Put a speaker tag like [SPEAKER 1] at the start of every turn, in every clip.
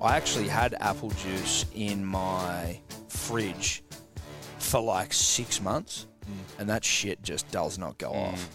[SPEAKER 1] I actually had apple juice in my fridge for like six months, and that shit just does not go
[SPEAKER 2] Mm.
[SPEAKER 1] off.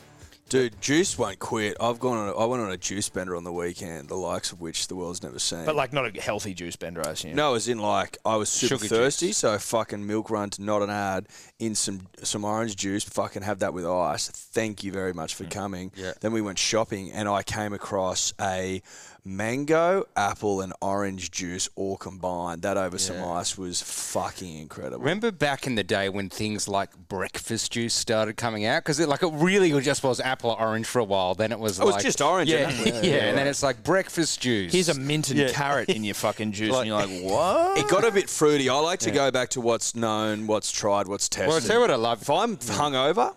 [SPEAKER 2] Dude, juice won't quit. I've gone on. A, I went on a juice bender on the weekend, the likes of which the world's never seen.
[SPEAKER 1] But like, not a healthy juice bender, I assume.
[SPEAKER 2] No, as in like I was super
[SPEAKER 3] Sugar
[SPEAKER 2] thirsty,
[SPEAKER 3] juice.
[SPEAKER 2] so I fucking milk run to not an ad in some some orange juice. Fucking have that with ice. Thank you very much for coming.
[SPEAKER 3] Mm. Yeah.
[SPEAKER 2] Then we went shopping, and I came across a mango, apple, and orange juice all combined. That over some
[SPEAKER 3] Yeah.
[SPEAKER 2] ice was fucking incredible.
[SPEAKER 3] Remember back in the day when things like breakfast juice started coming out because it like it really just was apple or orange for a while. Then it was
[SPEAKER 2] It was Oh,
[SPEAKER 3] like
[SPEAKER 2] just orange
[SPEAKER 3] yeah,
[SPEAKER 2] and
[SPEAKER 3] yeah,
[SPEAKER 2] apple, yeah, yeah,
[SPEAKER 3] and then it's like breakfast juice.
[SPEAKER 1] Here's a mint and carrot in your fucking juice, and you're like, what?
[SPEAKER 2] It got a bit fruity. I like to go back to what's known, what's tried, what's tested.
[SPEAKER 3] well, I tell you what I love.
[SPEAKER 2] if I'm hungover,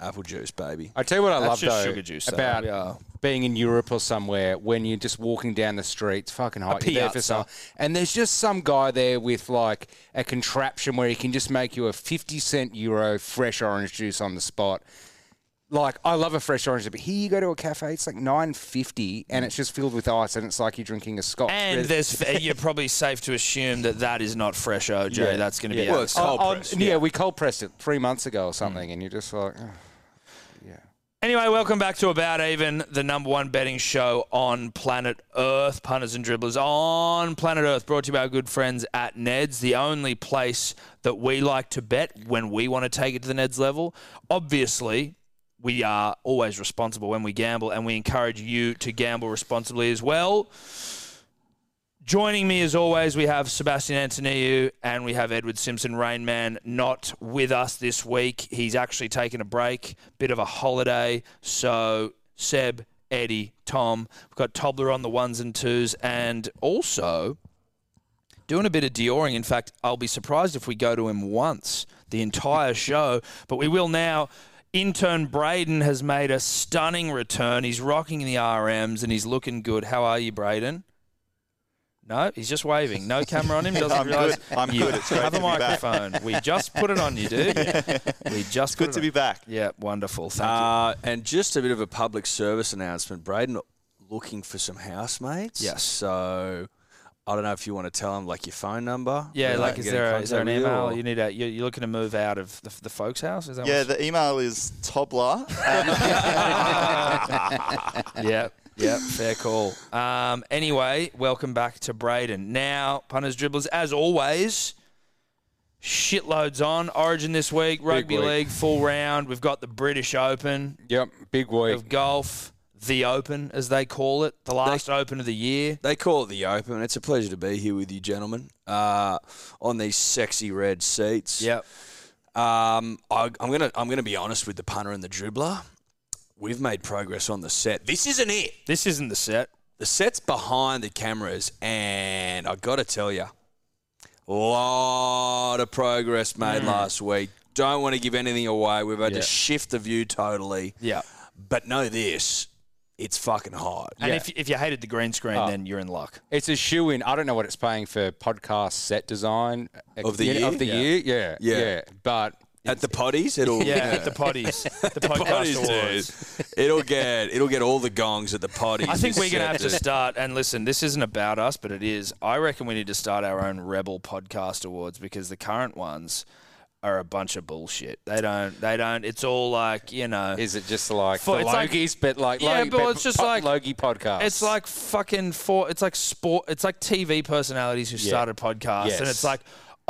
[SPEAKER 2] apple juice, baby.
[SPEAKER 3] I tell you what I
[SPEAKER 1] That's
[SPEAKER 3] love
[SPEAKER 1] just
[SPEAKER 3] though
[SPEAKER 1] sugar juice, though.
[SPEAKER 3] about
[SPEAKER 1] Yeah.
[SPEAKER 3] being in Europe or somewhere when you're just walking down the street, it's fucking hot, you're there for
[SPEAKER 1] piazza.
[SPEAKER 3] some, and there's just some guy there with like a contraption where he can just make you a 50 cent euro fresh orange juice on the spot. Like I love a fresh orange, juice, but here you go to a cafe, it's like 9.50 and it's just filled with ice, and it's like you're drinking a scotch.
[SPEAKER 1] And there's, you're probably safe to assume that that is not fresh OJ.
[SPEAKER 3] Yeah.
[SPEAKER 1] That's going to be
[SPEAKER 2] Well,
[SPEAKER 1] out
[SPEAKER 2] it's
[SPEAKER 1] of-
[SPEAKER 2] cold
[SPEAKER 3] Oh,
[SPEAKER 2] pressed.
[SPEAKER 3] yeah, we cold pressed it three months ago or
[SPEAKER 1] Mm.
[SPEAKER 3] something, and you're just like, "Ugh."
[SPEAKER 1] Anyway, welcome back to About Even, the number one betting show on planet Earth. Punters and dribblers on planet Earth, brought to you by our good friends at Ned's, the only place that we like to bet when we want to take it to the Ned's level. Obviously, we are always responsible when we gamble, and we encourage you to gamble responsibly as well. Joining me as always, we have Sebastian Antoniou and we have Edward Simpson Rainman not with us this week. He's actually taken a break, bit of a holiday. So Seb, Eddie, Tom, we've got Tobler on the ones and twos, and also doing a bit of Dioring. In fact, I'll be surprised if we go to him once the entire show, but we will now. Intern Braden has made a stunning return. He's rocking the RMs and he's looking good. How are you, Braden? No, he's just waving. No camera on him. Doesn't
[SPEAKER 4] I'm
[SPEAKER 1] realize
[SPEAKER 4] good. I'm
[SPEAKER 1] you
[SPEAKER 4] good. It's great
[SPEAKER 1] have a
[SPEAKER 4] to be back.
[SPEAKER 1] microphone. We just put it on you, dude. We just
[SPEAKER 4] Good
[SPEAKER 1] put
[SPEAKER 4] to
[SPEAKER 1] it
[SPEAKER 4] be
[SPEAKER 1] on.
[SPEAKER 4] back. Ah,
[SPEAKER 1] Yeah, wonderful. Thank
[SPEAKER 2] Uh, and just a bit of a public service announcement, Braden, looking for some housemates.
[SPEAKER 1] Yes.
[SPEAKER 2] So I don't know if you want to tell them like your phone number.
[SPEAKER 1] you. Yeah,
[SPEAKER 2] where they
[SPEAKER 1] like
[SPEAKER 2] can
[SPEAKER 1] is
[SPEAKER 2] get in
[SPEAKER 1] there, a,
[SPEAKER 2] contact
[SPEAKER 1] is there an
[SPEAKER 2] with you,
[SPEAKER 1] email
[SPEAKER 2] or-
[SPEAKER 1] you need? A, you you're looking to move out of the, the folks' house? Is that
[SPEAKER 4] Yeah,
[SPEAKER 1] what's-
[SPEAKER 4] the email is Tobler.
[SPEAKER 1] yep, yep, fair call. Um, anyway, welcome back to Braden. Now, punters, dribblers, as always, shitloads on. Origin this week, rugby
[SPEAKER 3] week.
[SPEAKER 1] league, full round. We've got the British Open
[SPEAKER 3] yep, big week.
[SPEAKER 1] of golf, the Open, as they call it, the last Open of the year.
[SPEAKER 2] They call it the Open. It's a pleasure to be here with you, gentlemen, uh, on these sexy red seats.
[SPEAKER 1] Yep.
[SPEAKER 2] Um, I, I'm gonna I'm gonna be honest with the punter and the dribbler. We've made progress on the set. This isn't it.
[SPEAKER 1] This isn't the set.
[SPEAKER 2] The set's behind the cameras, and I got to tell you, lot of progress
[SPEAKER 1] Mm.
[SPEAKER 2] made last week. Don't want to give anything away. We've had
[SPEAKER 3] Yeah.
[SPEAKER 2] to shift the view totally.
[SPEAKER 1] Yeah.
[SPEAKER 2] But know this, it's fucking hot.
[SPEAKER 1] And
[SPEAKER 3] Yeah.
[SPEAKER 1] if, if you hated the green screen, then you're in luck.
[SPEAKER 3] It's a shoe in. I don't know what it's paying for podcast set design
[SPEAKER 2] Of the
[SPEAKER 3] Yeah, Of
[SPEAKER 2] year?
[SPEAKER 3] the
[SPEAKER 2] Yeah.
[SPEAKER 3] year, yeah,
[SPEAKER 2] Yeah.
[SPEAKER 3] yeah. But
[SPEAKER 2] At the potties, it'll
[SPEAKER 1] Yeah, at the potties, the, podcast
[SPEAKER 2] potties,
[SPEAKER 1] awards.
[SPEAKER 2] dude. It'll get it'll get all the gongs at the potties.
[SPEAKER 1] I think
[SPEAKER 2] this
[SPEAKER 1] we're going to
[SPEAKER 2] set,
[SPEAKER 1] have to
[SPEAKER 2] dude.
[SPEAKER 1] start. And listen, this isn't about us, but it is. I reckon we need to start our own Rebel Podcast Awards because the current ones are a bunch of bullshit. They don't. They don't. It's all like you know.
[SPEAKER 3] is it just like
[SPEAKER 1] For-
[SPEAKER 3] the
[SPEAKER 1] it's like-
[SPEAKER 3] Logies, but like
[SPEAKER 1] Yeah,
[SPEAKER 3] Logie,
[SPEAKER 1] but it's just
[SPEAKER 3] po-
[SPEAKER 1] like-
[SPEAKER 3] Logie podcast.
[SPEAKER 1] It's like fucking for. It's like sport. It's like TV personalities who started podcasts, and
[SPEAKER 3] Yes.
[SPEAKER 1] it's like,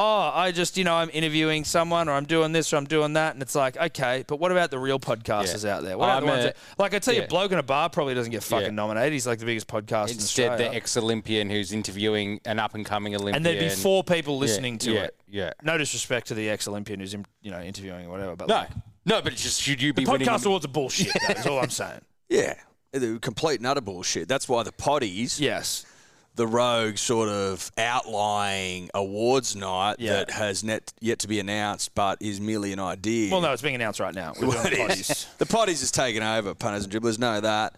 [SPEAKER 1] oh, I just you know I'm interviewing someone, or I'm doing this, or I'm doing that, and it's like, okay, but what about the real podcasters
[SPEAKER 3] Yeah.
[SPEAKER 1] out there? What about the
[SPEAKER 3] I'm
[SPEAKER 1] ones
[SPEAKER 3] a-
[SPEAKER 1] that, like I tell you,
[SPEAKER 3] yeah.
[SPEAKER 1] bloke in a bar probably doesn't get fucking
[SPEAKER 3] Yeah.
[SPEAKER 1] nominated. He's like the biggest podcast in
[SPEAKER 3] instead
[SPEAKER 1] Australia.
[SPEAKER 3] the ex-Olympian who's interviewing an up-and-coming Olympian.
[SPEAKER 1] and there'd be four people listening to
[SPEAKER 3] yeah,
[SPEAKER 1] it.
[SPEAKER 3] yeah.
[SPEAKER 1] No disrespect to the ex-Olympian who's in, you know interviewing or whatever, but
[SPEAKER 3] No,
[SPEAKER 1] like,
[SPEAKER 3] no, but it's just should you be winning?
[SPEAKER 1] podcast awards are bullshit. That's all I'm saying.
[SPEAKER 2] Yeah. They're Complete and utter bullshit. That's why the potties,
[SPEAKER 1] Yes.
[SPEAKER 2] the rogue sort of outlying awards night
[SPEAKER 1] Yeah.
[SPEAKER 2] that has net, yet to be announced, but is merely an idea.
[SPEAKER 1] Well, no, it's being announced right now. We're doing
[SPEAKER 2] Well, it
[SPEAKER 1] the
[SPEAKER 2] is.
[SPEAKER 1] potties.
[SPEAKER 2] The potties has taken over, punters and dribblers know that.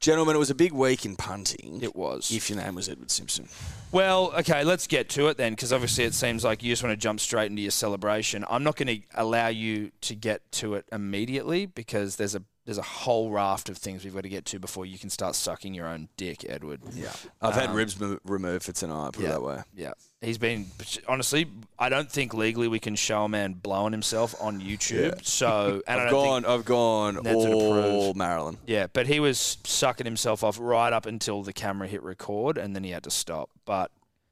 [SPEAKER 2] Gentlemen, it was a big week in punting.
[SPEAKER 1] It was.
[SPEAKER 2] If your name was Edward Simpson.
[SPEAKER 1] Well, okay, let's get to it then, because obviously it seems like you just want to jump straight into your celebration. I'm not going to allow you to get to it immediately because there's a there's a whole raft of things we've got to get to before you can start sucking your own dick, Edward.
[SPEAKER 2] Yeah. I've had ribs mo- removed for tonight,
[SPEAKER 1] Um,
[SPEAKER 2] put it
[SPEAKER 1] yeah.
[SPEAKER 2] that way.
[SPEAKER 1] Yeah. He's been honestly. I don't think legally we can show a man blowing himself on YouTube. So and I
[SPEAKER 2] I've
[SPEAKER 1] don't think-
[SPEAKER 2] gone, I've gone
[SPEAKER 1] Ned's an
[SPEAKER 2] all
[SPEAKER 1] approved.
[SPEAKER 2] Maryland.
[SPEAKER 1] Yeah, but he was sucking himself off right up until the camera hit record, and then he had to stop. But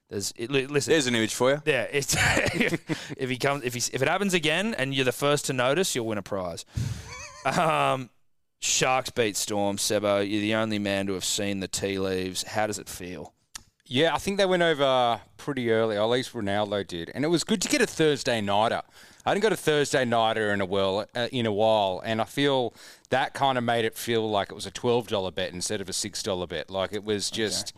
[SPEAKER 1] there's it, li- listen.
[SPEAKER 2] There's an image for you.
[SPEAKER 1] yeah, it's, if, if he comes, if he, if it happens again, and you're the first to notice, you'll win a prize. Um, Sharks beat Storm, Sebo. You're the only man to have seen the tea leaves. How does it feel?
[SPEAKER 3] Yeah, I think they went over pretty early. Or at least Ronaldo did, and it was good to get a Thursday nighter. I didn't got a Thursday nighter in a while, uh, in a while, and I feel that kind of made it feel like it was a twelve dollar bet instead of a six dollar bet. Like it was just,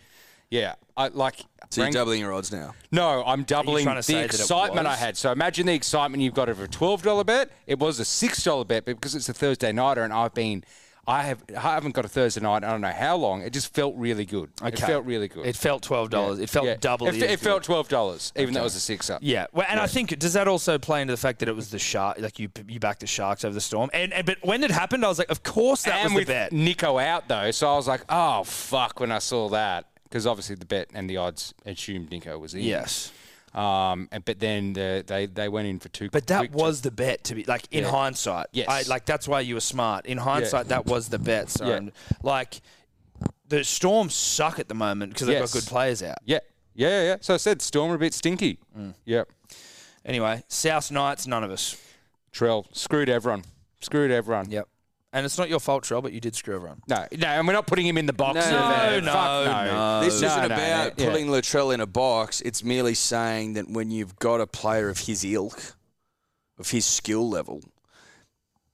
[SPEAKER 3] yeah, I like.
[SPEAKER 2] So you're
[SPEAKER 3] rank-
[SPEAKER 2] doubling your odds now.
[SPEAKER 3] no, I'm doubling
[SPEAKER 1] trying to say
[SPEAKER 3] the
[SPEAKER 1] that it
[SPEAKER 3] excitement I
[SPEAKER 1] was?
[SPEAKER 3] had. So imagine the excitement you've got over a twelve dollar bet. It was a six dollar bet, but because it's a Thursday nighter, and I've been. I have I haven't got a Thursday night. I don't know how long. It just felt really good. It
[SPEAKER 1] Okay.
[SPEAKER 3] felt really good.
[SPEAKER 1] It felt twelve dollars. It felt
[SPEAKER 3] Yeah.
[SPEAKER 1] double.
[SPEAKER 3] It,
[SPEAKER 1] the-
[SPEAKER 3] it felt twelve dollars, even though it was a sixer.
[SPEAKER 1] Yeah, well, and I think does that also play into the fact that it was the shark, like you you backed the sharks over the storm, and, and but when it happened, I was like, of course that
[SPEAKER 3] and
[SPEAKER 1] was
[SPEAKER 3] with
[SPEAKER 1] the bet.
[SPEAKER 3] Nico out though, so I was like, oh fuck, when I saw that, because obviously the bet and the odds assumed Nico was in.
[SPEAKER 1] Yes,
[SPEAKER 3] Um, and, but then the, they they went in for two.
[SPEAKER 1] but that
[SPEAKER 3] quick-
[SPEAKER 1] was the bet to be like in
[SPEAKER 3] Yeah.
[SPEAKER 1] hindsight.
[SPEAKER 3] Yes.
[SPEAKER 1] I, like that's why you were smart. In hindsight, that was the bet. So
[SPEAKER 3] Yeah.
[SPEAKER 1] and, like, the storm suck at the moment because they've
[SPEAKER 3] Yes.
[SPEAKER 1] got good players out.
[SPEAKER 3] yeah, yeah, yeah, yeah. So I said Storm were a bit stinky.
[SPEAKER 1] Mm.
[SPEAKER 3] Yep.
[SPEAKER 1] Anyway, South Knights, none of us.
[SPEAKER 3] Trell screwed everyone. Screwed everyone.
[SPEAKER 1] Yep, and it's not your fault, Trell, but you did screw everyone.
[SPEAKER 3] No, no, and we're not putting him in the box.
[SPEAKER 2] No,
[SPEAKER 3] of,
[SPEAKER 2] no,
[SPEAKER 3] uh,
[SPEAKER 1] no, no.
[SPEAKER 3] fuck
[SPEAKER 2] This
[SPEAKER 3] Oh, No,
[SPEAKER 2] isn't
[SPEAKER 3] no,
[SPEAKER 2] about
[SPEAKER 3] no, yeah.
[SPEAKER 2] putting Luttrell in a box. It's merely saying that when you've got a player of his ilk, of his skill level,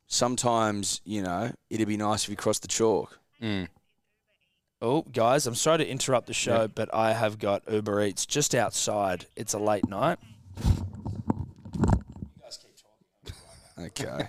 [SPEAKER 2] sometimes, you know, it'd be nice if he crossed the chalk.
[SPEAKER 1] Oh, guys, I'm sorry to interrupt the show, but I have got Uber Eats just outside. It's a late night.
[SPEAKER 2] Okay.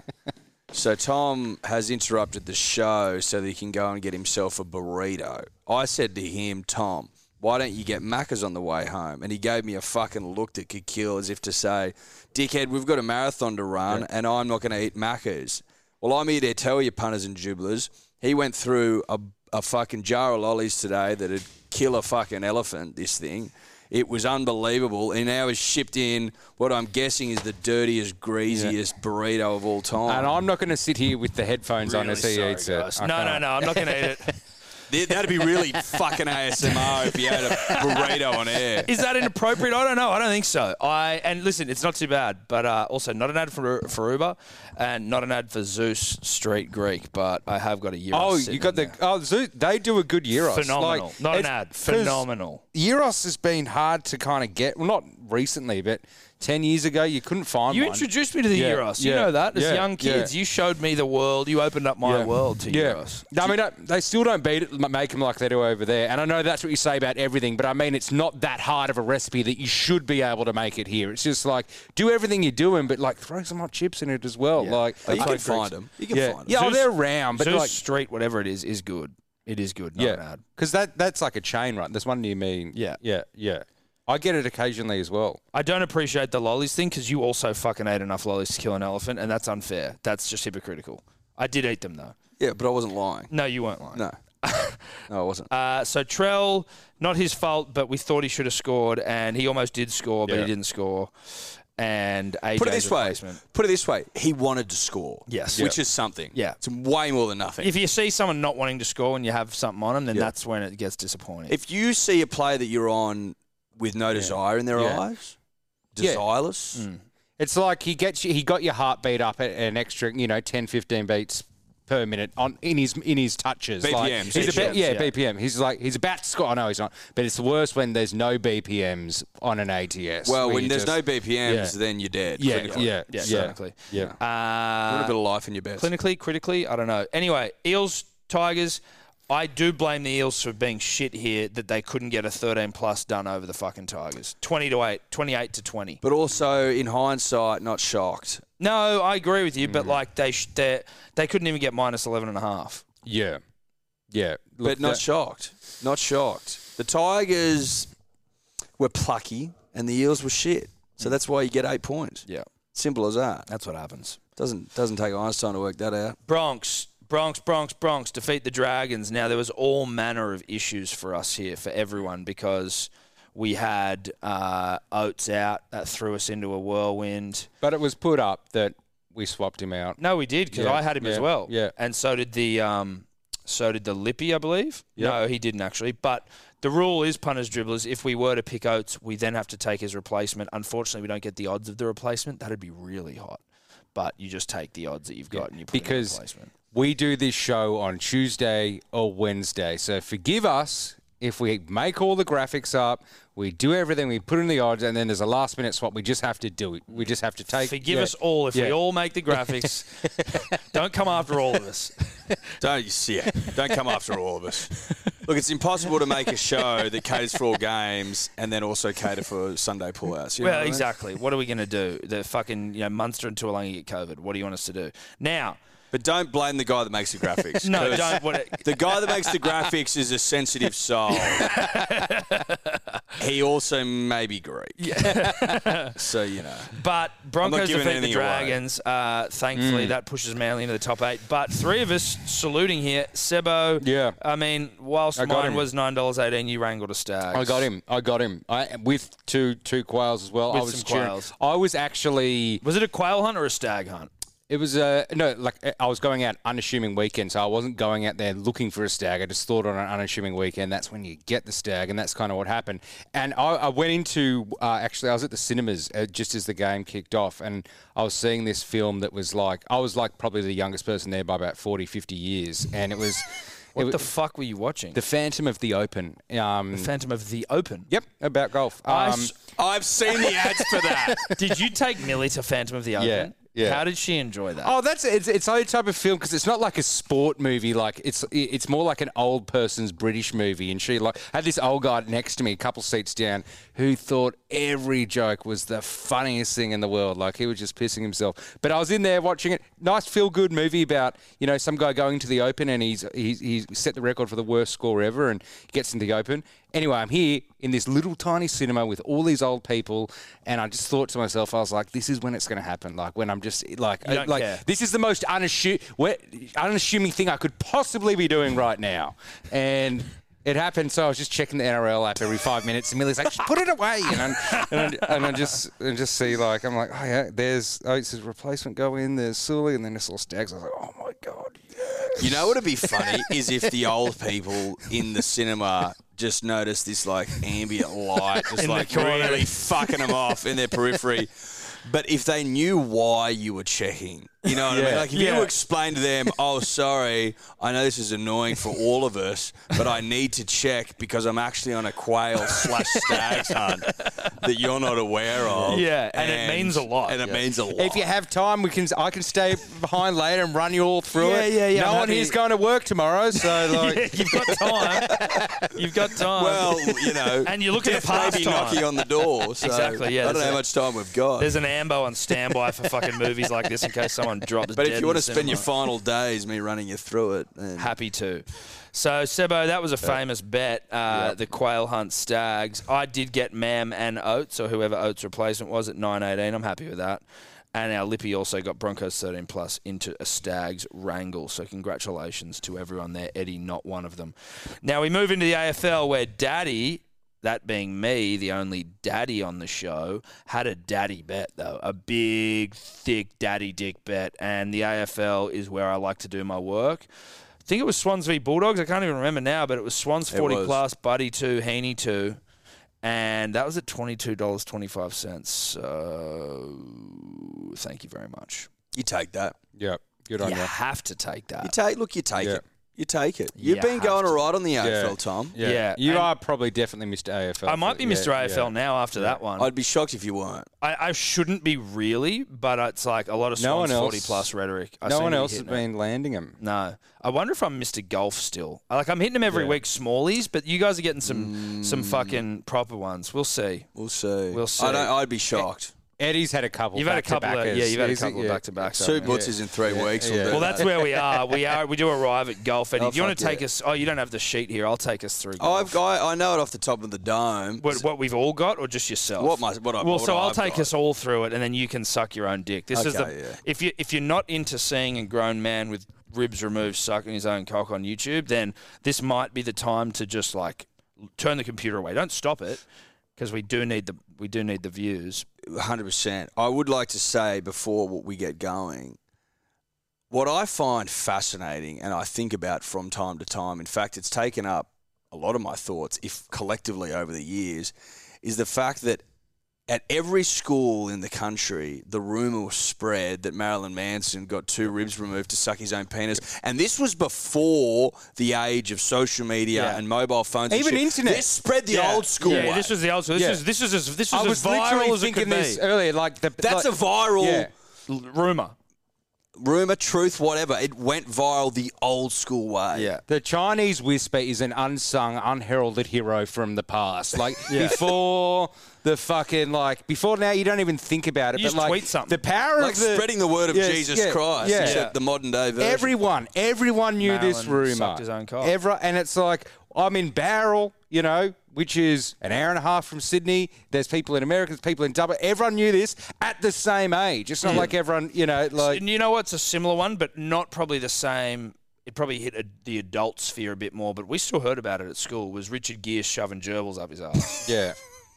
[SPEAKER 2] so Tom has interrupted the show so that he can go and get himself a burrito. I said to him, Tom, why don't you get Macca's on the way home? And he gave me a fucking look that could kill as if to say, Dickhead, we've got a marathon to run and I'm not going to eat Macca's. Well, I'm here to tell you, punters and jubblers, he went through a, a fucking jar of lollies today that'd kill a fucking elephant, this thing. It was unbelievable. And now has shipped in what I'm guessing is the dirtiest, greasiest burrito of all time.
[SPEAKER 3] And I'm not going to sit here with the headphones on
[SPEAKER 1] Really
[SPEAKER 3] as he
[SPEAKER 1] sorry,
[SPEAKER 3] eats it.
[SPEAKER 1] guys.
[SPEAKER 3] I
[SPEAKER 1] No,
[SPEAKER 3] can't.
[SPEAKER 1] no, no. I'm not going to eat it.
[SPEAKER 2] Th- That'd be really fucking ASMR if you had a burrito on air.
[SPEAKER 1] Is that inappropriate? I don't know. I don't think so. I and listen, it's not too bad, but uh, also not an ad for, for Uber and not an ad for Zeus Street Greek. But I have got a Euros.
[SPEAKER 3] Oh,
[SPEAKER 1] sitting
[SPEAKER 3] you got
[SPEAKER 1] in
[SPEAKER 3] the
[SPEAKER 1] there.
[SPEAKER 3] oh, Zoo, they do a good Euros.
[SPEAKER 1] phenomenal.
[SPEAKER 3] Like,
[SPEAKER 1] not an
[SPEAKER 3] it's-
[SPEAKER 1] ad.
[SPEAKER 3] 'cause
[SPEAKER 1] Phenomenal.
[SPEAKER 3] Euros has been hard to kind of get. Well, not recently, but ten years ago, you couldn't find
[SPEAKER 1] You
[SPEAKER 3] one.
[SPEAKER 1] introduced me to the
[SPEAKER 3] Yeah,
[SPEAKER 1] Euros. You
[SPEAKER 3] yeah,
[SPEAKER 1] know that as
[SPEAKER 3] yeah,
[SPEAKER 1] young kids, you showed me the world. You opened up my
[SPEAKER 3] Yeah.
[SPEAKER 1] world to
[SPEAKER 3] yeah.
[SPEAKER 1] Euros.
[SPEAKER 3] I mean, uh, they still don't beat it, m- make them like they do over there. And I know that's what you say about everything, but I mean, it's not that hard of a recipe that you should be able to make it here. It's just like do everything you're doing, but like throw some hot chips in it as well. Like
[SPEAKER 2] Oh, you
[SPEAKER 3] I-
[SPEAKER 2] can find them. You can
[SPEAKER 3] Yeah,
[SPEAKER 2] find them.
[SPEAKER 3] yeah, oh,
[SPEAKER 1] Zeus-
[SPEAKER 3] they're round, but
[SPEAKER 1] Zeus
[SPEAKER 3] like
[SPEAKER 1] Street, whatever it is, is good. It is
[SPEAKER 2] Oh,
[SPEAKER 1] good. Not an
[SPEAKER 3] yeah,
[SPEAKER 1] ad.
[SPEAKER 3] because that that's like a chain, right? There's one near me.
[SPEAKER 1] Yeah.
[SPEAKER 3] yeah, yeah. I get it occasionally as well.
[SPEAKER 1] I don't appreciate the lollies thing because you also fucking ate enough lollies to kill an elephant, and that's unfair. That's just hypocritical. I did eat them though.
[SPEAKER 2] Yeah, but I wasn't lying.
[SPEAKER 1] No, you weren't lying.
[SPEAKER 2] No. No, I wasn't.
[SPEAKER 1] Uh, so Trell, not his fault, but we thought he should have scored, and he almost did score, but
[SPEAKER 3] Yeah.
[SPEAKER 1] he didn't score. And AJ's
[SPEAKER 2] Put it this way.
[SPEAKER 1] replacement.
[SPEAKER 2] Put it this way. He wanted to score.
[SPEAKER 1] Yes.
[SPEAKER 2] Which is something.
[SPEAKER 1] Yeah.
[SPEAKER 2] It's way more than nothing.
[SPEAKER 1] If you see someone not wanting to score and you have something on them, then that's when it gets disappointing.
[SPEAKER 2] If you see a player that you're on with no desire in their
[SPEAKER 3] Yeah.
[SPEAKER 2] eyes,
[SPEAKER 3] Yeah. Mm.
[SPEAKER 2] desireless,
[SPEAKER 3] It's like he gets you, he got your heartbeat up at an extra, you know, 10, 15 beats per minute on in his in his touches. Like,
[SPEAKER 2] BPMs,
[SPEAKER 3] he's about,
[SPEAKER 1] BPMs,
[SPEAKER 3] yeah,
[SPEAKER 1] yeah.
[SPEAKER 3] BPM. He's like he's about to score. I know he's not, but it's worse when there's no BPMs on an ATS.
[SPEAKER 2] well,
[SPEAKER 3] where
[SPEAKER 2] when
[SPEAKER 3] you
[SPEAKER 2] there's
[SPEAKER 3] just-
[SPEAKER 2] no BPMs,
[SPEAKER 3] yeah.
[SPEAKER 2] then you're dead.
[SPEAKER 3] yeah,
[SPEAKER 2] clinically.
[SPEAKER 3] yeah,
[SPEAKER 1] yeah,
[SPEAKER 3] yeah, yeah,
[SPEAKER 1] clinically.
[SPEAKER 3] yeah.
[SPEAKER 2] You want a
[SPEAKER 1] Uh,
[SPEAKER 2] bit of life in your best.
[SPEAKER 1] clinically, critically, I don't know. Anyway, Eels, Tigers. I do blame the Eels for being shit here that they couldn't get a 13 plus done over the fucking Tigers. 20 to 8, 28 to 20.
[SPEAKER 2] but also, in hindsight, not shocked.
[SPEAKER 1] No, I agree with you, but like they sh- they they couldn't even get minus 11 and a half.
[SPEAKER 3] yeah. Yeah. Look,
[SPEAKER 2] but not
[SPEAKER 3] that-
[SPEAKER 2] shocked. Not shocked. The Tigers were plucky, and the Eels were shit. So that's why you get eight points.
[SPEAKER 1] Yeah,
[SPEAKER 2] Simple as that.
[SPEAKER 1] that's what happens.
[SPEAKER 2] Doesn't doesn't take Einstein to work that out.
[SPEAKER 1] Bronx Bronx, Bronx, Bronx, defeat the Dragons. Now, there was all manner of issues for us here, for everyone, because we had uh, Oates out. That threw us into a whirlwind.
[SPEAKER 3] But it was put up that we swapped him out.
[SPEAKER 1] No, we did, because
[SPEAKER 3] Yeah,
[SPEAKER 1] I had him as
[SPEAKER 3] yeah,
[SPEAKER 1] well.
[SPEAKER 3] yeah.
[SPEAKER 1] And so did the... Um, so did the Lippy, I believe. No, he didn't actually. But the rule is punters, dribblers. If we were to pick Oates, we then have to take his replacement. Unfortunately, we don't get the odds of the replacement. That'd be really hot. But you just take the odds that you've got and you put in a
[SPEAKER 3] because
[SPEAKER 1] replacement.
[SPEAKER 3] we do this show on Tuesday or Wednesday. So forgive us if we make all the graphics up, we do everything, we put in the odds, and then there's a last minute swap. We just have to do it. We just have to take.
[SPEAKER 1] Forgive
[SPEAKER 3] yeah.
[SPEAKER 1] us all if we
[SPEAKER 3] Yeah.
[SPEAKER 1] all make the graphics. Don't come after all of us.
[SPEAKER 2] Don't you see it? Don't come after all of us. Look, it's impossible to make a show that caters for all games and then also cater for Sunday pullouts. You know what
[SPEAKER 1] Well,
[SPEAKER 2] I mean?
[SPEAKER 1] exactly. What are we going to do? The fucking you know Munster and Tuolungi get COVID. What do you want us to do now?
[SPEAKER 2] But don't blame the guy that makes the graphics.
[SPEAKER 1] No,
[SPEAKER 2] 'cause
[SPEAKER 1] don't. What,
[SPEAKER 2] The guy that makes the graphics is a sensitive soul. he also may be Greek. so, you know.
[SPEAKER 1] but Broncos
[SPEAKER 2] giving
[SPEAKER 1] defeat the
[SPEAKER 2] anything away.
[SPEAKER 1] Dragons. Uh, thankfully, that pushes Manly into the top eight. But three of us saluting here. Sebo.
[SPEAKER 3] Yeah.
[SPEAKER 1] I mean, whilst
[SPEAKER 3] I got
[SPEAKER 1] mine
[SPEAKER 3] him.
[SPEAKER 1] was nine dollars eighteen, you wrangled a stag.
[SPEAKER 3] I got him. I got him. I with two two quails as well.
[SPEAKER 1] With
[SPEAKER 3] I was
[SPEAKER 1] some
[SPEAKER 3] cheering.
[SPEAKER 1] quails.
[SPEAKER 3] I was actually
[SPEAKER 1] Was it a quail hunt or a stag hunt?
[SPEAKER 3] it was a no like I was going out unassuming weekend, so I wasn't going out there looking for a stag. I just thought on an unassuming weekend that's when you get the stag, and that's kind of what happened. And I, I went into uh, actually I was at the cinemas uh, just as the game kicked off, and I was seeing this film that was like I was like probably the youngest person there by about 40, 50 years, and it was it,
[SPEAKER 1] What
[SPEAKER 3] wa-
[SPEAKER 1] the fuck were you watching?
[SPEAKER 3] the Phantom of the Open. Um,
[SPEAKER 1] Phantom of the Open.
[SPEAKER 3] yep, about golf.
[SPEAKER 1] I
[SPEAKER 3] Um,
[SPEAKER 1] s-
[SPEAKER 2] I've seen the ads for that.
[SPEAKER 1] Did you take Millie to Phantom of the Open?
[SPEAKER 3] Yeah, yeah.
[SPEAKER 1] How did she enjoy that?
[SPEAKER 3] Oh, that's it's its own type of film because it's not like a sport movie. Like it's it's more like an old person's British movie. And she like had this old guy next to me, a couple seats down, who thought every joke was the funniest thing in the world. Like he was just pissing himself. But I was in there watching it. Nice feel good movie about you know some guy going to the Open and he's he's he's set the record for the worst score ever and gets into the Open. Anyway, I'm here in this little tiny cinema with all these old people, and I just thought to myself, I was like, this is when it's going to happen. Like when I'm just like,
[SPEAKER 1] You don't
[SPEAKER 3] Uh, like
[SPEAKER 1] care.
[SPEAKER 3] this is the most unassu- we- unassuming thing I could possibly be doing right now, and. It happened, so I was just checking the NRL app every five minutes, and Millie's like, "Just put it away," and I'm, and, i and I just and just see like I'm like, "Oh yeah, there's Oates' replacement go in, there's Sully, and then it's all Stags." I was like, "Oh my god,
[SPEAKER 2] You know what'd be funny is if the old people in the cinema just noticed this like ambient light, just
[SPEAKER 1] In the
[SPEAKER 2] like
[SPEAKER 1] corner.
[SPEAKER 2] really fucking them off in their periphery. But if they knew why you were checking, you know what I mean?
[SPEAKER 3] Yeah.
[SPEAKER 2] Like if
[SPEAKER 1] Yeah.
[SPEAKER 2] you explained to them, "Oh, sorry, I know this is annoying for all of us, but I need to check because I'm actually on a quail slash stags hunt that you're not aware of."
[SPEAKER 1] Yeah, and it means a lot.
[SPEAKER 2] And it
[SPEAKER 1] Yeah.
[SPEAKER 2] means a lot.
[SPEAKER 3] If you have time, we can. I can stay behind later and run you all through
[SPEAKER 1] Yeah,
[SPEAKER 3] it.
[SPEAKER 1] yeah, yeah,
[SPEAKER 3] No
[SPEAKER 1] I'm
[SPEAKER 3] one
[SPEAKER 1] happy.
[SPEAKER 3] here's going to work tomorrow, so like,
[SPEAKER 1] You've got time. You've got time.
[SPEAKER 2] well, you know,
[SPEAKER 1] and you look at the
[SPEAKER 2] may
[SPEAKER 1] past
[SPEAKER 2] be
[SPEAKER 1] time.
[SPEAKER 2] knocking on the door. So
[SPEAKER 1] Exactly, yeah,
[SPEAKER 2] I don't know
[SPEAKER 1] there's
[SPEAKER 2] how
[SPEAKER 1] a-
[SPEAKER 2] much time we've got.
[SPEAKER 1] There's an ambo on standby for fucking movies like this in case someone drops.
[SPEAKER 2] But
[SPEAKER 1] dead
[SPEAKER 2] if
[SPEAKER 1] in
[SPEAKER 2] you want
[SPEAKER 1] the
[SPEAKER 2] to spend your
[SPEAKER 1] cinema.
[SPEAKER 2] final days me running you through it, then
[SPEAKER 1] happy to. So Sebo, that was a famous bet. Uh, The quail hunt stags. I did get Mam and Oates or whoever Oates' replacement was at nine eighteen. I'm happy with that. And our Lippy also got Broncos 13 plus into a Stags wrangle. So congratulations to everyone there. Eddie, not one of them. Now we move into the AFL where Daddy that being me, the only daddy on the show, had a daddy bet, though. A big, thick daddy dick bet. And the AFL is where I like to do my work. I think it was Swans v Bulldogs. I can't even remember now, but it was Swans 40
[SPEAKER 2] was.
[SPEAKER 1] plus, Buddy 2, Heaney 2. And that was at $22.25. So thank you very much.
[SPEAKER 2] you take that.
[SPEAKER 3] yeah, good on
[SPEAKER 1] You
[SPEAKER 3] you.
[SPEAKER 1] have to take that.
[SPEAKER 2] You take look, you take
[SPEAKER 3] Yeah.
[SPEAKER 2] it. You take it.
[SPEAKER 1] Uh, You
[SPEAKER 2] You've been
[SPEAKER 1] have
[SPEAKER 2] going
[SPEAKER 1] to.
[SPEAKER 2] all right on the AFL, Tom.
[SPEAKER 1] Yeah. Yeah,
[SPEAKER 3] you
[SPEAKER 1] and-
[SPEAKER 3] are probably definitely Mr. AFL.
[SPEAKER 1] I might be
[SPEAKER 3] Yeah,
[SPEAKER 1] Mr. AFL
[SPEAKER 3] yeah.
[SPEAKER 1] now after that one.
[SPEAKER 2] I'd be shocked if you weren't.
[SPEAKER 1] I, I shouldn't be really, but it's like a lot of
[SPEAKER 3] No
[SPEAKER 1] Swans
[SPEAKER 3] one else-
[SPEAKER 1] 40 plus rhetoric. I
[SPEAKER 3] No
[SPEAKER 1] seem
[SPEAKER 3] one
[SPEAKER 1] to be
[SPEAKER 3] else has
[SPEAKER 1] hitting it.
[SPEAKER 3] been landing him.
[SPEAKER 1] No. I wonder if I'm Mr. Golf still. Like I'm hitting them every week, smallies, but you guys are getting some
[SPEAKER 3] Mm.
[SPEAKER 1] some fucking proper ones. We'll see.
[SPEAKER 2] We'll see.
[SPEAKER 1] We'll see.
[SPEAKER 2] I don't, I'd be shocked.
[SPEAKER 3] Eddie's had a couple.
[SPEAKER 1] You've had a couple of
[SPEAKER 3] back-to-backers.
[SPEAKER 1] yeah, you've had a
[SPEAKER 3] He's-
[SPEAKER 1] couple
[SPEAKER 3] yeah.
[SPEAKER 1] back to backs.
[SPEAKER 2] Two blitzes in three weeks. will
[SPEAKER 3] yeah.
[SPEAKER 2] do
[SPEAKER 1] Well,
[SPEAKER 2] that.
[SPEAKER 1] that's where we are. We are we do arrive at golf. Eddie,
[SPEAKER 2] Oh,
[SPEAKER 1] do you want to
[SPEAKER 2] fuck
[SPEAKER 1] take
[SPEAKER 2] yeah.
[SPEAKER 1] us? Oh, you don't have the sheet here. I'll take us through.
[SPEAKER 2] Oh,
[SPEAKER 1] Golf.
[SPEAKER 2] I've got, I know it off the top of the dome.
[SPEAKER 1] what, what we've all got, or just yourself?
[SPEAKER 2] What my- what I-
[SPEAKER 1] well,
[SPEAKER 2] what
[SPEAKER 1] so I'll
[SPEAKER 2] I've
[SPEAKER 1] take
[SPEAKER 2] got.
[SPEAKER 1] us all through it, and then you can suck your own dick. This is
[SPEAKER 2] Okay,
[SPEAKER 1] the
[SPEAKER 2] yeah.
[SPEAKER 1] if you if you're not into seeing a grown man with ribs removed sucking his own cock on YouTube, then this might be the time to just like turn the computer away. Don't stop it because we do need the we do need the views.
[SPEAKER 2] hundred percent. I would like to say before what we get going, what I find fascinating and I think about from time to time. In fact, it's taken up a lot of my thoughts, if collectively over the years, is the fact that at every school in the country, the rumor was spread that Marilyn Manson got two ribs removed to suck his own penis, and this was before the age of social media
[SPEAKER 1] Yeah.
[SPEAKER 2] and mobile phones, and
[SPEAKER 3] Even
[SPEAKER 2] shit.
[SPEAKER 3] internet.
[SPEAKER 2] This spread the old school
[SPEAKER 1] Yeah,
[SPEAKER 2] way.
[SPEAKER 1] this was the old school. This
[SPEAKER 3] Yeah.
[SPEAKER 1] is this is as this
[SPEAKER 3] I
[SPEAKER 1] was,
[SPEAKER 3] was
[SPEAKER 1] as viral
[SPEAKER 3] literally
[SPEAKER 1] as it could
[SPEAKER 3] thinking
[SPEAKER 1] be.
[SPEAKER 3] this
[SPEAKER 2] uh,
[SPEAKER 3] earlier. Like the
[SPEAKER 2] That's
[SPEAKER 3] like,
[SPEAKER 2] a viral.
[SPEAKER 3] yeah.
[SPEAKER 1] L- rumor.
[SPEAKER 2] rumor, truth, whatever. It went viral the old school way.
[SPEAKER 3] The Chinese whisper is an unsung, unheralded hero from the past. Like before the fucking like before now, you don't even think about it.
[SPEAKER 1] You
[SPEAKER 3] but
[SPEAKER 1] just
[SPEAKER 3] like
[SPEAKER 1] tweet something.
[SPEAKER 3] the power
[SPEAKER 2] Like
[SPEAKER 3] of the,
[SPEAKER 2] spreading the word of
[SPEAKER 3] Yes,
[SPEAKER 2] Jesus
[SPEAKER 3] yeah,
[SPEAKER 2] Christ,
[SPEAKER 3] yeah.
[SPEAKER 2] except the modern day version.
[SPEAKER 3] Everyone, everyone knew this
[SPEAKER 1] Marilyn
[SPEAKER 3] rumor.
[SPEAKER 1] sucked his own cock.
[SPEAKER 3] Every- and it's like I'm in Barrel, you know, which is an hour and a half from Sydney. There's people in America, there's people in Dublin. Everyone knew this at the same age. It's not like everyone, you know, like
[SPEAKER 1] And you know what's a similar one, but not probably the same. It probably hit a, the adult sphere a bit more, but we still heard about it at school. Was Richard Gere shoving gerbils up his ass?
[SPEAKER 3] yeah.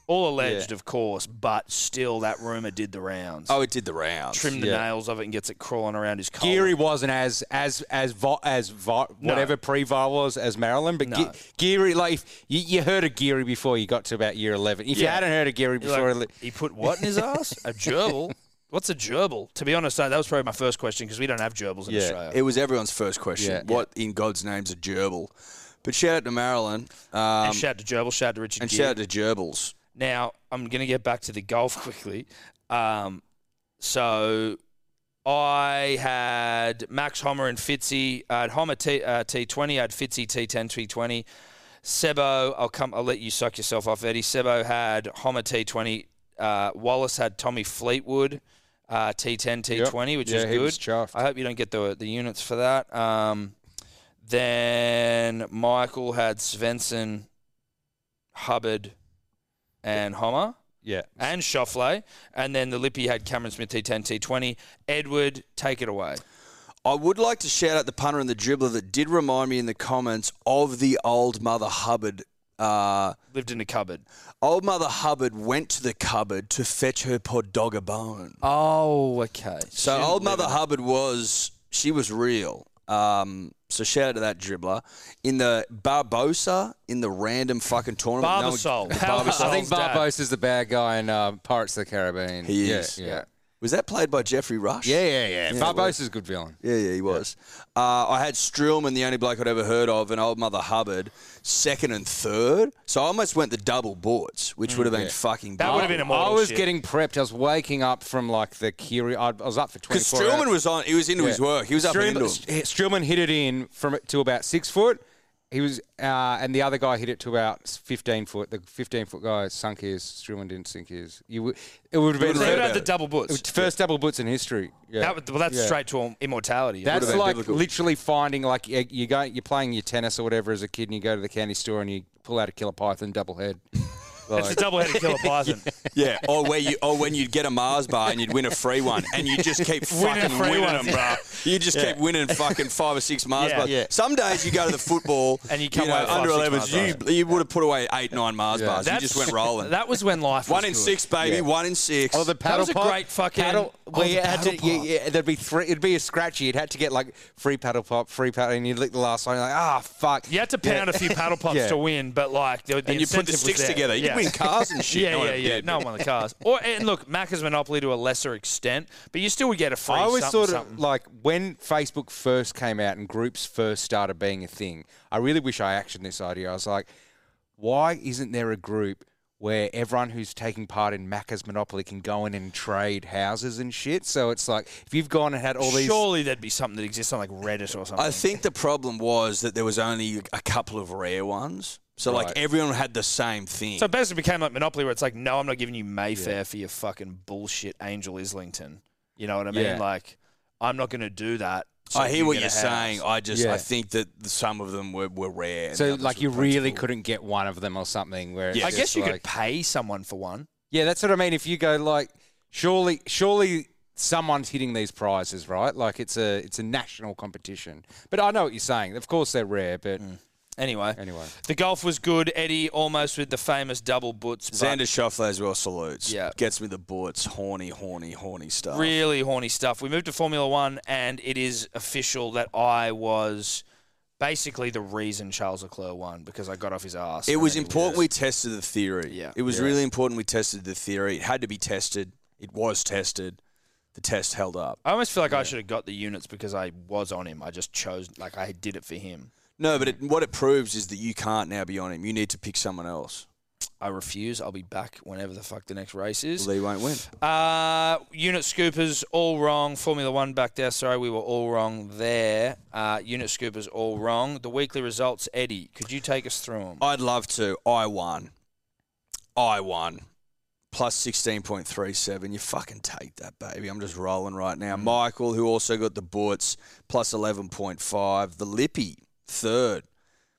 [SPEAKER 1] All alleged, of course, but still that rumor did the rounds.
[SPEAKER 2] Oh, it did the rounds.
[SPEAKER 1] Trim the
[SPEAKER 3] yeah.
[SPEAKER 1] nails of it and gets it crawling around his collar.
[SPEAKER 3] Geary wasn't as as as vi- as vi- whatever pre-viral was as Marilyn, but Ge- Geary like if you, you heard of Geary before you got to about year eleven. If you
[SPEAKER 1] Yeah.
[SPEAKER 3] hadn't heard of Geary
[SPEAKER 1] You're
[SPEAKER 3] before,
[SPEAKER 1] like, he put what in his ass? A gerbil? What's a gerbil? To be honest, though, that was probably my first question because we don't have gerbils in
[SPEAKER 3] Yeah.
[SPEAKER 1] Australia.
[SPEAKER 2] It was everyone's first question.
[SPEAKER 3] Yeah.
[SPEAKER 2] What in God's name's a gerbil? But shout out to Marilyn um,
[SPEAKER 1] and
[SPEAKER 2] and,
[SPEAKER 1] shout to gerbil, shout to Richard Gere.
[SPEAKER 2] shout out to gerbils.
[SPEAKER 1] Now I'm going to get back to the golf quickly. Um, so I had Max Homer and Fitzy. I had Homer T, uh, T20. I had Fitzy T10 T20. Sebo, I'll come. I'll let you suck yourself off, Eddie. Sebo had Homer T20. Uh, Wallace had Tommy Fleetwood uh, T10 T20, which
[SPEAKER 3] yeah,
[SPEAKER 1] is
[SPEAKER 3] he
[SPEAKER 1] good.
[SPEAKER 3] was chuffed.
[SPEAKER 1] I hope you don't get the the units for that. Um, then Michael had Svensson, Hubbard, and Homer
[SPEAKER 3] yeah,
[SPEAKER 1] and Shoffley, and then the Lippy had Cameron Smith T10 T20. Edward, take it away.
[SPEAKER 2] I would like to shout out the punter and the dribbler that did remind me in the comments of the old Mother Hubbard. Uh,
[SPEAKER 1] Lived in a cupboard.
[SPEAKER 2] old Mother Hubbard went to the cupboard to fetch her podogger bone.
[SPEAKER 1] Oh, okay.
[SPEAKER 2] So old Mother Hubbard was she was real. Um, so shout out to that dribbler in the Barbosa in the random fucking tournament. no one-
[SPEAKER 1] Barbasol.
[SPEAKER 2] the
[SPEAKER 1] How-
[SPEAKER 2] Barbasol.
[SPEAKER 3] I think
[SPEAKER 1] Dad.
[SPEAKER 3] Barbos is the bad guy in uh, Pirates of the Caribbean.
[SPEAKER 2] He
[SPEAKER 3] yeah,
[SPEAKER 2] is.
[SPEAKER 3] yeah,
[SPEAKER 2] was that played by Jeffrey Rush?
[SPEAKER 3] yeah, yeah, yeah. Barbos is a good villain.
[SPEAKER 2] Yeah, yeah, he was. Uh, I had Strillman, the only bloke I'd ever heard of, and Old Mother Hubbard, second and third. So I almost went the double boards, which would have been fucking
[SPEAKER 1] Mm. That would have been
[SPEAKER 3] I
[SPEAKER 1] immortal.
[SPEAKER 3] was
[SPEAKER 1] shit.
[SPEAKER 3] getting prepped. I was waking up from like the Curie. I was up for twenty
[SPEAKER 2] Because
[SPEAKER 3] four hours.
[SPEAKER 2] Strillman was on, he was into his
[SPEAKER 3] Yeah.
[SPEAKER 2] work. He was up and
[SPEAKER 3] Strelman,
[SPEAKER 2] into him.
[SPEAKER 3] Strelman hit it in from to about six foot. He was, uh, and the other guy hit it to about fifteen foot. The fifteen foot guy sunk his. Strelman didn't sink his. You, would, it would have been
[SPEAKER 1] Think
[SPEAKER 2] heard
[SPEAKER 1] about
[SPEAKER 2] about
[SPEAKER 1] the
[SPEAKER 2] it.
[SPEAKER 1] double boots.
[SPEAKER 3] the first double boots in history. Yeah.
[SPEAKER 1] That would- well, that's
[SPEAKER 3] Yeah.
[SPEAKER 1] straight to immortality.
[SPEAKER 3] That's
[SPEAKER 2] been
[SPEAKER 3] like
[SPEAKER 2] biblical.
[SPEAKER 3] literally finding like you you go, you're playing your tennis or whatever as a kid, and you go to the candy store and you pull out a killer python double head.
[SPEAKER 1] it's a double-headed killer python.
[SPEAKER 2] Yeah, or where you, or when you'd get a Mars bar and you'd win a free one, and you just keep fucking
[SPEAKER 1] free
[SPEAKER 2] winning
[SPEAKER 1] ones.
[SPEAKER 2] them, bro. You just keep winning fucking five or six Mars
[SPEAKER 1] Yeah.
[SPEAKER 2] bars.
[SPEAKER 1] Yeah.
[SPEAKER 2] Some days you go to the football
[SPEAKER 1] And you come
[SPEAKER 2] know,
[SPEAKER 1] away with five,
[SPEAKER 2] under
[SPEAKER 1] six
[SPEAKER 2] 11s.
[SPEAKER 1] Mars
[SPEAKER 2] You you would have put away eight nine Mars bars. You
[SPEAKER 1] That's-
[SPEAKER 2] just went rolling.
[SPEAKER 1] That was when life.
[SPEAKER 2] one
[SPEAKER 1] was
[SPEAKER 2] in
[SPEAKER 1] good.
[SPEAKER 2] six, baby. One in six.
[SPEAKER 3] Oh, the paddle
[SPEAKER 1] was a
[SPEAKER 3] pop.
[SPEAKER 1] great fucking-
[SPEAKER 3] paddle.
[SPEAKER 1] oh,
[SPEAKER 3] well,
[SPEAKER 1] the
[SPEAKER 3] you had to,
[SPEAKER 1] paddle
[SPEAKER 3] yeah,
[SPEAKER 1] pop.
[SPEAKER 3] yeah, there'd be three. It'd be a scratchy. You'd had to get like free paddle pop, free paddle, and you'd lick the last one. You're like, ah, fuck.
[SPEAKER 1] You had to pound a few paddle pops
[SPEAKER 3] Yeah.
[SPEAKER 1] to win, but like the, the
[SPEAKER 2] and you put
[SPEAKER 1] incentive
[SPEAKER 2] the
[SPEAKER 1] was
[SPEAKER 2] sticks
[SPEAKER 1] there.
[SPEAKER 2] together. You
[SPEAKER 1] Yeah.
[SPEAKER 2] could win cars and shit.
[SPEAKER 1] Yeah,
[SPEAKER 2] No one
[SPEAKER 1] yeah,
[SPEAKER 2] ever
[SPEAKER 1] yeah.
[SPEAKER 2] did.
[SPEAKER 1] No one won the cars. Or and look, Macca's Monopoly to a lesser extent, but you still would get a free.
[SPEAKER 3] I always
[SPEAKER 1] something,
[SPEAKER 3] sort of
[SPEAKER 1] something.
[SPEAKER 3] like when Facebook first came out and groups first started being a thing. I really wish I actioned this idea. I was like, why isn't there a group where everyone who's taking part in Macca's Monopoly can go in and trade houses and shit? So it's like if you've gone and had all these,
[SPEAKER 1] Surely there'd be something that exists on like Reddit or something.
[SPEAKER 2] I think the problem was that there was only a couple of rare ones. So like
[SPEAKER 3] Right.
[SPEAKER 2] everyone had the same thing.
[SPEAKER 1] so it basically became like Monopoly, where it's like, no, I'm not giving you Mayfair for your fucking bullshit Angel Islington. You know what I mean?
[SPEAKER 3] Yeah.
[SPEAKER 1] Like, I'm not going to do that. so
[SPEAKER 2] I
[SPEAKER 1] you
[SPEAKER 2] hear what
[SPEAKER 1] get
[SPEAKER 2] you're
[SPEAKER 1] a house.
[SPEAKER 2] saying. I just
[SPEAKER 3] Yeah.
[SPEAKER 2] I think that some of them were, were rare. and the
[SPEAKER 3] so
[SPEAKER 2] others
[SPEAKER 3] like
[SPEAKER 2] were
[SPEAKER 3] you really
[SPEAKER 2] plentiful.
[SPEAKER 3] couldn't get one of them or something. Where it's
[SPEAKER 2] Yeah.
[SPEAKER 1] I
[SPEAKER 2] It's
[SPEAKER 1] guess
[SPEAKER 3] just
[SPEAKER 1] you
[SPEAKER 3] like,
[SPEAKER 1] could pay someone for one.
[SPEAKER 3] Yeah, that's what I mean. If you go like, surely, surely someone's hitting these prizes, right? Like it's a it's a national competition. But I know what you're saying. Of course they're rare, but
[SPEAKER 1] Anyway,
[SPEAKER 3] Anyway.
[SPEAKER 1] the golf was good. Eddie almost with the famous double butts. but
[SPEAKER 2] Xander Schauffele as well salutes.
[SPEAKER 1] Yeah.
[SPEAKER 2] Gets me the bullets. Horny, horny, horny stuff.
[SPEAKER 1] Really horny stuff. We moved to Formula One, and it is official that I was basically the reason Charles Leclerc won because I got off his ass.
[SPEAKER 2] It
[SPEAKER 1] and
[SPEAKER 2] was
[SPEAKER 1] then he
[SPEAKER 2] important
[SPEAKER 1] just-
[SPEAKER 2] we tested the theory.
[SPEAKER 1] Yeah.
[SPEAKER 2] It was really important we tested the theory. It had to be tested. It was tested. The test held up.
[SPEAKER 1] I almost feel like I should have got the units because I was on him. I just chose, like, I did it for him.
[SPEAKER 2] No, but it, what it proves is that you can't now be on him. You need to pick someone else.
[SPEAKER 1] I refuse. I'll be back whenever the fuck the next race is.
[SPEAKER 2] Lee won't win.
[SPEAKER 1] Uh, unit scoopers all wrong. Formula One back there. Sorry, we were all wrong there. Uh, unit scoopers all wrong. The weekly results, Eddie. Could you take us through them?
[SPEAKER 2] I'd love to. I won. I won. Plus 16.37. You fucking take that, baby. I'm just rolling right now.
[SPEAKER 3] Mm.
[SPEAKER 2] Michael, who also got the Boots, plus 11.5. The Lippy, third,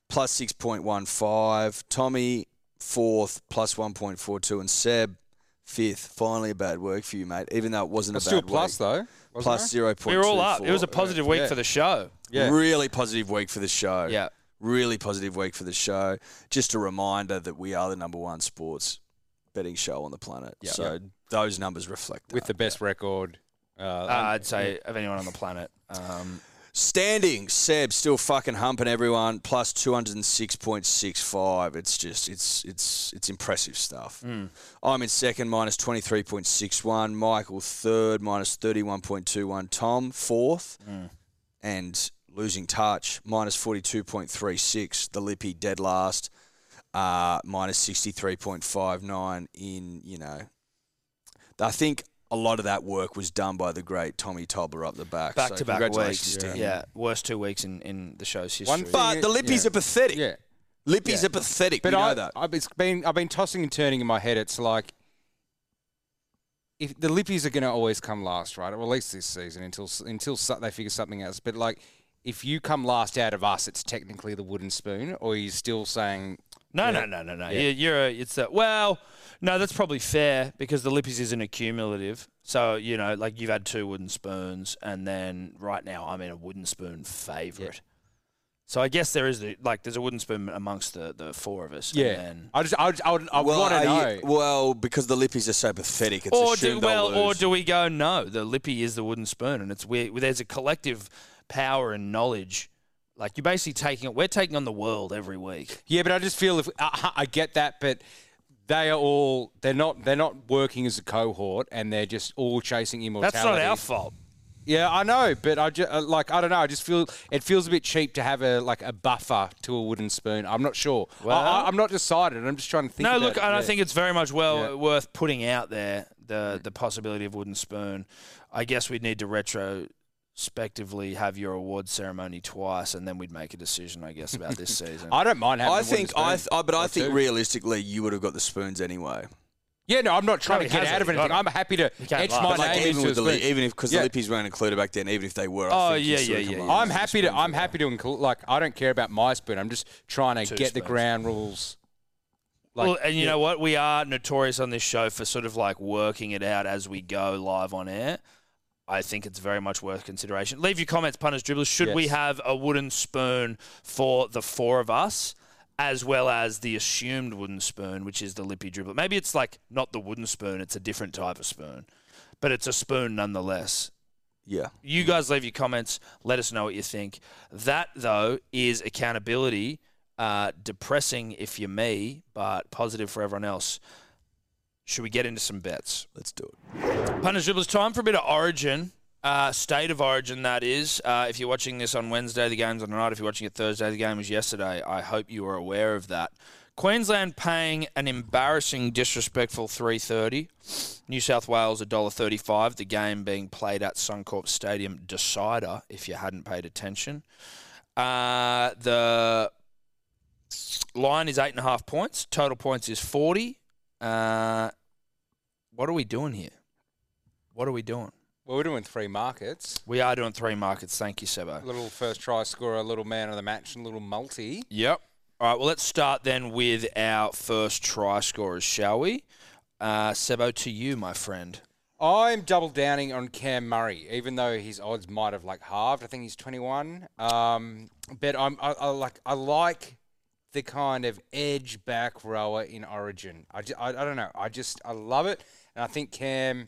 [SPEAKER 2] plus 6.15. Tommy, fourth, plus 1.42. And Seb, fifth. Finally, a bad work for you, mate. Even though it wasn't a
[SPEAKER 3] still
[SPEAKER 2] bad
[SPEAKER 3] plus
[SPEAKER 2] week.
[SPEAKER 3] though. wasn't
[SPEAKER 2] Plus
[SPEAKER 3] there?
[SPEAKER 2] 0.24.
[SPEAKER 1] We were all up. It was a positive week
[SPEAKER 3] Yeah.
[SPEAKER 1] for the show.
[SPEAKER 3] Yeah.
[SPEAKER 2] Really positive week for the show.
[SPEAKER 1] Yeah.
[SPEAKER 2] Really positive week for the show. Just a reminder that we are the number one sports betting show on the planet.
[SPEAKER 1] Yeah.
[SPEAKER 2] So those numbers reflect that.
[SPEAKER 3] with the best record. Uh,
[SPEAKER 1] Uh, I'd say of anyone on the planet. Um,
[SPEAKER 2] Standing, Seb still fucking humping everyone, plus 206.65. It's just, it's, it's, it's impressive stuff.
[SPEAKER 3] Mm.
[SPEAKER 2] I'm in second, minus 23.61. Michael third, minus 31.21. Tom fourth.
[SPEAKER 1] Mm.
[SPEAKER 2] And losing touch, minus 42.36. The Lippy dead last, uh, minus 63.59 in, you know. I think a lot of that work was done by the great Tommy Tobler up the back.
[SPEAKER 1] back
[SPEAKER 2] So
[SPEAKER 1] to back
[SPEAKER 2] congratulations
[SPEAKER 1] weeks.
[SPEAKER 2] to
[SPEAKER 1] Yeah.
[SPEAKER 2] him.
[SPEAKER 1] worst two weeks in, in the show's history.
[SPEAKER 3] One thing-
[SPEAKER 2] But the Lippies
[SPEAKER 3] Yeah.
[SPEAKER 2] are pathetic.
[SPEAKER 3] yeah.
[SPEAKER 2] Lippies
[SPEAKER 3] Yeah.
[SPEAKER 2] are pathetic.
[SPEAKER 3] But
[SPEAKER 2] we know
[SPEAKER 3] I,
[SPEAKER 2] that.
[SPEAKER 3] I've it's been I've been tossing and turning in my head. It's like if the Lippies are going to always come last, right? Or at least this season until s- until so- they figure something else. But like if you come last out of us, it's technically the wooden spoon. Or are you still saying
[SPEAKER 1] No, no, no, no, no. You- You're a, it's a, well, no, that's probably fair because the Lippies isn't a cumulative. So, you know, like you've had two wooden spoons and then right now I'm in a wooden spoon favourite. So I guess there is the, like there's a wooden spoon amongst the, the four of us. and then-
[SPEAKER 3] I just I, would- I, would- I
[SPEAKER 2] well,
[SPEAKER 3] want to know.
[SPEAKER 2] are you- well, because the Lippies are so pathetic, it's
[SPEAKER 1] or do
[SPEAKER 2] assumed
[SPEAKER 1] well,
[SPEAKER 2] they'll
[SPEAKER 1] or
[SPEAKER 2] lose.
[SPEAKER 1] do we go no? The lippy is the wooden spoon, and it's weird. There's a collective power and knowledge. Like you're basically taking it. We're taking on the world every week.
[SPEAKER 3] Yeah, but I just feel if I, I get that, but they are all they're not they're not working as a cohort, and they're just all chasing immortality.
[SPEAKER 1] That's not our fault.
[SPEAKER 3] Yeah, I know, but I just like I don't know. I just feel it feels a bit cheap to have a like a buffer to a wooden spoon. I'm not sure.
[SPEAKER 1] Well-
[SPEAKER 3] I, I, am not decided. I'm just trying to think.
[SPEAKER 1] No,
[SPEAKER 3] about
[SPEAKER 1] look,
[SPEAKER 3] it.
[SPEAKER 1] and I
[SPEAKER 3] Yeah.
[SPEAKER 1] think it's very much well
[SPEAKER 3] Yeah.
[SPEAKER 1] worth putting out there the the possibility of wooden spoon. I guess we'd need to retrospectively have your award ceremony twice, and then we'd make a decision. I guess about this season.
[SPEAKER 3] I don't mind having.
[SPEAKER 2] I
[SPEAKER 3] a wooden
[SPEAKER 2] think I, th-
[SPEAKER 3] spoon.
[SPEAKER 2] I, but I think
[SPEAKER 3] two.
[SPEAKER 2] realistically, you would have got the spoons anyway.
[SPEAKER 3] yeah, no, I'm not trying
[SPEAKER 1] No,
[SPEAKER 3] to
[SPEAKER 1] he
[SPEAKER 3] get
[SPEAKER 1] has
[SPEAKER 3] out of
[SPEAKER 1] it.
[SPEAKER 3] anything. I'm happy to
[SPEAKER 1] can't
[SPEAKER 3] etch
[SPEAKER 1] lie.
[SPEAKER 3] my
[SPEAKER 2] But like
[SPEAKER 3] name
[SPEAKER 2] even
[SPEAKER 3] into
[SPEAKER 2] with
[SPEAKER 3] his
[SPEAKER 2] the Li-
[SPEAKER 3] list.
[SPEAKER 2] even if because
[SPEAKER 3] Yeah.
[SPEAKER 2] the Lippies weren't included back then, even if they were,
[SPEAKER 1] Oh,
[SPEAKER 2] I think you
[SPEAKER 1] yeah,
[SPEAKER 2] still
[SPEAKER 1] yeah,
[SPEAKER 2] come
[SPEAKER 1] yeah,
[SPEAKER 2] last.
[SPEAKER 1] yeah.
[SPEAKER 3] I'm happy to. I'm happy to include. Like, I don't care about my spoon. I'm just trying to
[SPEAKER 1] Two
[SPEAKER 3] get the
[SPEAKER 1] spoons.
[SPEAKER 3] ground rules. Like,
[SPEAKER 1] well, and you know what? We are notorious on this show for sort of like working it out as we go live on air. I think it's very much worth consideration. Leave your comments, punters, dribblers. Should we
[SPEAKER 3] Yes.
[SPEAKER 1] have a wooden spoon for the four of us, as well as the assumed wooden spoon, which is the lippy dribbler? Maybe it's like not the wooden spoon; it's a different type of spoon, but it's a spoon nonetheless.
[SPEAKER 2] Yeah.
[SPEAKER 1] You guys leave your comments. Let us know what you think. That, though, is accountability. Uh, depressing if you're me, but positive for everyone else. Should we get into some bets?
[SPEAKER 2] Let's do it.
[SPEAKER 1] Punters, dribblers, time for a bit of origin. Uh, state of origin, that is. Uh, if you're watching this on Wednesday, the game's on tonight. If you're watching it Thursday, the game was yesterday. I hope you are aware of that. Queensland paying an embarrassing, disrespectful 330. New South Wales $1.35. The game being played at Suncorp Stadium. Decider, if you hadn't paid attention. Uh, the line is 8.5 points. Total points is 40. Uh, what are we doing here? What are we doing?
[SPEAKER 3] well, we're doing three markets.
[SPEAKER 1] We are doing three markets. Thank you, Sebo.
[SPEAKER 3] Little first try scorer, little man of the match, and little multi.
[SPEAKER 1] Yep. All right. Well, let's start then with our first try scorers, shall we? Uh, Sebo, to you, my friend.
[SPEAKER 3] I'm double downing on Cam Murray, even though his odds might have like halved. I think he's 21. Um, but I'm I, I like I like the kind of edge back rower in Origin. I, ju- I, I don't know. I just I love it, and I think Cam.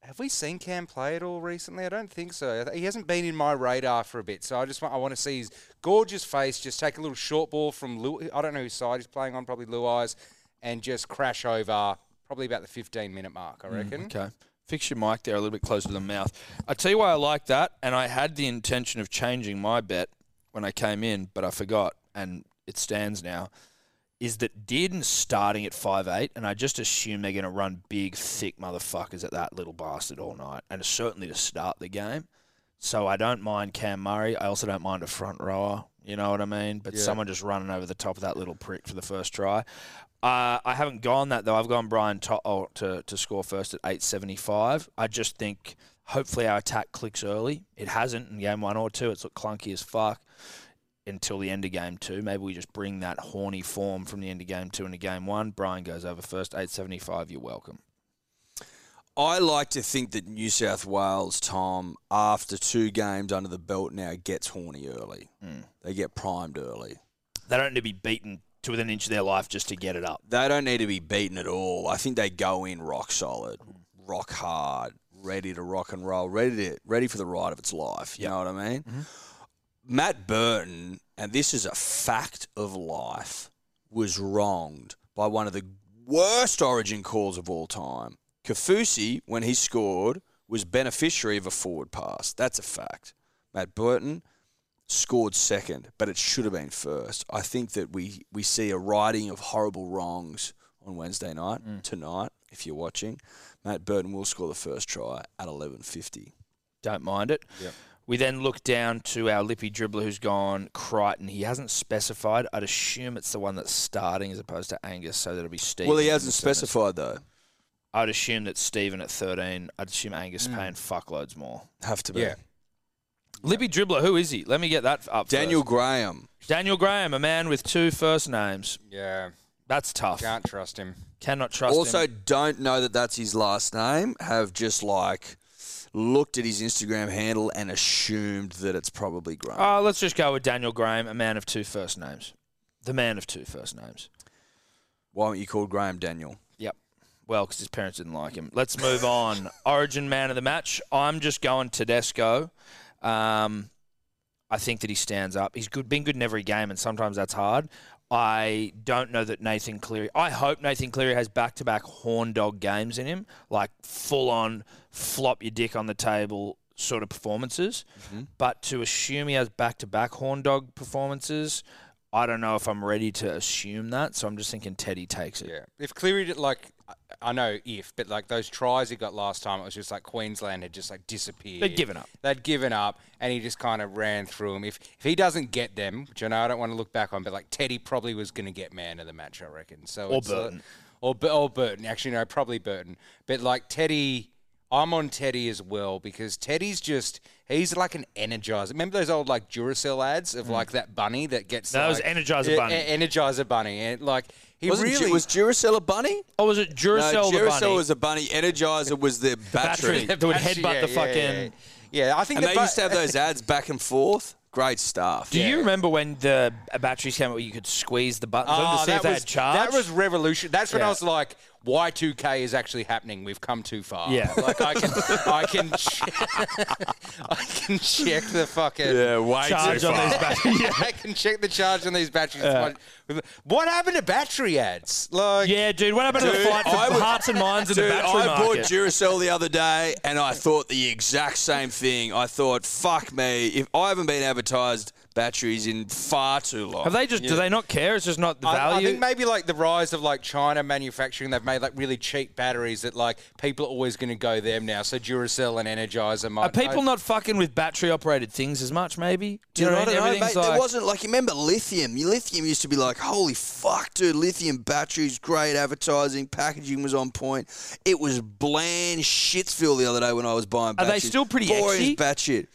[SPEAKER 3] Have we seen Cam play at all recently? I don't think so. I th- He hasn't been in my radar for a bit, so I just want, I want to see his gorgeous face. Just take a little short ball from Lou. I don't know whose side he's playing on, probably Luai's, and just crash over. Probably about the 15 minute mark, I reckon.
[SPEAKER 1] Okay. Fix your mic there a little bit closer to the mouth. I tell you why I like that, and I had the intention of changing my bet when I came in, but I forgot, and it stands now. Is that Dearden starting at five eight, and I just assume they're going to run big, thick motherfuckers at that little bastard all night, and certainly to start the game. So I don't mind Cam Murray. I also don't mind a front rower. You know what I mean? But someone just running over the top of that little prick for the first try. Uh, I haven't gone that though. I've gone Brian to, oh, to to score first at 8.75. I just think hopefully our attack clicks early. It hasn't in game one or two. It's looked clunky as fuck until the end of game two. Maybe we just bring that horny form from the end of game two into game one. Brian goes over first, 8.75. You're welcome.
[SPEAKER 2] I like to think that New South Wales, Tom, after two games under the belt now, gets horny early.
[SPEAKER 1] Hmm.
[SPEAKER 2] They get primed early.
[SPEAKER 1] They don't need to be beaten to within an inch of their life just to get it up.
[SPEAKER 2] They don't need to be beaten at all. I think they go in rock solid, rock hard, ready to rock and roll, ready to ready for the ride of its life. You know what I mean? Matt Burton, and this is a fact of life, was wronged by one of the worst origin calls of all time. Kafusi, when he scored, was beneficiary of a forward pass. That's a fact. Matt Burton scored second, but it should have been first. I think that we, we see a righting of horrible wrongs on Wednesday night,
[SPEAKER 1] Mm.
[SPEAKER 2] tonight, if you're watching. Matt Burton will score the first try at 11.50.
[SPEAKER 1] Don't mind it. We then look down to our lippy dribbler who's gone Crichton. He hasn't specified. I'd assume it's the one that's starting as opposed to Angus, so that'll be Stephen.
[SPEAKER 2] Well, he
[SPEAKER 1] in the
[SPEAKER 2] hasn't
[SPEAKER 1] centres.
[SPEAKER 2] specified, though.
[SPEAKER 1] I'd assume that Stephen at 13. I'd assume
[SPEAKER 2] Hmm.
[SPEAKER 1] Angus paying fuckloads more.
[SPEAKER 2] Have to be.
[SPEAKER 3] Yeah.
[SPEAKER 1] Lippy dribbler, who is he? Let me get that up.
[SPEAKER 2] Daniel
[SPEAKER 1] first.
[SPEAKER 2] Graham.
[SPEAKER 1] Daniel Graham, a man with two first names.
[SPEAKER 3] Yeah.
[SPEAKER 1] That's tough.
[SPEAKER 3] Can't trust him.
[SPEAKER 1] Cannot trust
[SPEAKER 2] also,
[SPEAKER 1] him.
[SPEAKER 2] don't know that that's his last name. Have just like looked at his Instagram handle and assumed that it's probably Graham.
[SPEAKER 1] Uh, let's just go with Daniel Graham, a man of two first names. The man of two first names.
[SPEAKER 2] Why aren't you called Graham Daniel?
[SPEAKER 1] Yep. Well, because his parents didn't like him. Let's move on. Origin man of the match. I'm just going Tedesco. Um, I think that he stands up. He's good, been good in every game, and sometimes that's hard. I don't know that Nathan Cleary. I hope Nathan Cleary has back-to-back horn dog games in him, like full-on flop your dick on the table sort of performances. But to assume he has back-to-back horn dog performances, I don't know if I'm ready to assume that. So I'm just thinking Teddy takes it.
[SPEAKER 3] Yeah. If Cleary did like, I- I know if, but like those tries he got last time, it was just like Queensland had just like disappeared.
[SPEAKER 1] They'd given up.
[SPEAKER 3] They'd given up, and he just kind of ran through them. If if he doesn't get them, which I know I don't want to look back on, but like Teddy probably was going to get man of the match, I reckon. So
[SPEAKER 1] Or
[SPEAKER 3] it's, uh,
[SPEAKER 1] Burton.
[SPEAKER 3] or Bu- or Burton. Actually, no, probably Burton. But like Teddy, I'm on Teddy as well because Teddy's just he's like an energizer. Remember those old like Duracell ads of like that bunny that gets
[SPEAKER 1] Hmm. That was
[SPEAKER 3] like,
[SPEAKER 1] Energizer
[SPEAKER 3] E-
[SPEAKER 1] Bunny.
[SPEAKER 3] E- Energizer bunny, and like he
[SPEAKER 2] Wasn't Ju-
[SPEAKER 3] really
[SPEAKER 2] was Duracell a bunny?
[SPEAKER 1] Oh, was it Duracell
[SPEAKER 2] no,
[SPEAKER 1] the
[SPEAKER 2] Duracell
[SPEAKER 1] bunny?
[SPEAKER 2] was a bunny. Energizer was the battery.
[SPEAKER 1] battery that would
[SPEAKER 3] Actually,
[SPEAKER 1] headbutt
[SPEAKER 3] yeah,
[SPEAKER 1] the
[SPEAKER 3] yeah,
[SPEAKER 1] fucking.
[SPEAKER 3] Yeah, yeah. Yeah, I think
[SPEAKER 2] and
[SPEAKER 3] the
[SPEAKER 2] they
[SPEAKER 3] bu-
[SPEAKER 2] used to have those ads back and forth. Great stuff.
[SPEAKER 1] Do you remember when the batteries came out where you could squeeze the buttons
[SPEAKER 3] Oh,
[SPEAKER 1] to see
[SPEAKER 3] that
[SPEAKER 1] if they
[SPEAKER 3] was,
[SPEAKER 1] had charge?
[SPEAKER 3] That was revolution. That's when
[SPEAKER 1] Yeah.
[SPEAKER 3] I was like, Y2K is actually happening. We've come too far.
[SPEAKER 1] Yeah.
[SPEAKER 3] Like, I can, I can, che- I can check the fucking.
[SPEAKER 2] way
[SPEAKER 1] charge on these batteries.
[SPEAKER 3] I can check the charge on these batteries. What happened to battery ads? Like,
[SPEAKER 1] yeah, dude. What happened to the
[SPEAKER 2] Dude,
[SPEAKER 1] fight for
[SPEAKER 2] I would-
[SPEAKER 1] hearts and minds in
[SPEAKER 2] Dude,
[SPEAKER 1] the battery
[SPEAKER 2] I bought
[SPEAKER 1] market?
[SPEAKER 2] Duracell the other day, and I thought the exact same thing. I thought, "Fuck me! If I haven't been advertised batteries in far too long."
[SPEAKER 1] Have they just? Do they not care? It's just not the
[SPEAKER 3] I, I
[SPEAKER 1] value.
[SPEAKER 3] think maybe like the rise of like China manufacturing, they've made like really cheap batteries that like people are always going to go them now. So Duracell and Energizer might.
[SPEAKER 1] Are people
[SPEAKER 3] I-
[SPEAKER 1] not fucking with battery operated things as much? Maybe. Do
[SPEAKER 2] Dude,
[SPEAKER 1] you know
[SPEAKER 2] I
[SPEAKER 1] what I
[SPEAKER 2] don't
[SPEAKER 1] mean?
[SPEAKER 2] know,
[SPEAKER 1] Everything's
[SPEAKER 2] mate. there
[SPEAKER 1] like-
[SPEAKER 2] wasn't like you remember lithium. Your Lithium used to be like, "Holy fuck, dude! Lithium batteries, great advertising, packaging was on point." It was bland shitsville the other day when I was buying.
[SPEAKER 1] Are they
[SPEAKER 2] batteries.
[SPEAKER 1] still pretty
[SPEAKER 2] Boring as
[SPEAKER 1] exy?
[SPEAKER 2] batshit.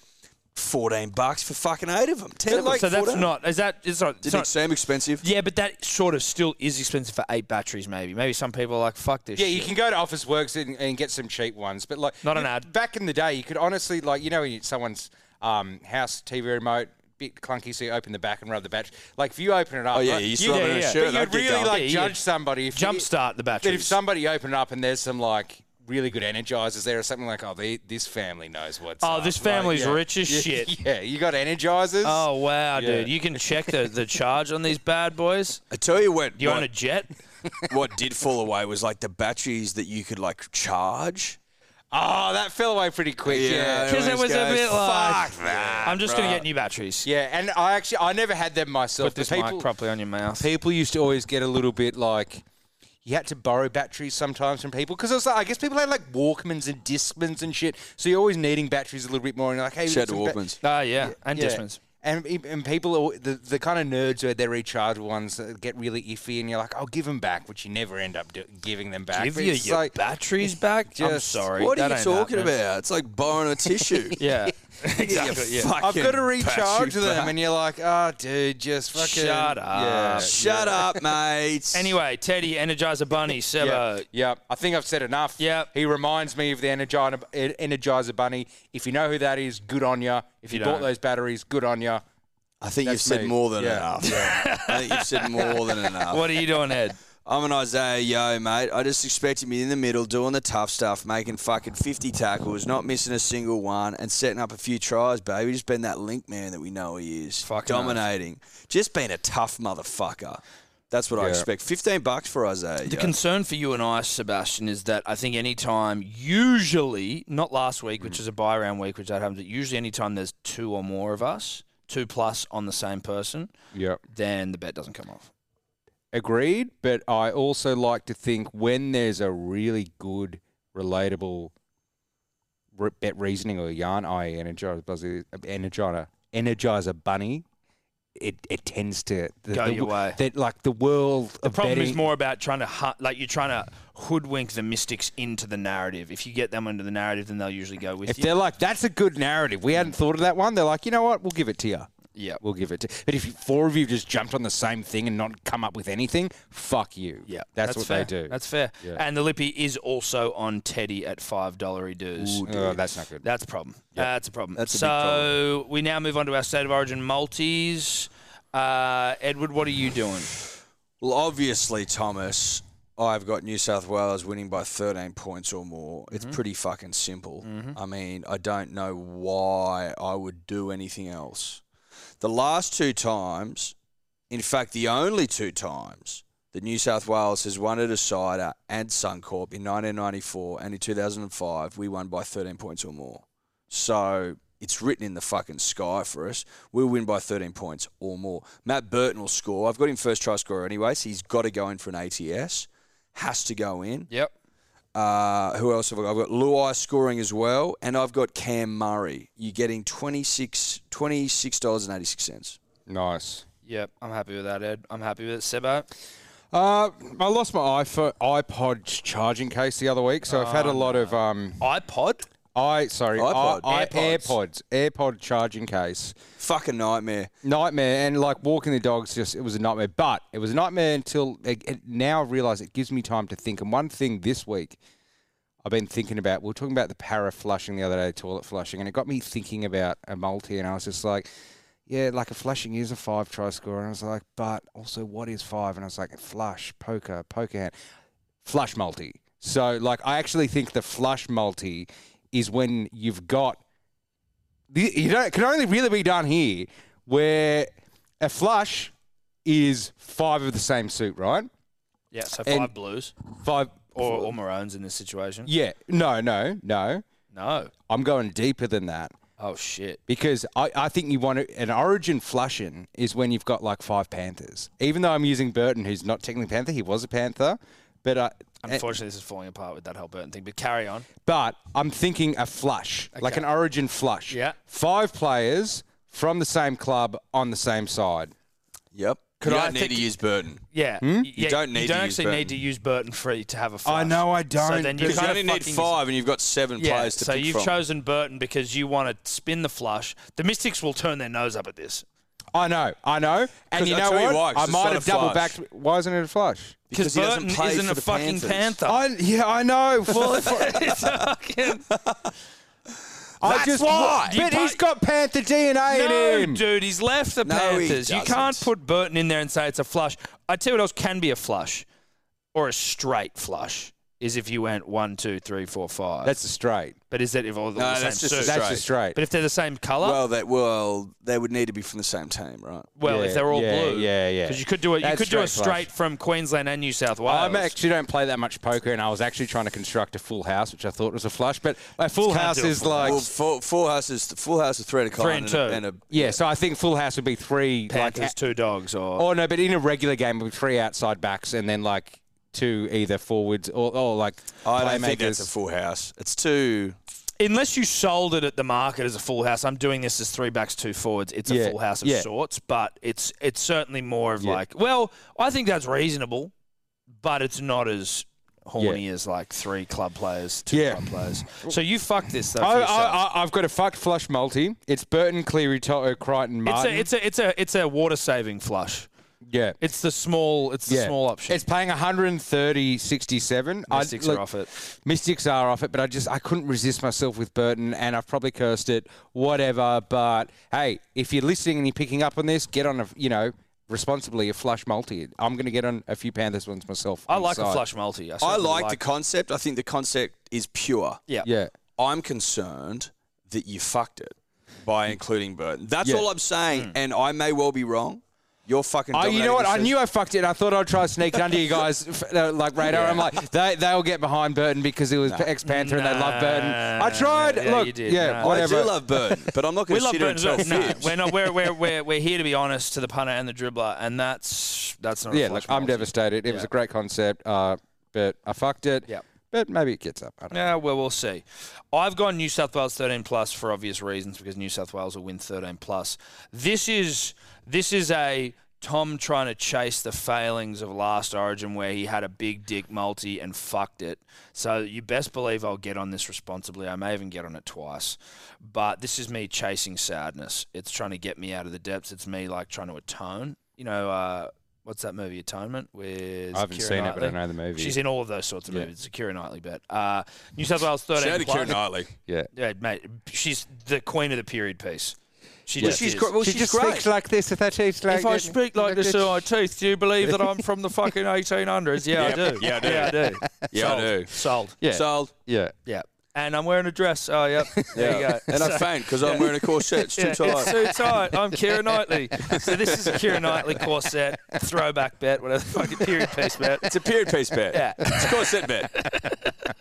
[SPEAKER 2] 14 bucks for fucking eight of them. 10 like
[SPEAKER 1] so that's
[SPEAKER 2] 14.
[SPEAKER 1] not. Is that? It's not. It's
[SPEAKER 2] Did it
[SPEAKER 1] not
[SPEAKER 2] seem expensive?
[SPEAKER 1] yeah, but that sort of still is expensive for eight batteries. Maybe. Maybe some people are like, fuck this.
[SPEAKER 3] Yeah, you
[SPEAKER 1] shit.
[SPEAKER 3] can go to Office Works and, and get some cheap ones, but like
[SPEAKER 1] Not an
[SPEAKER 3] you-
[SPEAKER 1] ad.
[SPEAKER 3] Back in the day, you could honestly like you know when you- someone's um, house TV remote bit clunky, so you open the back and rub the battery. Like if you open it up,
[SPEAKER 2] Oh, yeah,
[SPEAKER 3] right,
[SPEAKER 2] you
[SPEAKER 1] Yeah,
[SPEAKER 2] still
[SPEAKER 1] yeah,
[SPEAKER 2] haven't
[SPEAKER 1] yeah.
[SPEAKER 2] yeah,
[SPEAKER 1] But
[SPEAKER 2] shirt.
[SPEAKER 3] but you'd
[SPEAKER 2] that'd get
[SPEAKER 3] really
[SPEAKER 2] going.
[SPEAKER 3] like
[SPEAKER 1] Yeah, yeah.
[SPEAKER 3] judge somebody if you-
[SPEAKER 1] jumpstart the
[SPEAKER 3] That if
[SPEAKER 1] batteries.
[SPEAKER 3] somebody opened it up and there's some like really good energizers there or something like oh they, this family knows what's
[SPEAKER 1] Oh,
[SPEAKER 3] up.
[SPEAKER 1] this
[SPEAKER 3] Like,
[SPEAKER 1] family's
[SPEAKER 3] yeah.
[SPEAKER 1] rich as
[SPEAKER 3] Yeah,
[SPEAKER 1] shit.
[SPEAKER 3] yeah you got energizers
[SPEAKER 1] Oh wow,
[SPEAKER 3] Yeah.
[SPEAKER 1] dude! You can check the, the charge on these bad boys.
[SPEAKER 2] I tell you what,
[SPEAKER 1] You
[SPEAKER 2] what,
[SPEAKER 1] on a jet?
[SPEAKER 2] what did fall away was like the batteries that you could like charge.
[SPEAKER 3] oh that fell away pretty quick yeah
[SPEAKER 1] Because it
[SPEAKER 2] everyone
[SPEAKER 1] was a
[SPEAKER 2] goes,
[SPEAKER 1] bit like,
[SPEAKER 2] Fuck that.
[SPEAKER 1] I'm just gonna get new batteries.
[SPEAKER 3] Ah, Yeah, and I actually I never had them myself.
[SPEAKER 1] Put
[SPEAKER 3] but
[SPEAKER 1] this
[SPEAKER 3] people,
[SPEAKER 1] mic properly on your mouth.
[SPEAKER 3] people used to always get a little bit like you had to borrow batteries sometimes from people because like, I guess people had like Walkmans and Discmans and shit, so you're always needing batteries a little bit more. And you're like, hey,
[SPEAKER 2] Shed
[SPEAKER 3] some ba-
[SPEAKER 2] Walkmans.
[SPEAKER 1] Ah, yeah, and
[SPEAKER 3] Yeah.
[SPEAKER 1] Dishman's.
[SPEAKER 3] And, e, and people, are, the, the kind of nerds who had their rechargeable ones that get really iffy, and you're like, I'll give them back, which you never end up do- giving them back.
[SPEAKER 1] Give
[SPEAKER 3] But
[SPEAKER 1] you
[SPEAKER 3] it's
[SPEAKER 1] your
[SPEAKER 3] like-
[SPEAKER 1] batteries back. I'm
[SPEAKER 3] just-
[SPEAKER 1] sorry.
[SPEAKER 2] What
[SPEAKER 1] that
[SPEAKER 2] are you
[SPEAKER 1] ain't
[SPEAKER 2] talking
[SPEAKER 1] happening.
[SPEAKER 2] about? It's like borrowing a tissue.
[SPEAKER 1] Yeah,
[SPEAKER 2] Get your
[SPEAKER 1] exactly. Yeah.
[SPEAKER 2] fucking
[SPEAKER 3] I've got to recharge
[SPEAKER 2] battery
[SPEAKER 3] them,
[SPEAKER 2] back.
[SPEAKER 3] and you're like, oh, dude, just fucking.
[SPEAKER 1] Shut
[SPEAKER 3] Uh, Yeah,
[SPEAKER 1] up.
[SPEAKER 2] Shut up, mate.
[SPEAKER 1] Anyway, Teddy, Energizer Bunny,
[SPEAKER 3] Yeah,
[SPEAKER 1] Sebo.
[SPEAKER 3] yeah. I think I've said enough.
[SPEAKER 1] Yeah.
[SPEAKER 3] He reminds me of the Energizer, Energizer Bunny. If you know who that is, good on you. If you,
[SPEAKER 1] You
[SPEAKER 3] bought
[SPEAKER 1] don't.
[SPEAKER 3] those batteries, good on you.
[SPEAKER 2] I think
[SPEAKER 3] That's
[SPEAKER 2] you've said
[SPEAKER 3] me.
[SPEAKER 2] more than
[SPEAKER 3] Yeah.
[SPEAKER 2] enough. I think you've said more than enough.
[SPEAKER 1] What are you doing, Ed?
[SPEAKER 2] I'm an Isaiah Yo, mate. I just expect him in the middle, doing the tough stuff, making fucking 50 tackles, not missing a single one, and setting up a few tries, baby. Just been that link man that we know he is.
[SPEAKER 1] Fucking
[SPEAKER 2] Dominating. Just being a tough motherfucker. That's what I expect. 15 bucks for Isaiah
[SPEAKER 1] The
[SPEAKER 2] Yo.
[SPEAKER 1] concern for you and I, Sebastian, is that I think any time, usually, not last week, which is a buy round week, which that happens, but usually any time there's two or more of us, two plus on the same person,
[SPEAKER 3] Yeah.
[SPEAKER 1] then the bet doesn't come off.
[SPEAKER 3] Agreed. But I also like to think when there's a really good, relatable re- bet reasoning or yarn, i.e., Energizer, Buzzy- Energizer, Energizer Bunny, it, it tends to the,
[SPEAKER 1] Go
[SPEAKER 3] the-
[SPEAKER 1] your way.
[SPEAKER 3] That like the world.
[SPEAKER 1] The
[SPEAKER 3] of
[SPEAKER 1] problem is
[SPEAKER 3] betting-
[SPEAKER 1] more about trying to hu- like you're trying to hoodwink the mystics into the narrative. If you get them into the narrative, then they'll usually go with
[SPEAKER 3] If
[SPEAKER 1] you.
[SPEAKER 3] they're like, that's a good narrative. We hadn't thought of that one. They're like, you know what? We'll give it to you.
[SPEAKER 1] Yeah.
[SPEAKER 3] We'll give it to. But if you- four of you just jumped on the same thing and not come up with anything, fuck you.
[SPEAKER 1] Yeah,
[SPEAKER 3] That's, what
[SPEAKER 1] fair.
[SPEAKER 3] they do.
[SPEAKER 1] That's fair.
[SPEAKER 3] Yeah.
[SPEAKER 1] And the lippy is also on Teddy at five dollar dues.
[SPEAKER 3] oh, that's not good.
[SPEAKER 1] That's a problem. That's a problem.
[SPEAKER 2] That's a big
[SPEAKER 1] so we now move on to our state of origin multis. Uh, Edward, what are you doing?
[SPEAKER 2] Well, obviously, Thomas, I've got New South Wales winning by 13 points or more. It's pretty fucking simple. I mean, I don't know why I would do anything else. The last two times, in fact, the only two times that New South Wales has won at a cider and Suncorp in 1994 and in 2005, we won by 13 points or more. So it's written in the fucking sky for us. We'll win by 13 points or more. Matt Burton will score. I've got him first try scorer anyway, so he's got to go in for an ATS. Has to go in.
[SPEAKER 1] Yep.
[SPEAKER 2] Uh, who else have I got? I've got Luai scoring as well, and I've got Cam Murray. You're getting 26 $26.86.
[SPEAKER 3] nice.
[SPEAKER 1] Yep. I'm happy with that, Ed. I'm happy with it. Sebo.
[SPEAKER 3] Uh, I lost my iPhone, iPod charging case the other week, so I've had a lot of um,
[SPEAKER 1] iPod.
[SPEAKER 3] i sorry,
[SPEAKER 2] iPod.
[SPEAKER 3] I, I,
[SPEAKER 2] iPods.
[SPEAKER 3] AirPods, AirPod charging case.
[SPEAKER 2] Fucking nightmare.
[SPEAKER 3] nightmare and like walking the dogs just it was a nightmare but it was a nightmare until it, it- now i realize it gives me time to think and one thing this week i've been thinking about we were talking about the para flushing the other day toilet flushing and it got me thinking about a multi and i was just like yeah like a flushing is a five try score and i was like but also what is five and i was like flush poker poker hand flush multi so like i actually think the flush multi is when you've got the- you know, it can only really be done here where a flush is five of the same suit, right?
[SPEAKER 1] Yeah. So five
[SPEAKER 3] And-
[SPEAKER 1] blues
[SPEAKER 3] Five.
[SPEAKER 1] or, or maroons in this situation.
[SPEAKER 3] Yeah. No, no, no.
[SPEAKER 1] No.
[SPEAKER 3] I'm going deeper than that
[SPEAKER 1] Oh shit.
[SPEAKER 3] because I, I think you want to, an origin flushing is when you've got like five Panthers. Even though I'm using Burton, who's not technically a Panther, he was a Panther, but uh, I.
[SPEAKER 1] Unfortunately, this is falling apart with that whole Burton thing. But carry on.
[SPEAKER 3] But I'm thinking a flush, like an origin flush.
[SPEAKER 1] Yeah.
[SPEAKER 3] Five players from the same club on the same side.
[SPEAKER 2] Yep.
[SPEAKER 1] Could
[SPEAKER 2] you
[SPEAKER 1] I
[SPEAKER 2] don't need
[SPEAKER 1] think-
[SPEAKER 2] to use Burton.
[SPEAKER 1] Yeah. You,
[SPEAKER 2] Hmm? don't need
[SPEAKER 1] You
[SPEAKER 2] to
[SPEAKER 1] don't
[SPEAKER 2] use
[SPEAKER 1] actually
[SPEAKER 2] Burton.
[SPEAKER 1] need to use Burton free to have a flush.
[SPEAKER 5] I know I don't.
[SPEAKER 1] So then you
[SPEAKER 2] Because you
[SPEAKER 1] kind
[SPEAKER 2] only
[SPEAKER 1] of
[SPEAKER 2] need
[SPEAKER 1] fucking-
[SPEAKER 2] five, and you've got seven
[SPEAKER 1] Yeah,
[SPEAKER 2] players to
[SPEAKER 1] so
[SPEAKER 2] pick
[SPEAKER 1] you've
[SPEAKER 2] from.
[SPEAKER 1] chosen Burton because you want to spin the flush. The Mystics will turn their nose up at this
[SPEAKER 3] I know, I know. And
[SPEAKER 2] 'Cause
[SPEAKER 3] you
[SPEAKER 2] I'll
[SPEAKER 3] know
[SPEAKER 2] tell you
[SPEAKER 3] what?
[SPEAKER 2] why, 'cause
[SPEAKER 3] I
[SPEAKER 2] it's
[SPEAKER 3] might
[SPEAKER 2] not
[SPEAKER 3] have
[SPEAKER 2] a
[SPEAKER 3] double
[SPEAKER 2] flush.
[SPEAKER 3] backed. Why isn't it a flush?
[SPEAKER 1] because
[SPEAKER 2] he doesn't
[SPEAKER 1] Burton
[SPEAKER 2] play
[SPEAKER 1] isn't
[SPEAKER 2] for
[SPEAKER 1] a
[SPEAKER 2] the
[SPEAKER 1] fucking
[SPEAKER 2] Panthers.
[SPEAKER 1] panther.
[SPEAKER 3] I yeah, I know.
[SPEAKER 1] It's a fucking-
[SPEAKER 3] I just
[SPEAKER 1] why. You
[SPEAKER 3] But
[SPEAKER 1] pay-
[SPEAKER 3] he's got Panther DNA
[SPEAKER 1] no,
[SPEAKER 3] in him.
[SPEAKER 1] dude, he's left the
[SPEAKER 2] No, he
[SPEAKER 1] Panthers. You can't
[SPEAKER 2] doesn't.
[SPEAKER 1] put Burton in there and say it's a flush. I tell you what else can be a flush, or a straight flush, is if you went one, two, three, four, five.
[SPEAKER 3] That's a straight.
[SPEAKER 1] but is that if all the
[SPEAKER 2] No,
[SPEAKER 1] same
[SPEAKER 2] that's just a
[SPEAKER 1] suit?
[SPEAKER 2] straight.
[SPEAKER 3] That's a straight.
[SPEAKER 1] But if they're the same color, well,
[SPEAKER 2] Well, that well, they would need to be from the same team, right?
[SPEAKER 1] if they're all
[SPEAKER 3] yeah,
[SPEAKER 1] blue,
[SPEAKER 3] yeah, yeah.
[SPEAKER 1] because you could do it. You
[SPEAKER 3] That's
[SPEAKER 1] could do a
[SPEAKER 3] straight flush.
[SPEAKER 1] straight from Queensland and New South Wales.
[SPEAKER 3] I actually don't play that much poker, and I was actually trying to construct a full house, which I thought was a flush. But a full
[SPEAKER 1] Can't
[SPEAKER 3] house
[SPEAKER 1] do a
[SPEAKER 3] is
[SPEAKER 1] full
[SPEAKER 3] like
[SPEAKER 2] Well, full, full house is full house is three to
[SPEAKER 1] Three and
[SPEAKER 2] and, a-
[SPEAKER 1] two.
[SPEAKER 2] and a
[SPEAKER 3] yeah. So I think full house would be three
[SPEAKER 1] Panthers,
[SPEAKER 3] like
[SPEAKER 1] two dogs, or
[SPEAKER 3] Oh no, but in a regular game, it would be three outside backs and then like two either forwards or, or like
[SPEAKER 2] I
[SPEAKER 3] playmakers.
[SPEAKER 2] don't think that's a full house. It's two.
[SPEAKER 1] unless you sold it at the market as a full house. I'm doing this as three backs, two forwards. It's a
[SPEAKER 3] Yeah,
[SPEAKER 1] full house of
[SPEAKER 3] yeah.
[SPEAKER 1] sorts, but it's it's certainly more of
[SPEAKER 3] Yeah.
[SPEAKER 1] like. Well, I think that's reasonable, but it's not as horny as like three club players, two
[SPEAKER 3] Yeah.
[SPEAKER 1] club players. So you fuck this though. for
[SPEAKER 3] I,
[SPEAKER 1] yourself.
[SPEAKER 3] I, I, I've got a fucked flush multi. It's Burton, Cleary, Toto, Crichton,
[SPEAKER 1] it's
[SPEAKER 3] Martin.
[SPEAKER 1] a it's a it's a it's a water saving flush.
[SPEAKER 3] yeah.
[SPEAKER 1] It's the small it's the
[SPEAKER 3] yeah.
[SPEAKER 1] small option.
[SPEAKER 3] It's paying 130.67. I-
[SPEAKER 1] Mystics
[SPEAKER 3] look,
[SPEAKER 1] are off it.
[SPEAKER 3] Mystics are off it, but I just I couldn't resist myself with Burton, and I've probably cursed it, whatever. But hey, if you're listening and you're picking up on this, get on a you know responsibly a flush multi. I'm going to get on a few Panthers ones myself.
[SPEAKER 1] I
[SPEAKER 3] on the
[SPEAKER 1] like a
[SPEAKER 3] side.
[SPEAKER 1] flush multi. I,
[SPEAKER 2] I
[SPEAKER 1] certainly
[SPEAKER 2] like the concept. I think the concept is pure.
[SPEAKER 1] yeah.
[SPEAKER 3] Yeah.
[SPEAKER 2] I'm concerned that you fucked it by including Burton. That's
[SPEAKER 3] Yeah.
[SPEAKER 2] all I'm saying,
[SPEAKER 1] Hmm.
[SPEAKER 2] and I may well be wrong. You're fucking.
[SPEAKER 3] Oh, you know what? I
[SPEAKER 2] dominating
[SPEAKER 3] knew I fucked it. and I thought I'd try to sneak it under you guys, f- uh, like radar. I'm like, they they'll get behind Burton because it was ex Panther and they love Burton. I tried.
[SPEAKER 1] Yeah,
[SPEAKER 3] Look,
[SPEAKER 1] you did.
[SPEAKER 3] yeah,
[SPEAKER 1] No.
[SPEAKER 2] this. I
[SPEAKER 3] whatever.
[SPEAKER 2] do love Burton, but I'm not
[SPEAKER 1] We
[SPEAKER 2] going to
[SPEAKER 1] love
[SPEAKER 2] sit here
[SPEAKER 1] Burton
[SPEAKER 2] and
[SPEAKER 1] as
[SPEAKER 2] tell
[SPEAKER 1] well. No,
[SPEAKER 2] fibs.
[SPEAKER 1] we're not. We're, we're, we're, we're here to be honest to the punter and the dribbler, and that's that's not. a
[SPEAKER 3] yeah,
[SPEAKER 1] flush
[SPEAKER 3] look, I'm
[SPEAKER 1] multi.
[SPEAKER 3] devastated. It was
[SPEAKER 1] Yeah.
[SPEAKER 3] a great concept, uh, but I fucked it.
[SPEAKER 1] Yep.
[SPEAKER 3] But maybe it gets up. I don't know.
[SPEAKER 1] Yeah, well, we'll see. I've gone New South Wales 13 plus for obvious reasons because New South Wales will win 13 plus. This is this is a Tom trying to chase the failings of last Origin where he had a big dick multi and fucked it. So you best believe I'll get on this responsibly. I may even get on it twice, but this is me chasing sadness. It's trying to get me out of the depths. It's me like trying to atone. You know. Uh, What's that movie, Atonement? With
[SPEAKER 3] I haven't
[SPEAKER 1] Keira
[SPEAKER 3] seen it, but I
[SPEAKER 1] Knightley?
[SPEAKER 3] know the movie.
[SPEAKER 1] She's in all of those sorts of
[SPEAKER 3] Yeah.
[SPEAKER 1] movies. It's a Keira Knightley bet. Uh, New South Wales 13
[SPEAKER 2] Shout out to
[SPEAKER 1] plus.
[SPEAKER 2] Keira Knightley.
[SPEAKER 3] yeah.
[SPEAKER 1] Yeah, mate, she's the queen of the period piece. She
[SPEAKER 3] Well,
[SPEAKER 1] just
[SPEAKER 2] she's
[SPEAKER 1] is.
[SPEAKER 2] gr- well,
[SPEAKER 3] she
[SPEAKER 2] she's
[SPEAKER 3] just
[SPEAKER 2] great.
[SPEAKER 3] speaks like this. If that she's like
[SPEAKER 1] if I speak like this in
[SPEAKER 3] Yeah,
[SPEAKER 1] my teeth, do you believe that I'm from the fucking 1800s? Yeah, I do.
[SPEAKER 2] Yeah, I do.
[SPEAKER 1] Yeah, I do.
[SPEAKER 2] Yeah, I
[SPEAKER 1] Sold.
[SPEAKER 2] do.
[SPEAKER 1] Sold.
[SPEAKER 3] yeah,
[SPEAKER 2] Sold.
[SPEAKER 3] yeah.
[SPEAKER 1] Yeah. And I'm wearing a dress. Oh, yep. There you go.
[SPEAKER 2] And
[SPEAKER 1] So-
[SPEAKER 2] I faint because I'm wearing a corset. It's too
[SPEAKER 1] yeah,
[SPEAKER 2] tight.
[SPEAKER 1] It's too tight. I'm Kira Knightley. So this is a Kira Knightley corset, throwback bet, whatever the fucking period piece bet.
[SPEAKER 2] It's a period piece bet.
[SPEAKER 1] Yeah.
[SPEAKER 2] It's a corset bet.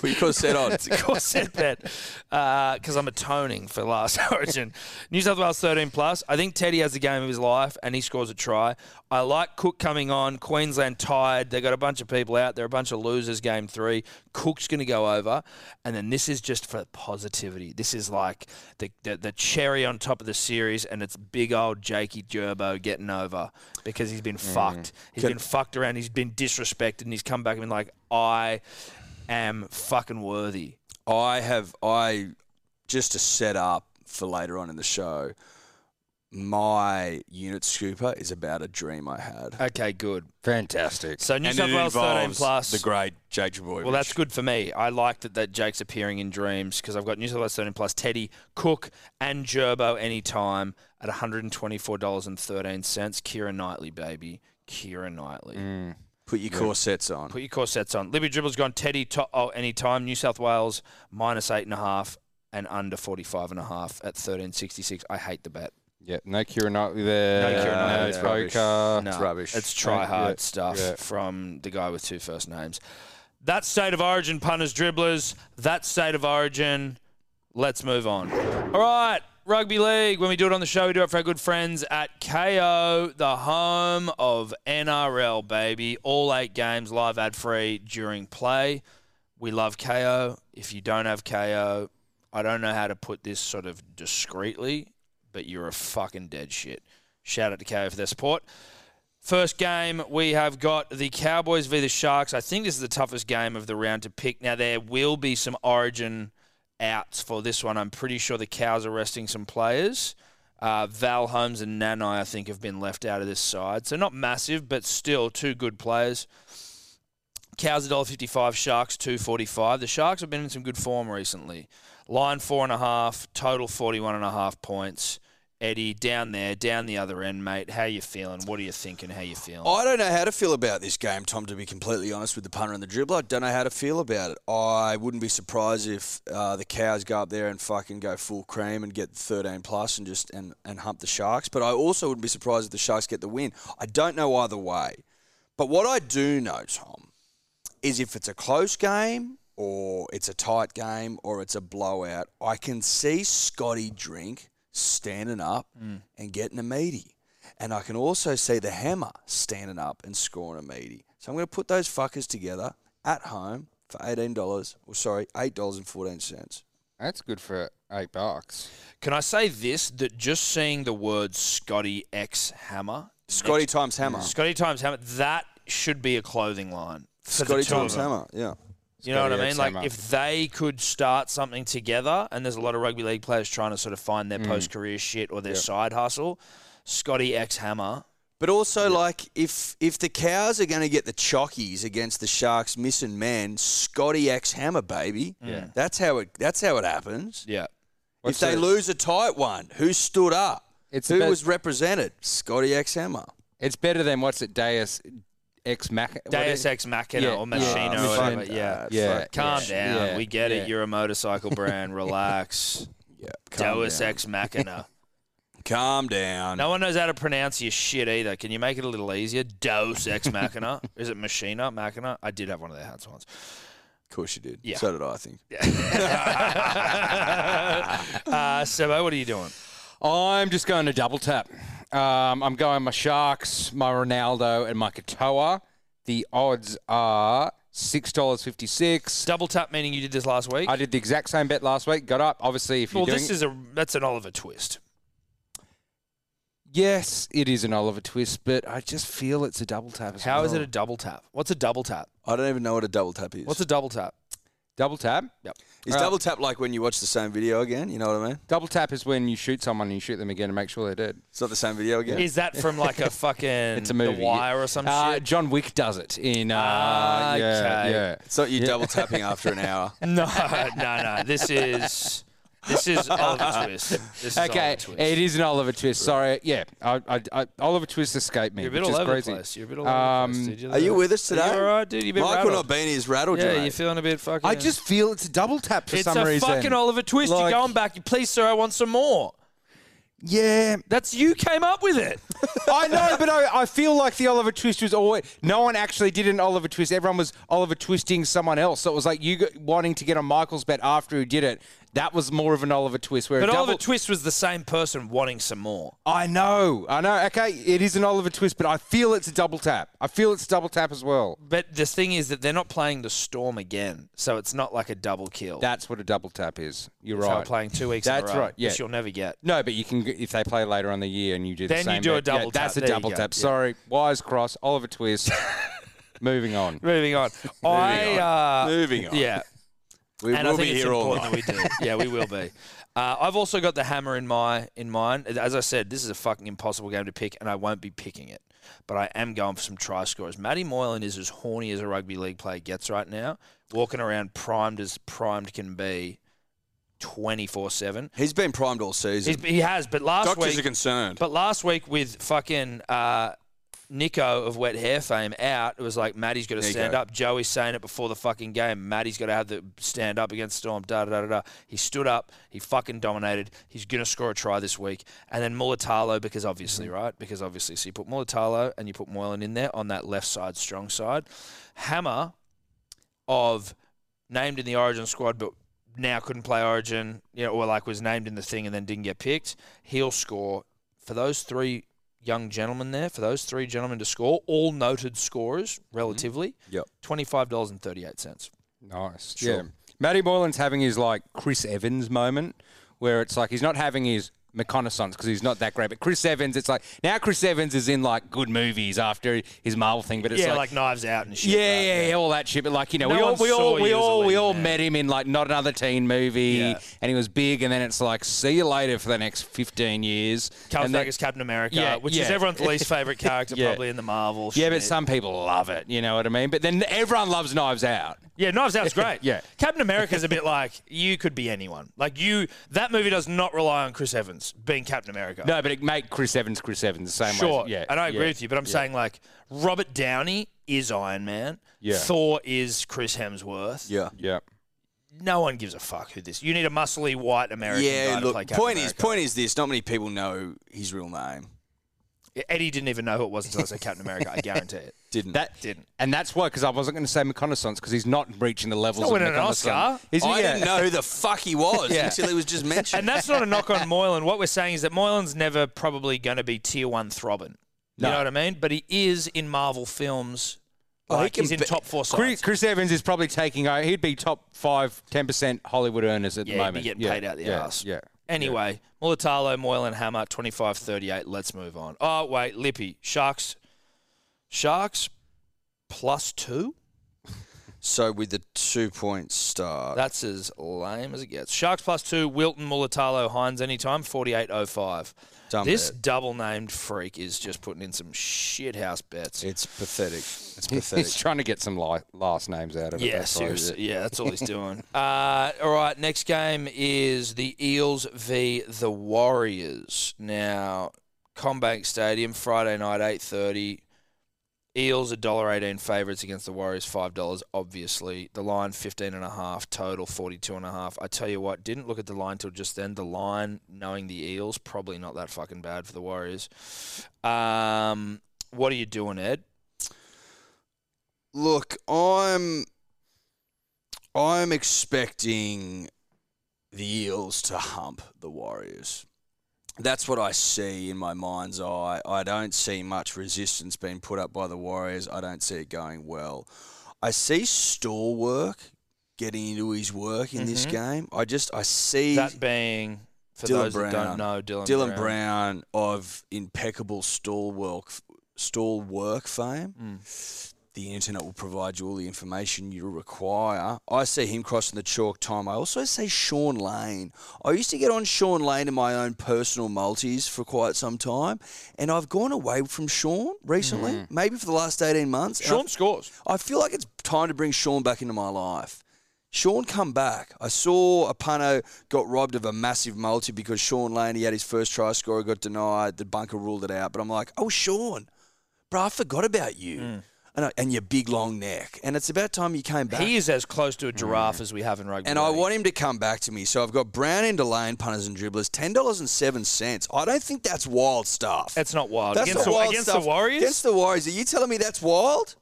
[SPEAKER 2] Put your corset on.
[SPEAKER 1] of course said that because I'm atoning for last origin. New South Wales 13 plus. I think Teddy has the game of his life and he scores a try. I like Cook coming on. Queensland tied. They got a bunch of people out. They're a bunch of losers. Game three. Cook's going to go over, and then this is just for positivity. This is like the, the the cherry on top of the series, and it's big old Jakey Gerbo getting over because he's been fucked. He's been fucked around. He's been disrespected, and he's come back and been like, I am fucking worthy.
[SPEAKER 2] I have I just to set up for later on in the show. My unit scooper is about a dream I had.
[SPEAKER 1] Okay, good.
[SPEAKER 3] Fantastic.
[SPEAKER 1] So New South Wales 13 plus.
[SPEAKER 2] great Jake Jaboy.
[SPEAKER 1] well, that's good for me. I like that, that Jake's appearing in dreams because I've got New South Wales 13 plus Teddy, Cook, and Gerbo anytime at $124.13. Kira Knightley, baby. Kira Knightley.
[SPEAKER 2] put your corsets on.
[SPEAKER 1] Put your corsets on. Libby Dribble's gone Teddy to- oh, anytime. New South Wales minus 8.5 and under 45.5 at 13.66. I hate the bet.
[SPEAKER 3] Yeah, no Kira Knightley there.
[SPEAKER 1] No Keira Knightley
[SPEAKER 3] no
[SPEAKER 1] there.
[SPEAKER 3] Poker.
[SPEAKER 1] No,
[SPEAKER 2] It's rubbish.
[SPEAKER 1] It's try hard
[SPEAKER 3] Yeah,
[SPEAKER 1] stuff
[SPEAKER 3] yeah.
[SPEAKER 1] from the guy with two first names. That state of origin, punters, dribblers. That state of origin. Let's move on. All right, rugby league. When we do it on the show, we do it for our good friends at KO, the home of NRL, baby. All eight games live ad free during play. We love KO. If you don't have KO, I don't know how to put this sort of discreetly, but you're a fucking dead shit. Shout out to KO for their support. First game, we have got the Cowboys v the Sharks. I think this is the toughest game of the round to pick. Now, there will be some origin outs for this one. I'm pretty sure the Cows are resting some players. Uh, Val Holmes and Nanai, I think, have been left out of this side. So, not massive, but still two good players. Cows $1.55, Sharks two forty five. The Sharks have been in some good form recently. Line four and a half, total forty one and a half points. Eddie, down there, down the other end, mate. How you feeling? What are you thinking? How you feeling?
[SPEAKER 2] I don't know how to feel about this game, Tom, to be completely honest with the punter and the dribbler. I don't know how to feel about it. I wouldn't be surprised if uh, the cows go up there and fucking go full cream and get 13 plus and just and, and hump the Sharks. But I also wouldn't be surprised if the Sharks get the win. I don't know either way. But what I do know, Tom, is if it's a close game or it's a tight game or it's a blowout, I can see Scotty drink standing up and getting a meaty. And I can also see the hammer standing up and scoring a meaty. So I'm going to put those fuckers together at home for $18, or sorry, $8.14.
[SPEAKER 3] That's good for eight bucks.
[SPEAKER 1] Can I say this? That just seeing the word Scotty X Hammer,
[SPEAKER 2] Scotty times hammer.
[SPEAKER 1] Scotty times Hammer, that should be a clothing line. for the
[SPEAKER 2] Scotty
[SPEAKER 1] two of
[SPEAKER 2] times
[SPEAKER 1] them.
[SPEAKER 2] hammer, yeah.
[SPEAKER 1] You know what I
[SPEAKER 3] Scotty
[SPEAKER 1] mean?
[SPEAKER 3] X
[SPEAKER 1] Like
[SPEAKER 3] Hammer.
[SPEAKER 1] if they could start something together, and there's a lot of rugby league players trying to sort of find
[SPEAKER 3] Mm.
[SPEAKER 1] their post career shit or their side hustle. Scotty X Hammer.
[SPEAKER 2] But also, like, if if the cows are going to get the chockies against the sharks, missing man, Scotty X hammer, baby. Yeah. That's how it. That's how it happens.
[SPEAKER 1] Yeah.
[SPEAKER 2] if they lose a tight one, who stood up?
[SPEAKER 3] It's
[SPEAKER 2] who
[SPEAKER 3] about-
[SPEAKER 2] was represented? Scotty X hammer.
[SPEAKER 3] It's better than what's it, Deus Ex Mac? what
[SPEAKER 1] Deus
[SPEAKER 3] is-
[SPEAKER 1] Ex Machina
[SPEAKER 3] Yeah,
[SPEAKER 1] or
[SPEAKER 3] yeah.
[SPEAKER 1] Machino
[SPEAKER 3] Ah,
[SPEAKER 1] or whatever.
[SPEAKER 3] Machina.
[SPEAKER 1] Yeah.
[SPEAKER 3] Yeah.
[SPEAKER 2] fuck.
[SPEAKER 1] Calm down.
[SPEAKER 3] Yeah.
[SPEAKER 1] We get
[SPEAKER 3] Yeah.
[SPEAKER 1] it. You're a motorcycle brand. Relax.
[SPEAKER 2] Yeah. Calm
[SPEAKER 1] Deus
[SPEAKER 2] down.
[SPEAKER 1] Ex Machina.
[SPEAKER 2] Calm down.
[SPEAKER 1] No one knows how to pronounce your shit either. Can you make it a little easier? Deus Ex Machina. Is it Machina? Machina? I did have one of their hats once.
[SPEAKER 2] Of course you did.
[SPEAKER 1] Yeah.
[SPEAKER 2] So did I. I think.
[SPEAKER 1] Uh, Sebo, what are you doing?
[SPEAKER 3] I'm just going to double tap. Um, I'm going my Sharks, my Ronaldo, and my Katoa. The odds are $6.56.
[SPEAKER 1] Double tap meaning you did this last week.
[SPEAKER 3] I did the exact same bet last week. Got up. Obviously, if you're
[SPEAKER 1] well,
[SPEAKER 3] doing
[SPEAKER 1] this is a that's an Oliver twist.
[SPEAKER 3] yes, it is an Oliver twist, but I just feel it's a double tap. As
[SPEAKER 1] How
[SPEAKER 3] well.
[SPEAKER 1] is it
[SPEAKER 2] Oh.
[SPEAKER 1] a double tap? What's a double tap?
[SPEAKER 2] I don't even know what a double tap is.
[SPEAKER 1] What's a double tap?
[SPEAKER 3] double tap?
[SPEAKER 2] is
[SPEAKER 3] uh,
[SPEAKER 2] double tap like when you watch the same video again? You know what I mean?
[SPEAKER 3] Double tap is when you shoot someone and you shoot them again and make sure they're dead.
[SPEAKER 2] It's not the same video again.
[SPEAKER 1] Is that from like a fucking
[SPEAKER 3] It's a movie.
[SPEAKER 1] The Wire or some
[SPEAKER 3] Uh,
[SPEAKER 1] shit?
[SPEAKER 3] John Wick does it in. Uh,
[SPEAKER 1] Ah,
[SPEAKER 3] yeah,
[SPEAKER 1] okay.
[SPEAKER 3] yeah.
[SPEAKER 2] it's not you double tapping after an hour.
[SPEAKER 1] No, no, no. This is this is Oliver twist. This is
[SPEAKER 3] Okay,
[SPEAKER 1] Oliver twist.
[SPEAKER 3] it is an Oliver Twist. Sorry, yeah, I, I, I, Oliver Twist escaped me,
[SPEAKER 1] You're a bit
[SPEAKER 3] which
[SPEAKER 1] all
[SPEAKER 3] is
[SPEAKER 1] over
[SPEAKER 3] crazy.
[SPEAKER 1] the place. You're a bit all over the
[SPEAKER 3] Um,
[SPEAKER 1] place. Dude. You're
[SPEAKER 2] Are you
[SPEAKER 1] the-
[SPEAKER 2] with us today?
[SPEAKER 1] Are you all right, dude? You've been
[SPEAKER 2] Michael
[SPEAKER 1] rattled.
[SPEAKER 2] not being is rattled.
[SPEAKER 1] Yeah,
[SPEAKER 2] mate.
[SPEAKER 1] you're feeling a bit fucking.
[SPEAKER 3] I just feel it's a double tap for
[SPEAKER 1] It's
[SPEAKER 3] some
[SPEAKER 1] a
[SPEAKER 3] reason.
[SPEAKER 1] fucking Oliver twist.
[SPEAKER 3] Like-
[SPEAKER 1] You're going back. Please, sir, I want some more.
[SPEAKER 3] yeah,
[SPEAKER 1] That's you came up with it.
[SPEAKER 3] I know, but I, I feel like the Oliver Twist was always. No one actually did an Oliver Twist. Everyone was Oliver Twisting someone else. So it was like you got, wanting to get on Michael's bet after he did it. That was more of an Oliver Twist. Where a
[SPEAKER 1] But
[SPEAKER 3] double,
[SPEAKER 1] Oliver Twist was the same person wanting some more.
[SPEAKER 3] I know, I know. Okay, it is an Oliver Twist, but I feel it's a double tap. I feel it's a double tap as well.
[SPEAKER 1] But the thing is that they're not playing the Storm again, so it's not like a double kill.
[SPEAKER 3] That's what a double tap is. You're
[SPEAKER 1] so
[SPEAKER 3] right.
[SPEAKER 1] we're playing two weeks.
[SPEAKER 3] That's
[SPEAKER 1] in a row,
[SPEAKER 3] right, yeah.
[SPEAKER 1] which you'll never get.
[SPEAKER 3] No, but you can g- if they play later on the year and you do the
[SPEAKER 1] Then you
[SPEAKER 3] same.
[SPEAKER 1] do a
[SPEAKER 3] bet. Yeah,
[SPEAKER 1] double
[SPEAKER 3] That's
[SPEAKER 1] tap.
[SPEAKER 3] a
[SPEAKER 1] There you
[SPEAKER 3] double
[SPEAKER 1] go.
[SPEAKER 3] tap.
[SPEAKER 1] Yeah.
[SPEAKER 3] Sorry, wires cross, Oliver twist. Moving on.
[SPEAKER 1] Moving on. I uh,
[SPEAKER 2] Moving on.
[SPEAKER 1] yeah,
[SPEAKER 2] We
[SPEAKER 1] and
[SPEAKER 2] will
[SPEAKER 1] I think
[SPEAKER 2] be
[SPEAKER 1] it's
[SPEAKER 2] here all
[SPEAKER 1] important
[SPEAKER 2] night.
[SPEAKER 1] that we do. Yeah, we will be. Uh, I've also got the hammer in my in mind. As I said, this is a fucking impossible game to pick, and I won't be picking it. But I am going for some try scorers. Matty Moylan is as horny as a rugby league player gets right now, walking around primed as primed can be, twenty four seven.
[SPEAKER 2] He's been primed all season.
[SPEAKER 1] He's, he has, but last
[SPEAKER 2] Doctors
[SPEAKER 1] week
[SPEAKER 2] are concerned.
[SPEAKER 1] But last week with fucking uh, Nico of Wet Hair fame out, it was like Maddie's got to
[SPEAKER 2] Nico.
[SPEAKER 1] stand up. Joey's saying it before the fucking game. Maddie's got to have the stand up against Storm. Da da da da. da. He stood up. He fucking dominated. He's gonna score a try this week. And then Mulatalo because obviously right because obviously so you put Mulatalo and you put Moylan in there on that left side strong side. Hammer of named in the Origin squad, but now couldn't play Origin, you know, or like was named in the thing and then didn't get picked. He'll score for those three young gentlemen there. For those three gentlemen to score, all noted scorers
[SPEAKER 3] Mm-hmm.
[SPEAKER 1] relatively.
[SPEAKER 2] Yep.
[SPEAKER 1] Twenty five dollars and thirty eight cents.
[SPEAKER 3] Nice.
[SPEAKER 2] Sure.
[SPEAKER 3] Yeah. Matty Moylan's having his like Chris Evans moment where it's like he's not having his reconnaissance because he's not that great. But Chris Evans, it's like now Chris Evans is in like good movies after his Marvel thing, but it's
[SPEAKER 1] yeah, like,
[SPEAKER 3] like.
[SPEAKER 1] knives out and shit.
[SPEAKER 3] yeah,
[SPEAKER 1] right?
[SPEAKER 3] yeah, yeah, all that shit. But like you know,
[SPEAKER 1] No
[SPEAKER 3] we all
[SPEAKER 1] one
[SPEAKER 3] we all
[SPEAKER 1] saw
[SPEAKER 3] we
[SPEAKER 1] you as a
[SPEAKER 3] all we
[SPEAKER 1] leading
[SPEAKER 3] all
[SPEAKER 1] man.
[SPEAKER 3] met him in like not another teen movie,
[SPEAKER 1] Yeah.
[SPEAKER 3] and he was big. And then it's like, see you later for the next fifteen years.
[SPEAKER 1] Comes
[SPEAKER 3] and
[SPEAKER 1] back
[SPEAKER 3] that-
[SPEAKER 1] as Captain America,
[SPEAKER 3] Yeah,
[SPEAKER 1] which is
[SPEAKER 3] yeah.
[SPEAKER 1] everyone's least favorite character
[SPEAKER 3] Yeah.
[SPEAKER 1] probably in the Marvel.
[SPEAKER 3] yeah, but
[SPEAKER 1] shit.
[SPEAKER 3] some people love it. You know what I mean? But then everyone loves Knives Out.
[SPEAKER 1] Yeah, Knives Out's great.
[SPEAKER 3] Yeah.
[SPEAKER 1] Captain America's a bit like you could be anyone. Like you, that movie does not rely on Chris Evans being Captain America.
[SPEAKER 3] No, but it make Chris Evans Chris Evans the same way.
[SPEAKER 1] sure.
[SPEAKER 3] as- Yeah,
[SPEAKER 1] and I agree
[SPEAKER 3] yeah.
[SPEAKER 1] with you, but I'm saying like Robert Downey is Iron Man.
[SPEAKER 3] Yeah.
[SPEAKER 1] Thor is Chris Hemsworth.
[SPEAKER 2] Yeah.
[SPEAKER 3] Yeah.
[SPEAKER 1] No one gives a fuck who this. You need a muscly white American
[SPEAKER 2] Yeah,
[SPEAKER 1] guy to play
[SPEAKER 2] look,
[SPEAKER 1] Captain
[SPEAKER 2] point is,
[SPEAKER 1] America.
[SPEAKER 2] point is this. Not many people know his real name.
[SPEAKER 1] Eddie didn't even know who it was until I said Captain America. I guarantee it.
[SPEAKER 2] Didn't.
[SPEAKER 3] That
[SPEAKER 1] Didn't.
[SPEAKER 3] And that's why, because I wasn't going to say reconnaissance because he's not reaching the levels
[SPEAKER 1] not
[SPEAKER 3] of
[SPEAKER 1] winning an
[SPEAKER 3] reconnaissance.
[SPEAKER 1] Oscar.
[SPEAKER 3] He's,
[SPEAKER 2] I
[SPEAKER 3] yeah.
[SPEAKER 2] didn't know who the fuck he was
[SPEAKER 3] Yeah.
[SPEAKER 2] until he was just mentioned.
[SPEAKER 1] And that's not a knock on Moylan. What we're saying is that Moylan's never probably going to be tier one throbbing. You
[SPEAKER 3] No.
[SPEAKER 1] know what I mean? But he is in Marvel films.
[SPEAKER 2] Oh, he
[SPEAKER 1] Like,
[SPEAKER 2] can
[SPEAKER 1] he's in
[SPEAKER 2] be-
[SPEAKER 1] top four sides.
[SPEAKER 3] Chris, Chris Evans is probably taking over. He'd be top five, 10% Hollywood earners at
[SPEAKER 1] yeah,
[SPEAKER 3] the
[SPEAKER 1] he'd
[SPEAKER 3] moment.
[SPEAKER 1] be getting
[SPEAKER 3] yeah,
[SPEAKER 1] paid out the
[SPEAKER 3] yeah,
[SPEAKER 1] ass.
[SPEAKER 3] Yeah.
[SPEAKER 1] Anyway, Mulatalo, Moylan, Hammer, 25 38. Let's move on. Oh, wait, Lippy. Sharks. Sharks plus two?
[SPEAKER 2] so with the two point start,
[SPEAKER 1] That's as lame as it gets. Sharks plus two, Wilton, Mulatalo, Hines, anytime, 48.05.
[SPEAKER 2] dumb
[SPEAKER 1] This
[SPEAKER 2] bet.
[SPEAKER 1] double named freak is just putting in some shithouse bets.
[SPEAKER 2] it's pathetic. It's
[SPEAKER 3] He's
[SPEAKER 2] pathetic.
[SPEAKER 3] trying to get some li- last names out of it.
[SPEAKER 1] Yeah,
[SPEAKER 3] that's why he's-
[SPEAKER 1] seriously. Yeah, that's all he's doing. Uh, all right, next game is the Eels v the Warriors. Now, Combank Stadium, Friday night, eight thirty. Eels a dollar eighteen favourites against the Warriors, five dollars. Obviously, the line fifteen and a half total, forty two and a half. I tell you what, didn't look at the line till just then. The line, knowing the Eels, probably not that fucking bad for the Warriors. Um, what are you doing, Ed?
[SPEAKER 2] Look, I'm I'm expecting the Eels to hump the Warriors. That's what I see in my mind's eye. I don't see much resistance being put up by the Warriors. I don't see it going well. I see store work getting into his work in this
[SPEAKER 1] Mhm.
[SPEAKER 2] game. I just I see
[SPEAKER 1] That being for
[SPEAKER 2] Dylan
[SPEAKER 1] those that don't
[SPEAKER 2] Brown.
[SPEAKER 1] know, Dylan,
[SPEAKER 2] Dylan Brown. of impeccable stall work, stall work fame.
[SPEAKER 1] Hmm.
[SPEAKER 2] The internet will provide you all the information you require. I see him crossing the chalk time. I also see Sean Lane. I used to get on Sean Lane in my own personal multis for quite some time, and I've gone away from Sean recently,
[SPEAKER 1] Hmm.
[SPEAKER 2] maybe for the last 18 months. and I-
[SPEAKER 1] Sean scores.
[SPEAKER 2] I feel like it's time to bring Sean back into my life. Sean, come back. I saw a punter got robbed of a massive multi because Sean Laney had his first try scorer, got denied. The bunker ruled it out. But I'm like, oh, Sean, bro, I forgot about you and, I, and your big long neck. And it's about time you came back.
[SPEAKER 1] He is as close to a giraffe as we have in rugby.
[SPEAKER 2] and I
[SPEAKER 1] league.
[SPEAKER 2] want him to come back to me. So I've got Brown into lane punters and dribblers, $10.07. I don't think that's wild stuff.
[SPEAKER 1] It's not wild.
[SPEAKER 2] That's
[SPEAKER 1] against
[SPEAKER 2] the
[SPEAKER 1] the,
[SPEAKER 2] wild
[SPEAKER 1] against
[SPEAKER 2] stuff.
[SPEAKER 1] the Warriors.
[SPEAKER 2] Against the Warriors. Are you telling me that's wild?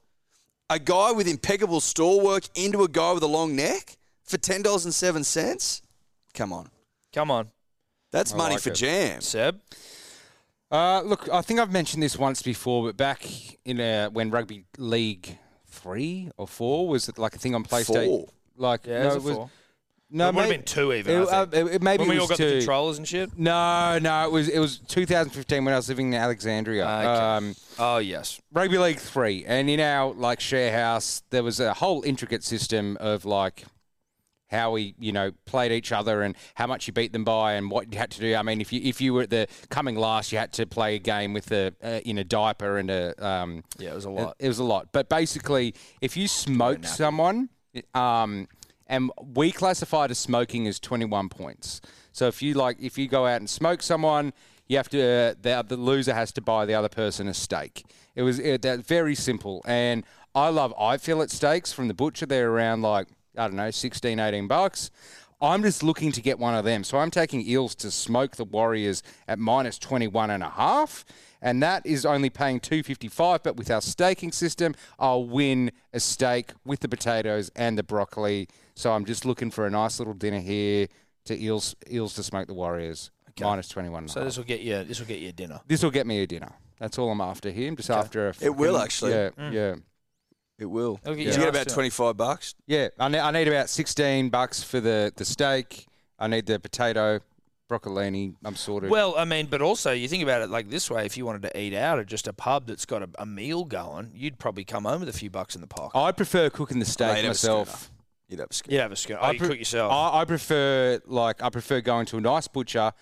[SPEAKER 2] A guy with impeccable store work into a guy with a long neck for ten dollars and seven cents? Come on,
[SPEAKER 1] Come on,
[SPEAKER 2] that's
[SPEAKER 3] I
[SPEAKER 2] money
[SPEAKER 3] like
[SPEAKER 2] for
[SPEAKER 3] it.
[SPEAKER 2] jam.
[SPEAKER 1] Seb.
[SPEAKER 3] Uh, look, I think I've mentioned this once before, but back in uh, when rugby league three or four was it like a thing on PlayStation?
[SPEAKER 2] Four.
[SPEAKER 3] Like
[SPEAKER 1] Yeah,
[SPEAKER 3] no,
[SPEAKER 1] it's a
[SPEAKER 3] it was,
[SPEAKER 1] four.
[SPEAKER 3] no,
[SPEAKER 1] It would've
[SPEAKER 3] may-
[SPEAKER 1] been two even,
[SPEAKER 3] It,
[SPEAKER 1] I think.
[SPEAKER 3] uh, it- it- maybe
[SPEAKER 1] When
[SPEAKER 3] it
[SPEAKER 1] we all
[SPEAKER 3] was
[SPEAKER 1] got
[SPEAKER 3] two.
[SPEAKER 1] the controllers and shit.
[SPEAKER 3] No, no, it was it was 2015 when I was living in Alexandria.
[SPEAKER 1] Ah, Okay.
[SPEAKER 3] Um,
[SPEAKER 1] Oh yes.
[SPEAKER 3] rugby league three, and in our like share house, there was a whole intricate system of like how we you know played each other and how much you beat them by and what you had to do. I mean, if you if you were at the coming last, you had to play a game with a uh, in a diaper and a um,
[SPEAKER 1] Yeah, it was a
[SPEAKER 3] it-
[SPEAKER 1] lot.
[SPEAKER 3] It, was a lot. But basically, if you smoke someone, um, and we classified as smoking as 21 points. So if you like, if you go out and smoke someone, you have to uh, the, the loser has to buy the other person a steak. It was it, that very simple. And I love I fillet steaks from the butcher. They're around like I don't know 16, 18 bucks. I'm just looking to get one of them. So I'm taking Eels to smoke the Warriors at minus 21 and a half. And that is only paying 255, but with our staking system, I'll win a steak with the potatoes and the broccoli. So I'm just looking for a nice little dinner here to Eels Eels to smoke the Warriors. Minus 21 and a
[SPEAKER 1] So
[SPEAKER 3] half.
[SPEAKER 1] this will get you. This will get you dinner.
[SPEAKER 3] This will get me a dinner. That's all I'm after here. I'm just after a
[SPEAKER 2] It will,
[SPEAKER 3] fucking-
[SPEAKER 2] actually.
[SPEAKER 3] Yeah, yeah.
[SPEAKER 2] It will.
[SPEAKER 1] It'll get you
[SPEAKER 2] Did you get
[SPEAKER 1] nice
[SPEAKER 2] about
[SPEAKER 1] dinner.
[SPEAKER 2] twenty five bucks?
[SPEAKER 3] Yeah, I need, I need about 16 bucks for the, the steak. I need the potato broccolini. I'm sorted.
[SPEAKER 1] Well, I mean, but also you think about it like this way: if you wanted to eat out at just a pub that's got a, a meal going, you'd probably come home with a few bucks in the pocket.
[SPEAKER 3] I prefer cooking the
[SPEAKER 2] Mate,
[SPEAKER 3] steak
[SPEAKER 2] it was
[SPEAKER 3] myself.
[SPEAKER 2] You'd have a scoop.
[SPEAKER 1] You'd have a scoop. Oh, you
[SPEAKER 3] pre-
[SPEAKER 1] cook yourself.
[SPEAKER 3] I, I prefer like I prefer going to a nice butcher,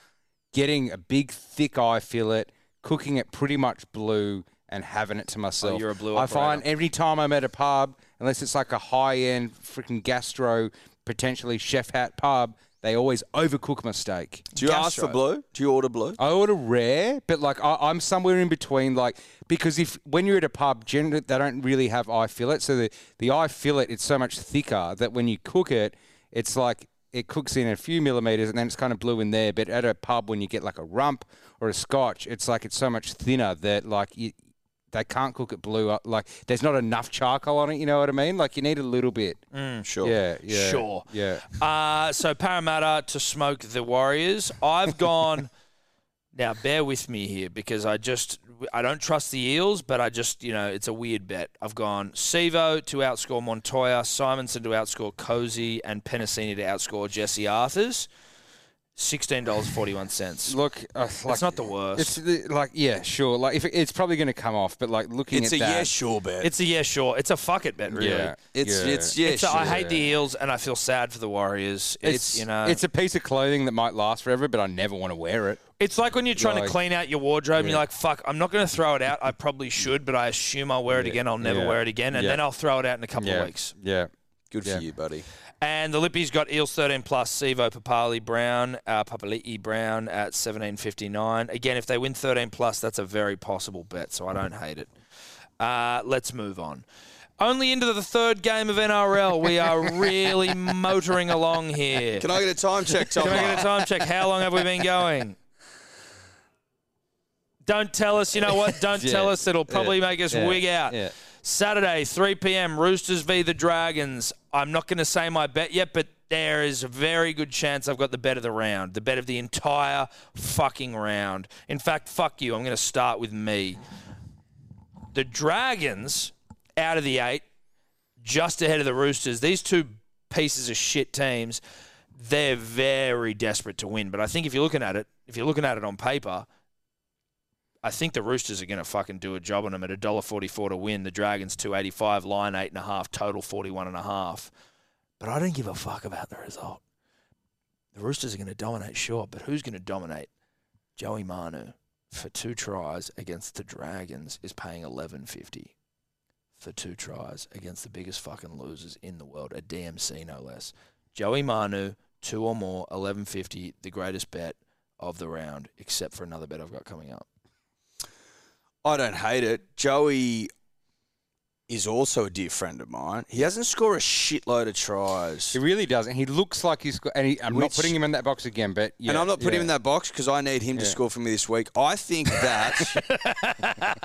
[SPEAKER 3] getting a big thick eye fillet, cooking it pretty much blue, and having it to myself.
[SPEAKER 1] you're a blue
[SPEAKER 3] I
[SPEAKER 1] operator.
[SPEAKER 3] find every time I'm at a pub, unless it's like a high end freaking gastro, potentially chef hat pub, they always overcook my steak.
[SPEAKER 2] Do you ask for
[SPEAKER 1] Gastro.
[SPEAKER 2] blue? Do you order blue?
[SPEAKER 3] I order rare, but like I, I'm somewhere in between. Like because if when you're at a pub, generally they don't really have eye fillet, so the the eye fillet it's so much thicker that when you cook it, it's like it cooks in a few millimeters and then it's kind of blue in there. But at a pub, when you get like a rump or a scotch, it's like it's so much thinner that like you, they can't cook it blue. uh, Like there's not enough charcoal on it. You know what I mean? Like you need a little bit.
[SPEAKER 2] Sure.
[SPEAKER 3] Yeah, yeah,
[SPEAKER 1] Sure.
[SPEAKER 3] yeah.
[SPEAKER 1] Uh, so Parramatta to smoke the Warriors. I've gone. now bear with me here because I just I don't trust the Eels, but I just you know it's a weird bet. I've gone Sevo to outscore Montoya, Simonson to outscore Cozy, and Penasini to outscore Jesse Arthurs. Sixteen dollars forty one cents.
[SPEAKER 3] Look, uh, like,
[SPEAKER 1] It's not the worst.
[SPEAKER 3] It's the, like yeah, sure. Like if it, it's probably going to come off, but like looking
[SPEAKER 2] It's a
[SPEAKER 3] at that,
[SPEAKER 2] yeah, sure bet.
[SPEAKER 1] It's a yeah, sure. It's a fuck it bet, really.
[SPEAKER 3] yeah,
[SPEAKER 2] It's
[SPEAKER 3] yeah.
[SPEAKER 2] it's yeah,
[SPEAKER 1] It's a- I
[SPEAKER 2] sure.
[SPEAKER 1] hate the Eels, and I feel sad for the Warriors. It's, you know,
[SPEAKER 3] it's a piece of clothing that might last forever, but I never want to wear it.
[SPEAKER 1] It's like when you're trying
[SPEAKER 3] Like-
[SPEAKER 1] to clean out your wardrobe and you're like, fuck, I'm not going to throw it out. I probably should, but I assume I'll wear it again. I'll never
[SPEAKER 3] Yeah.
[SPEAKER 1] wear it again. And
[SPEAKER 3] Yeah.
[SPEAKER 1] then I'll throw it out in a couple of weeks.
[SPEAKER 3] yeah.
[SPEAKER 2] Good for
[SPEAKER 3] Yeah.
[SPEAKER 2] you, buddy.
[SPEAKER 1] And the Lippies got Eels 13 plus, Sevo Papali Brown, uh, Papali'i Brown at 17.59. Again, if they win 13 plus, that's a very possible bet, so I
[SPEAKER 3] Mm-hmm.
[SPEAKER 1] don't hate it. Uh, let's move on. Only into the third game of NRL. We are really motoring along here.
[SPEAKER 2] Can I get a time check, Tom?
[SPEAKER 1] Can we get a time check? How long have we been going? Don't tell us. You know what? Don't
[SPEAKER 3] Yeah.
[SPEAKER 1] tell us. It'll probably
[SPEAKER 3] Yeah.
[SPEAKER 1] make us
[SPEAKER 3] Yeah.
[SPEAKER 1] wig out.
[SPEAKER 3] Yeah.
[SPEAKER 1] Saturday, 3 p.m. Roosters v the Dragons. I'm not going to say my bet yet, but there is a very good chance I've got the bet of the round, the bet of the entire fucking round. In fact, fuck you. I'm going to start with me. The Dragons out of the eight, just ahead of the Roosters. These two pieces of shit teams, they're very desperate to win. But I think if you're looking at it, if you're looking at it on paper, I think the Roosters are going to fucking do a job on them at $1.44 to win. The Dragons 285, line 8.5, total 41.5. But I don't give a fuck about the result. The Roosters are going to dominate, sure, but who's going to dominate? Joey Manu for two tries against the Dragons is paying 11.50 for two tries against the biggest fucking losers in the world, a DMC no less. Joey Manu, two or more, 11.50, the greatest bet of the round, except for another bet I've got coming up.
[SPEAKER 2] I don't hate it. Joey is also a dear friend of mine. He hasn't scored a shitload of tries.
[SPEAKER 3] He really doesn't. He looks like he's got. And he, I'm not
[SPEAKER 2] Which-
[SPEAKER 3] putting him in that box again, but yeah,
[SPEAKER 2] and I'm not putting him in
[SPEAKER 3] yeah.
[SPEAKER 2] that box because I need him to
[SPEAKER 3] Yeah.
[SPEAKER 2] score for me this week. I think that,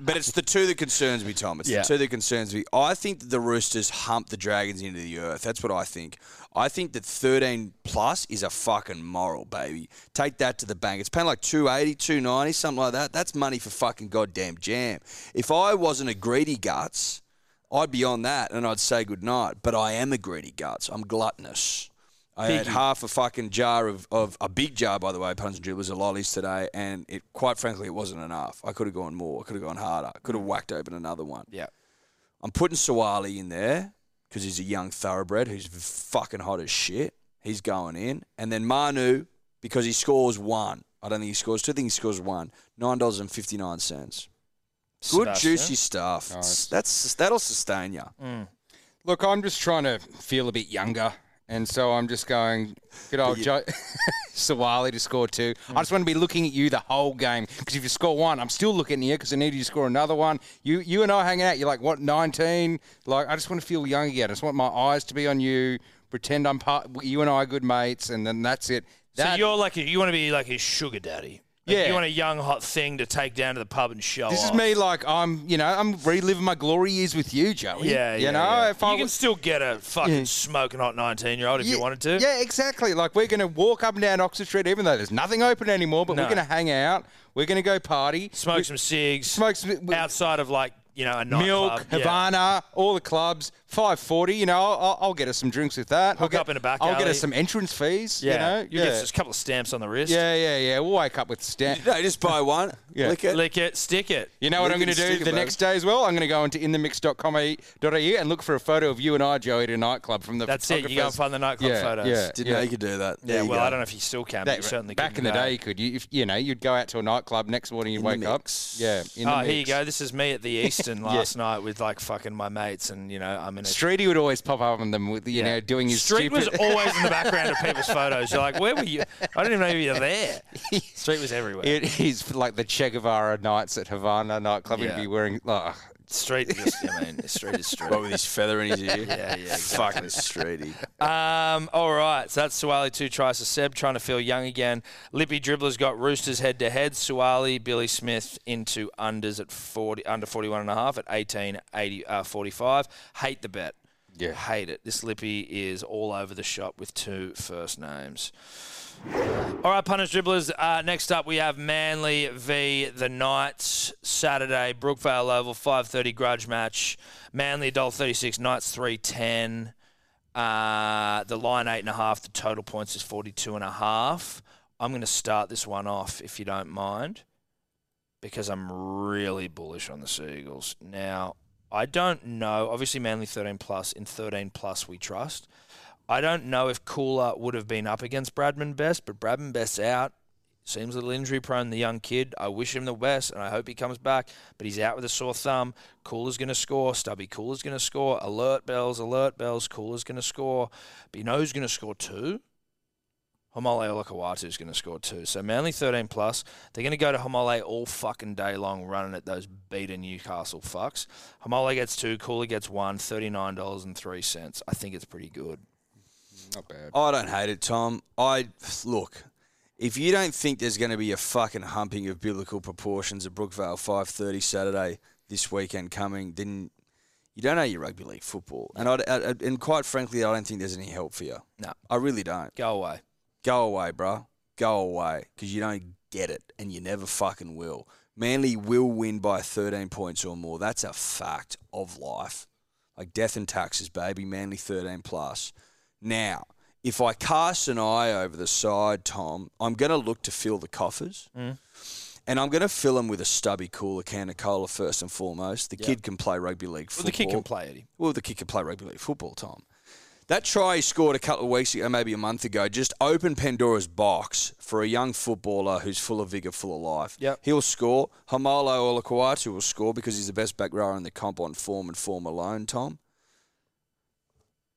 [SPEAKER 2] but it's the two that concerns me, Tom. It's
[SPEAKER 1] Yeah.
[SPEAKER 2] the two that concerns me. I think that the Roosters hump the Dragons into the earth. That's what I think. I think that 13 plus is a fucking moral, baby. Take that to the bank. It's paying like 280, 290, something like that. That's money for fucking goddamn jam. If I wasn't a greedy guts, I'd be on that and I'd say goodnight. But I am a greedy guts. I'm gluttonous. I had half a fucking jar of, of a big jar, by the way, puns and dribblers and lollies today, and it quite frankly it wasn't enough. I could have gone more. I could have gone harder. I could have whacked open another one.
[SPEAKER 1] Yeah.
[SPEAKER 2] I'm putting Sawali in there because he's a young thoroughbred who's fucking hot as shit. He's going in, and then Manu because he scores one. I don't think he scores two. I think he scores one. Nine dollars and fifty nine cents. Good
[SPEAKER 1] Sebastian.
[SPEAKER 2] juicy stuff.
[SPEAKER 3] Nice.
[SPEAKER 2] That's that'll sustain you.
[SPEAKER 3] Look, I'm just trying to feel a bit younger, and so I'm just going. Good old Joe Sawali to score two. I just want to be looking at you the whole game because if you score one, I'm still looking at you because I need you to score another one. You, you and I hanging out. You're like what 19? Like I just want to feel young again. I just want my eyes to be on you. Pretend I'm part. You and I are good mates, and then that's it.
[SPEAKER 1] so
[SPEAKER 3] That-
[SPEAKER 1] you're like a, you want to be like his sugar daddy. Like,
[SPEAKER 3] Yeah.
[SPEAKER 1] You want a young hot thing to take down to the pub and show
[SPEAKER 3] This is
[SPEAKER 1] off.
[SPEAKER 3] me like I'm, you know, I'm reliving my glory years with you, Joey.
[SPEAKER 1] Yeah,
[SPEAKER 3] you
[SPEAKER 1] yeah,
[SPEAKER 3] know,
[SPEAKER 1] yeah.
[SPEAKER 3] if I
[SPEAKER 1] you can
[SPEAKER 3] was-
[SPEAKER 1] still get a fucking smoking hot 19 year old if you
[SPEAKER 3] Yeah,
[SPEAKER 1] wanted to.
[SPEAKER 3] Yeah, exactly. Like we're going to walk up and down Oxford Street, even though there's nothing open anymore. But
[SPEAKER 1] No.
[SPEAKER 3] we're going to hang out. We're going to go party,
[SPEAKER 1] Smoke
[SPEAKER 3] we,
[SPEAKER 1] some cigs.
[SPEAKER 3] smoke some we-
[SPEAKER 1] outside of like you know a nightclub.
[SPEAKER 3] milk,
[SPEAKER 1] Yeah.
[SPEAKER 3] Havana, all the clubs. five forty. You know, I'll, I'll get us some drinks with that. I'll
[SPEAKER 1] Hook
[SPEAKER 3] get,
[SPEAKER 1] up in a back
[SPEAKER 3] I'll get
[SPEAKER 1] alley.
[SPEAKER 3] us some entrance fees.
[SPEAKER 1] Yeah.
[SPEAKER 3] You know,
[SPEAKER 1] You
[SPEAKER 3] yeah.
[SPEAKER 1] get just a couple of stamps on the wrist.
[SPEAKER 3] yeah, yeah, yeah. We'll wake up with stand.
[SPEAKER 2] No, just buy one.
[SPEAKER 3] Yeah.
[SPEAKER 2] Lick it.
[SPEAKER 1] Lick it, stick it.
[SPEAKER 3] You know what
[SPEAKER 2] Lick
[SPEAKER 3] I'm going to
[SPEAKER 2] and
[SPEAKER 3] do
[SPEAKER 2] stick it,
[SPEAKER 3] the
[SPEAKER 2] baby.
[SPEAKER 3] next day as well? I'm going to go into inthemix.com.au and look for a photo of you and I, Joey, at a nightclub from the
[SPEAKER 1] That's it. You go and
[SPEAKER 3] photographers.
[SPEAKER 1] find the nightclub
[SPEAKER 3] Yeah,
[SPEAKER 1] photos.
[SPEAKER 3] yeah.
[SPEAKER 2] Didn't know you could do that.
[SPEAKER 1] Yeah, well, I don't know if you still can, but you
[SPEAKER 3] That-
[SPEAKER 1] certainly
[SPEAKER 3] back in
[SPEAKER 1] couldn't
[SPEAKER 3] the
[SPEAKER 1] now.
[SPEAKER 3] day, you could you, if, you know you'd go out to a nightclub next morning, you'd
[SPEAKER 2] the
[SPEAKER 3] wake up.
[SPEAKER 2] mix.
[SPEAKER 3] Yeah, in the
[SPEAKER 1] oh, here you
[SPEAKER 3] mix.
[SPEAKER 1] go. This is me at the Eastern last night with like fucking my mates, and you know I'm in a
[SPEAKER 3] Streety would always pop up on them with you know doing his
[SPEAKER 1] Street
[SPEAKER 3] stupid.
[SPEAKER 1] was always in the background of people's photos. You're like, where were you? I didn't even know you were there. Street was everywhere.
[SPEAKER 3] it is like the Che Guevara nights at Havana nightclub.
[SPEAKER 1] Yeah.
[SPEAKER 3] He'd be wearing. Oh,
[SPEAKER 1] Street, just, I mean, Street is Street.
[SPEAKER 2] What with his feather in his ear?
[SPEAKER 1] Yeah, yeah,
[SPEAKER 2] Fucking streety.
[SPEAKER 1] Um, all right, so that's Suwali two tries to Seb trying to feel young again. Lippy dribblers got Roosters head to head. Suwali Billy Smith into unders at forty under forty one and a half at 18, 80, uh, 45. Hate the bet.
[SPEAKER 3] Yeah.
[SPEAKER 1] hate it. This Lippy is all over the shop with two first names. All right, punters, dribblers. Uh, next up, we have Manly v the Knights Saturday, Brookvale Oval, five thirty grudge match. Manly $1.36, Knights three ten. Uh, the line eight and a half. The total points is forty two and a half. I'm going to start this one off if you don't mind, because I'm really bullish on the Seagulls. Now I don't know. Obviously, Manly thirteen plus. In thirteen plus, we trust. I don't know if Cooler would have been up against Bradman Best, but Bradman Best's out. Seems a little injury prone, the young kid. I wish him the best, and I hope he comes back. But he's out with a sore thumb. Cooler's going to score. Stubby Cooler's going to score. Alert bells, alert bells. Cooler's going to score. But you know who's going to score two? Homole Olakawatu is going to score two. So Manly 13 plus. They're going to go to Homole all fucking day long running at those beaten Newcastle fucks. Homole gets two. Cooler gets one. $39.03. I think it's pretty good.
[SPEAKER 3] not bad.
[SPEAKER 2] I don't hate it, Tom. I look. If you don't think there's going to be a fucking humping of biblical proportions at Brookvale 5:30 Saturday this weekend coming, then you don't know your rugby league football. And I'd, I, I- and quite frankly, I don't think there's any help for you.
[SPEAKER 1] No.
[SPEAKER 2] I really don't.
[SPEAKER 1] Go away.
[SPEAKER 2] Go away, bruh. Go away, because you don't get it, and you never fucking will. Manly will win by 13 points or more. That's a fact of life. Like death and taxes, baby. Manly 13 plus. Now, if I cast an eye over the side, Tom, I'm going to look to fill the coffers.
[SPEAKER 1] Mm.
[SPEAKER 2] And I'm going to fill them with a stubby cooler can of cola first and foremost. The kid can play rugby league
[SPEAKER 1] Well,
[SPEAKER 2] football.
[SPEAKER 1] the kid can play, Eddie.
[SPEAKER 2] Well, the kid can play rugby league football, Tom. That try he scored a couple of weeks ago, maybe a month ago, just opened Pandora's box for a young footballer who's full of vigour, full of life.
[SPEAKER 1] Yep.
[SPEAKER 2] He'll score. Hamalo Olakwatu will score because he's the best back rower in the comp on form and form alone, Tom.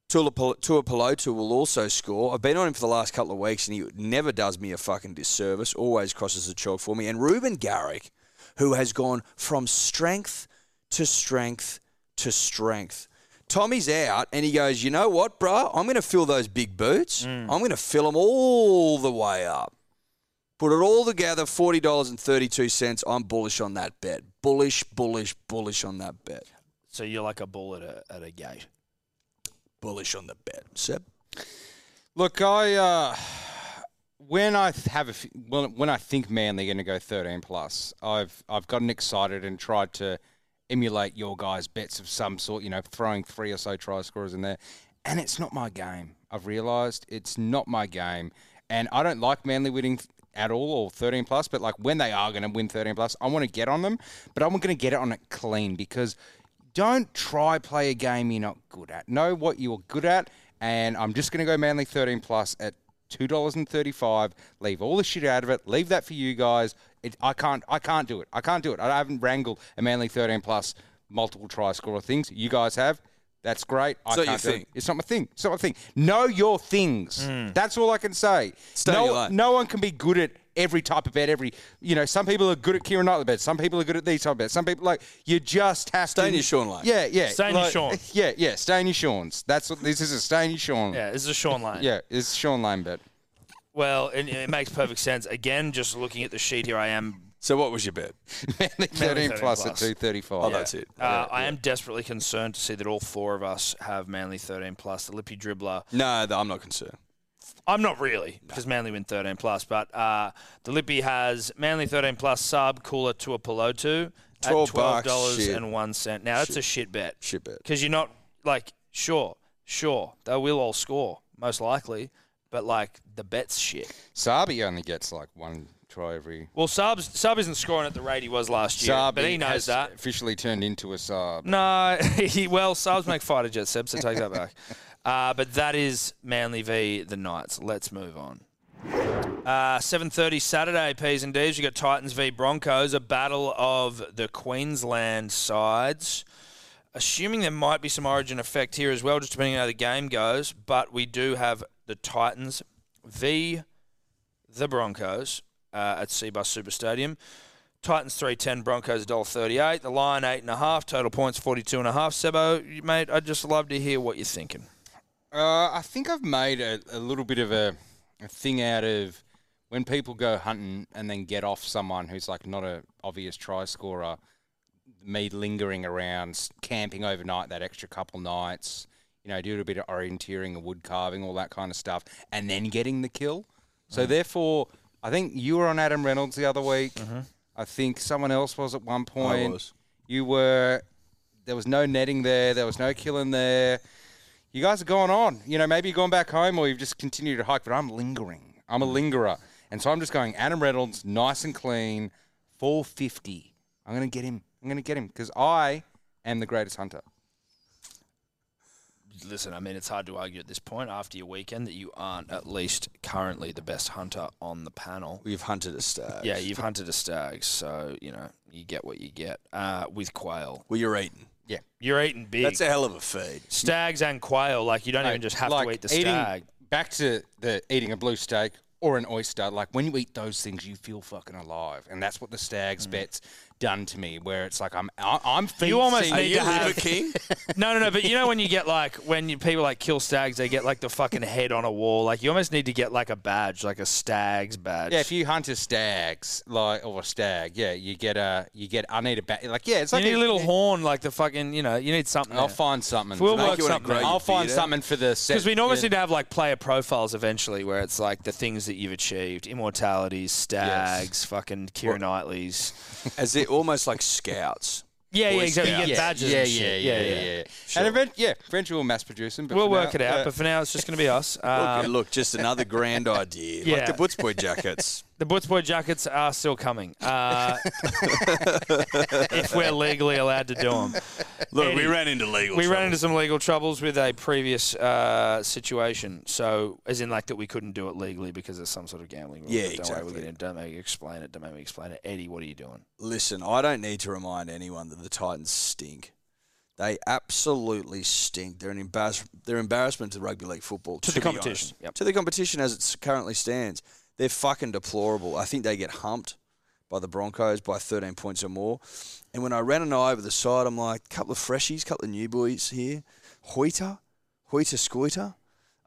[SPEAKER 2] Tuapalotu will also score. I've been on him for the last couple of weeks and he never does me a fucking disservice, always crosses the chalk for me. And Ruben Garrick, who has gone from strength to strength to strength. Tommy's out and he goes, You know what, bruh? I'm going to fill those big boots.
[SPEAKER 1] Mm.
[SPEAKER 2] I'm going to fill them all the way up. Put it all together, $40.32. I'm bullish on that bet. Bullish, bullish, bullish on that bet.
[SPEAKER 1] So you're like a bull at a, at a gate.
[SPEAKER 2] Bullish on the bet. Seb?
[SPEAKER 3] Look, I uh, when I th- have a f- well, when I think Manly going to go thirteen plus, I've I've gotten excited and tried to emulate your guys' bets of some sort. You know, throwing three or so try scorers in there, and it's not my game. I've realised it's not my game, and I don't like Manly winning. th- At all, or 13 plus, but like when they are going to win 13 plus, I want to get on them, but I'm going to get it on it clean because don't try play a game you're not good at. Know what you're good at, and I'm just going to go Manly 13 plus at two dollars and 35. Leave all the shit out of it. Leave that for you guys. It, I can't. I can't do it. I can't do it. I haven't wrangled a Manly 13 plus multiple try scorer things. You guys have. That's great. I
[SPEAKER 2] not
[SPEAKER 3] can't
[SPEAKER 2] your
[SPEAKER 3] do it.
[SPEAKER 2] thing. Hmm.
[SPEAKER 3] It's not my thing. It's not my thing. Know your things. That's all I can say.
[SPEAKER 2] Stay in your
[SPEAKER 3] no,
[SPEAKER 2] lane.
[SPEAKER 3] no one can be good at every type of bet. Every you know, some people are good at Kieran Knightley bets. Some people are good at these type of bets. Some people like you just have
[SPEAKER 2] Stay in
[SPEAKER 3] to-
[SPEAKER 2] your Sean lane.
[SPEAKER 3] Yeah, yeah.
[SPEAKER 1] Stay in your Sean.
[SPEAKER 3] Yeah, yeah. Stay in your Sean's. That's what this is. A stay in your Sean. Yeah,
[SPEAKER 1] Yeah, this is a Sean Lane.
[SPEAKER 3] it's Sean Lane bet.
[SPEAKER 1] Well, it, it makes perfect sense. Again, just looking at the sheet here, I am.
[SPEAKER 2] So, what was your bet?
[SPEAKER 3] Manly 13
[SPEAKER 1] 13
[SPEAKER 3] plus at
[SPEAKER 1] plus.
[SPEAKER 3] 235.
[SPEAKER 2] Oh, that's it.
[SPEAKER 1] Uh, I am desperately concerned to see that all four of us have Manly 13 plus. The Lippy dribbler,
[SPEAKER 2] No, th- I'm not concerned.
[SPEAKER 1] I'm not really because Manly win 13 plus, but uh, the Lippy has Manly 13 plus sub cooler to a Pelotu at
[SPEAKER 2] 12 bucks,
[SPEAKER 1] $12.01.
[SPEAKER 2] shit.
[SPEAKER 1] Now that's a shit bet
[SPEAKER 2] Shit bet.
[SPEAKER 1] because you're not like Sure, sure. They will all score, most likely. But like the bet's shit.
[SPEAKER 3] Sabi only gets like one try every.
[SPEAKER 1] Well, Saab's, Saab isn't scoring at the rate he was last year,
[SPEAKER 3] Sabi
[SPEAKER 1] but he knows
[SPEAKER 3] has
[SPEAKER 1] that.
[SPEAKER 3] Officially turned into a Saab.
[SPEAKER 1] No, he, well, Saab's make fighter jet, Seb, so take that back. Uh, but that is Manly v the Knights. Let's move on. Uh, 7.30 Saturday, P's and D's. you got Titans v Broncos, a battle of the Queensland sides. Assuming there might be some origin effect here as well, just depending on how the game goes. But we do have the Titans v the Broncos uh, at Seabus Super Stadium. Titans three ten, Broncos dollar thirty eight. The line eight and a half. Total points forty two and a half. Sebo, you- mate, I'd just love to hear what you're thinking.
[SPEAKER 3] Uh, I think I've made a, a little bit of a, a thing out of when people go hunting and then get off someone who's like not a obvious try scorer. Me lingering around, s- camping overnight, that extra couple nights, you know, doing a bit of orienteering and wood carving, all that kind of stuff, and then getting the kill. So therefore, I think you were on Adam Reynolds the other week. I think someone else was at one point.
[SPEAKER 2] was.
[SPEAKER 3] You were. There was no netting there. There was no killing there you guys are going on. You know, maybe you're going back home or you've just continued to hike, but I'm lingering. I'm a
[SPEAKER 1] Mm.
[SPEAKER 3] lingerer. And so I'm just going Adam Reynolds, nice and clean, 450. I'm going to get him. I'm going to get him because I am the greatest hunter.
[SPEAKER 1] Listen, I mean, it's hard to argue at this point after your weekend that you aren't at least currently the best hunter on the panel.
[SPEAKER 2] We've hunted a stag.
[SPEAKER 1] Yeah, you've hunted a stag, so you know you get what you get uh, with quail.
[SPEAKER 2] Well, you're eating.
[SPEAKER 3] Yeah.
[SPEAKER 1] You're eating big
[SPEAKER 2] That's a hell of a feed.
[SPEAKER 1] stags and quail. Like you don't even just have to eat the stag.
[SPEAKER 3] Back to the eating a blue steak or an oyster. Like when you eat those things, you feel fucking alive. And that's what the stag's bet's done to me, where it's like I'm I, I'm
[SPEAKER 1] Mm. You almost
[SPEAKER 3] fencing-
[SPEAKER 1] need
[SPEAKER 2] Are you
[SPEAKER 1] to have-
[SPEAKER 2] liver king?
[SPEAKER 1] No, no, no. But you know when you get like when you, people like kill stags, they get like the fucking head on a wall. Like you almost need to get like a badge, like a stag's badge.
[SPEAKER 3] Yeah, if you hunt a stags, like or a stag, yeah, you get a you get. I need a bat. Like yeah, it's
[SPEAKER 1] you
[SPEAKER 3] like
[SPEAKER 1] need a little horn, like the fucking you know, you need something.
[SPEAKER 3] I'll find something.
[SPEAKER 1] We'll
[SPEAKER 3] for that.
[SPEAKER 1] work
[SPEAKER 2] you wanna
[SPEAKER 1] something.
[SPEAKER 2] grow
[SPEAKER 1] out.
[SPEAKER 2] your
[SPEAKER 3] I'll find
[SPEAKER 2] beard out.
[SPEAKER 3] something for the set.
[SPEAKER 1] Because we normally
[SPEAKER 3] yeah.
[SPEAKER 1] need to have like player profiles eventually, where it's like the things that you've achieved, immortalities, stags, fucking Kira Knightley's.
[SPEAKER 2] As it almost like scouts.
[SPEAKER 1] Yeah, yeah,
[SPEAKER 2] Boy
[SPEAKER 1] exactly. You
[SPEAKER 2] Scouts.
[SPEAKER 1] get
[SPEAKER 3] yeah,
[SPEAKER 1] badges.
[SPEAKER 3] yeah,
[SPEAKER 1] and
[SPEAKER 3] yeah,
[SPEAKER 1] shit.
[SPEAKER 3] yeah, yeah, yeah, And event, yeah, eventually we'll mass produce them. But
[SPEAKER 1] We'll
[SPEAKER 3] for
[SPEAKER 1] work
[SPEAKER 3] now, uh,
[SPEAKER 1] it out,
[SPEAKER 3] yeah.
[SPEAKER 1] but for now it's just going to be us. Um,
[SPEAKER 2] Okay, look, just another grand idea.
[SPEAKER 1] Yeah.
[SPEAKER 2] Like the Butts Boy jackets.
[SPEAKER 1] The Butts Boy jackets are still coming. Uh, if we're legally allowed to do them.
[SPEAKER 2] Look,
[SPEAKER 1] Eddie,
[SPEAKER 2] we ran into legal
[SPEAKER 1] We ran
[SPEAKER 2] trouble.
[SPEAKER 1] into some legal troubles with a previous uh, situation. So, as in, like, that we couldn't do it legally because of some sort of gambling rule. But
[SPEAKER 2] Yeah,
[SPEAKER 1] don't Worry,
[SPEAKER 2] exactly.
[SPEAKER 1] we're gonna, don't make me explain it. Don't make me explain it. Eddie, what are you doing?
[SPEAKER 2] Listen, I don't need to remind anyone that the Titans stink. They absolutely stink. They're an embarrass- they're embarrassment to rugby league football. To,
[SPEAKER 1] the
[SPEAKER 2] be
[SPEAKER 1] competition,
[SPEAKER 2] honest.
[SPEAKER 1] yep.
[SPEAKER 2] To the competition as it currently stands. They're fucking deplorable. I think they get humped by the Broncos by 13 points or more. And when I ran an eye over the side, I'm like, couple of freshies, couple of new boys here. Hoita, Hoita Scoita,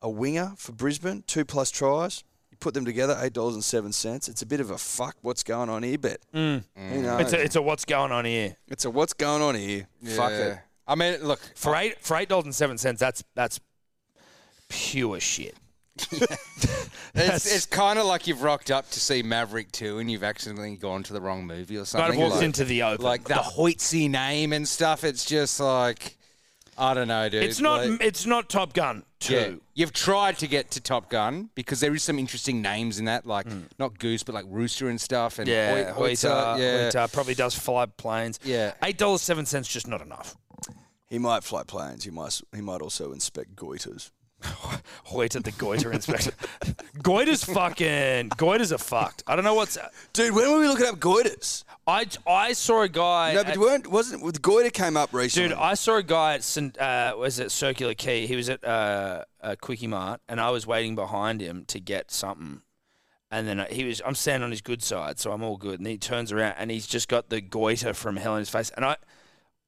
[SPEAKER 2] a winger for Brisbane, two plus tries. You put them together, $8.07. It's a bit of a fuck what's going on here, but you know,
[SPEAKER 1] Mm. It's a, it's a what's going on here.
[SPEAKER 2] it's a what's going on here. Fuck it.
[SPEAKER 3] Yeah. I mean, look,
[SPEAKER 1] For eight for eight dollars and seven cents, that's that's pure shit.
[SPEAKER 3] it's, it's kind of like you've rocked up to see Maverick 2 and you've accidentally gone to the wrong movie or
[SPEAKER 1] I'd
[SPEAKER 3] something.
[SPEAKER 1] have walked
[SPEAKER 3] like,
[SPEAKER 1] into the open.
[SPEAKER 3] like the Hoytsy name and stuff. It's just like, I don't know, dude.
[SPEAKER 1] it's not
[SPEAKER 3] like-
[SPEAKER 1] it's not Top Gun two.
[SPEAKER 3] Yeah. You've tried to get to Top Gun because there is some interesting names in that, like not Goose, but like Rooster and stuff. And
[SPEAKER 1] Yeah,
[SPEAKER 3] Hoi-
[SPEAKER 1] Hoita,
[SPEAKER 3] Hoita, uh, yeah.
[SPEAKER 1] Hoita uh, probably does fly planes.
[SPEAKER 3] Yeah.
[SPEAKER 1] eight dollars seven cents just not enough.
[SPEAKER 2] He might fly planes. He might. He might also inspect goiters.
[SPEAKER 1] Hoita the goiter inspector. goiter's fucking goiters are fucked. I don't know what's.
[SPEAKER 2] Dude, when were we looking up goiters?
[SPEAKER 1] I I saw a guy.
[SPEAKER 2] No, but
[SPEAKER 1] at-
[SPEAKER 2] weren't wasn't with goiter came up recently.
[SPEAKER 1] Dude, I saw a guy at St- uh, was it Circular Quay. He was at uh, a Quickie Mart, and I was waiting behind him to get something. And then I- he was, I'm standing on his good side, so I'm all good. And he turns around, and he's just got the goiter from hell in his face. And I,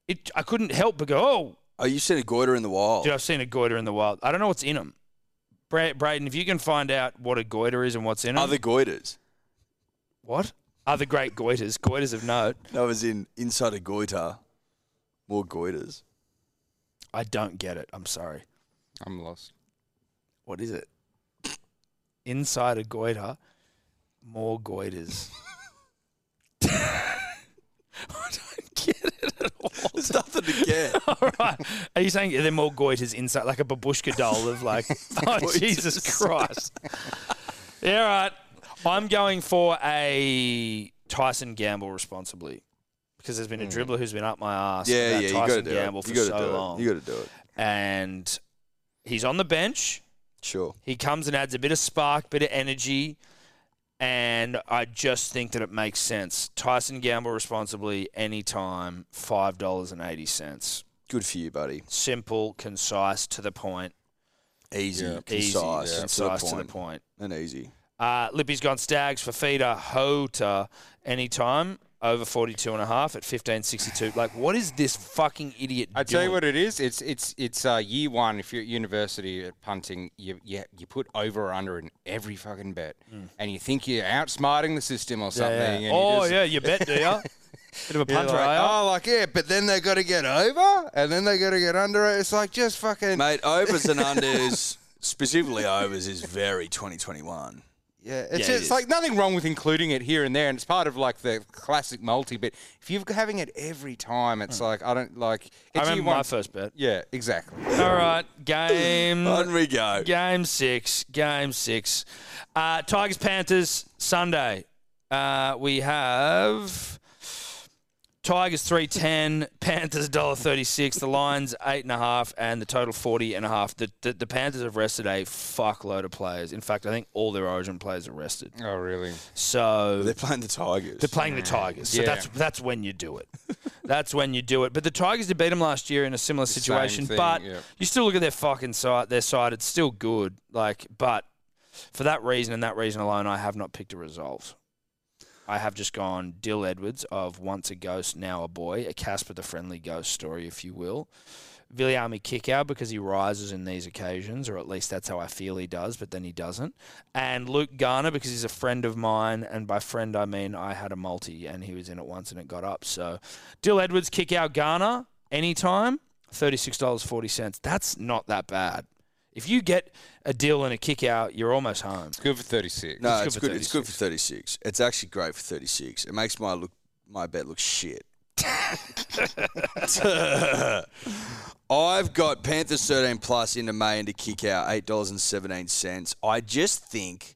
[SPEAKER 1] it, I couldn't help but go, "Oh,
[SPEAKER 2] oh, you seen a goiter in the wild?
[SPEAKER 1] dude, I've seen a goiter in the wild. I don't know what's in him." Bra- Braden, if you can find out what a goiter is and what's in him,
[SPEAKER 2] Other goiters.
[SPEAKER 1] what other great goiters, goiters of note,
[SPEAKER 2] That was in inside a goiter. More goiters.
[SPEAKER 1] I don't get it. I'm sorry.
[SPEAKER 3] I'm lost.
[SPEAKER 1] What is it? Inside a goiter, more goiters. I don't get it at all.
[SPEAKER 2] There's nothing to get.
[SPEAKER 1] All right. Are you saying they're more goiters inside, like a babushka doll of like, oh, Jesus Christ. yeah, all right. I'm going for a Tyson Gamble responsibly because there's been a dribbler who's been up my ass.
[SPEAKER 2] Hmm. Yeah, yeah,
[SPEAKER 1] about
[SPEAKER 2] you
[SPEAKER 1] Tyson
[SPEAKER 2] got to do
[SPEAKER 1] Gamble
[SPEAKER 2] it.
[SPEAKER 1] for
[SPEAKER 2] You got to
[SPEAKER 1] so
[SPEAKER 2] do
[SPEAKER 1] long.
[SPEAKER 2] it. You got to do it.
[SPEAKER 1] and he's on the bench.
[SPEAKER 2] Sure.
[SPEAKER 1] He comes and adds a bit of spark, bit of energy, and I just think that it makes sense. Tyson Gamble responsibly anytime, five dollars and eighty cents.
[SPEAKER 2] Good for you, buddy.
[SPEAKER 1] Simple, concise, to the point.
[SPEAKER 2] Easy,
[SPEAKER 1] Easy,
[SPEAKER 2] concise, to the
[SPEAKER 1] concise to the
[SPEAKER 2] point,
[SPEAKER 1] point.
[SPEAKER 2] and easy.
[SPEAKER 1] Uh, Lippy's gone stags for feeder Hota anytime over 42 and a half at 1562. Like, what is this fucking idiot
[SPEAKER 3] I tell
[SPEAKER 1] doing?
[SPEAKER 3] you what it is. It's it's it's uh, year one. If you're at university at punting, you you, you put over or under in every fucking bet, and you think you're outsmarting the system or something.
[SPEAKER 1] Mm. Yeah.
[SPEAKER 3] And you
[SPEAKER 1] Oh,
[SPEAKER 3] just-
[SPEAKER 1] yeah, you bet, do you? Bit of a
[SPEAKER 3] you're
[SPEAKER 1] punter,
[SPEAKER 3] like,
[SPEAKER 1] are ya?
[SPEAKER 3] oh, like yeah, but then they got to get over, and then they got to get under it. It's like just fucking
[SPEAKER 2] Mate, overs and unders, specifically overs, is very 2021.
[SPEAKER 3] yeah. It's,
[SPEAKER 1] it
[SPEAKER 3] just,
[SPEAKER 1] is.
[SPEAKER 3] it's like nothing wrong with including it here and there, and it's part of like the classic multi. But if you're having it every time, it's like I don't like. It's
[SPEAKER 1] Hmm. I
[SPEAKER 3] year
[SPEAKER 1] remember
[SPEAKER 3] one-
[SPEAKER 1] my first bet.
[SPEAKER 3] Yeah, exactly.
[SPEAKER 1] All right, game
[SPEAKER 2] On we go.
[SPEAKER 1] game six, game six. Uh, Tigers Panthers Sunday. Uh, we have Tigers three ten, Panthers dollar thirty six, the Lions eight and a half, and the total forty and a half. The, the the Panthers have rested a fuckload of players. In fact, I think all their Origin players are rested.
[SPEAKER 3] Oh really?
[SPEAKER 1] So
[SPEAKER 2] They're playing the Tigers.
[SPEAKER 1] they're playing the Tigers, so
[SPEAKER 3] Yeah.
[SPEAKER 1] that's that's when you do it. that's when you do it. But the Tigers did beat them last year in a similar situation.
[SPEAKER 3] thing,
[SPEAKER 1] but
[SPEAKER 3] yeah.
[SPEAKER 1] you still look at their fucking side. Their side, it's still good. Like, but for that reason and that reason alone, I have not picked a result. I have just gone Dill Edwards of once a ghost, now a boy, a Casper the Friendly Ghost story, if you will. Viliami Kickout because he rises in these occasions, or at least that's how I feel he does, but then he doesn't. And Luke Garner because he's a friend of mine, and by friend I mean I had a multi and he was in it once and it got up. So Dill Edwards, Kickout Garner, anytime, $36.40. That's not that bad. If you get a deal and a kick out, you're almost home.
[SPEAKER 3] Good for thirty six.
[SPEAKER 2] no,
[SPEAKER 1] it's
[SPEAKER 2] it's
[SPEAKER 1] good
[SPEAKER 2] good.
[SPEAKER 1] for
[SPEAKER 2] It's good for 36. It's actually great for 36. It makes my look my bet look shit. I've got Panthers 13 plus into May and to kick out $8.17. I just think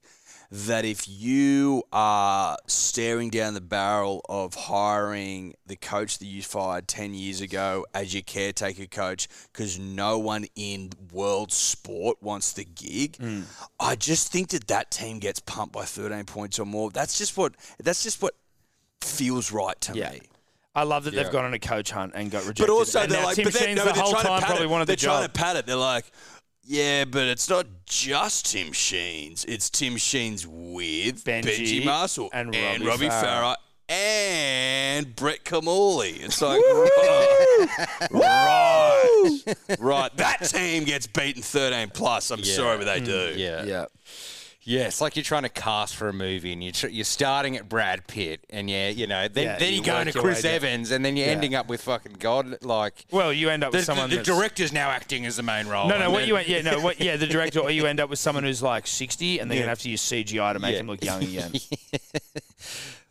[SPEAKER 2] that if you are staring down the barrel of hiring the coach that you fired 10 years ago as your caretaker coach because no one in world sport wants the gig i just think that that team gets pumped by 13 points or more that's just what that's just what feels right to
[SPEAKER 1] Yeah.
[SPEAKER 2] me
[SPEAKER 1] I love that they've
[SPEAKER 3] Yeah.
[SPEAKER 1] gone on a coach hunt and got rejected.
[SPEAKER 2] but also
[SPEAKER 1] and
[SPEAKER 2] they're
[SPEAKER 1] now
[SPEAKER 2] like
[SPEAKER 1] Tim
[SPEAKER 2] but then,
[SPEAKER 1] Sheens
[SPEAKER 2] no,
[SPEAKER 1] the
[SPEAKER 2] they're
[SPEAKER 1] whole
[SPEAKER 2] trying
[SPEAKER 1] time
[SPEAKER 2] to pat
[SPEAKER 1] probably
[SPEAKER 2] it.
[SPEAKER 1] wanted
[SPEAKER 2] they're
[SPEAKER 1] the
[SPEAKER 2] trying
[SPEAKER 1] job.
[SPEAKER 2] to pat it they're like yeah, but it's not just Tim Sheens. It's Tim Sheens with
[SPEAKER 1] Benji
[SPEAKER 2] Benji, Marshall
[SPEAKER 1] and
[SPEAKER 2] and
[SPEAKER 1] Robbie
[SPEAKER 2] Robbie
[SPEAKER 1] Farah.
[SPEAKER 2] Farah and Brett Kamali. It's like, right, right, right. That team gets beaten 13 plus. I'm sorry, but they do.
[SPEAKER 3] Yeah.
[SPEAKER 1] Hmm. yeah.
[SPEAKER 3] Yeah, it's like you're trying to cast for a movie, and you're tr- you're starting at Brad Pitt, and yeah, you know, then
[SPEAKER 1] Yeah,
[SPEAKER 3] then
[SPEAKER 1] you
[SPEAKER 3] you go
[SPEAKER 1] work
[SPEAKER 3] to
[SPEAKER 1] your way
[SPEAKER 3] Chris
[SPEAKER 1] down.
[SPEAKER 3] Evans, and then you're ending up with fucking God, like
[SPEAKER 1] Well, you end up
[SPEAKER 3] the,
[SPEAKER 1] with someone
[SPEAKER 3] the, the
[SPEAKER 1] that's-
[SPEAKER 3] director's now acting as the main role.
[SPEAKER 1] No, no.
[SPEAKER 3] and
[SPEAKER 1] What
[SPEAKER 3] then-
[SPEAKER 1] you end, yeah, no, what, yeah, the director, or you end up with someone who's like sixty, and they're
[SPEAKER 3] Yeah.
[SPEAKER 1] gonna have to use CGI to make
[SPEAKER 3] Yeah.
[SPEAKER 1] him look young again.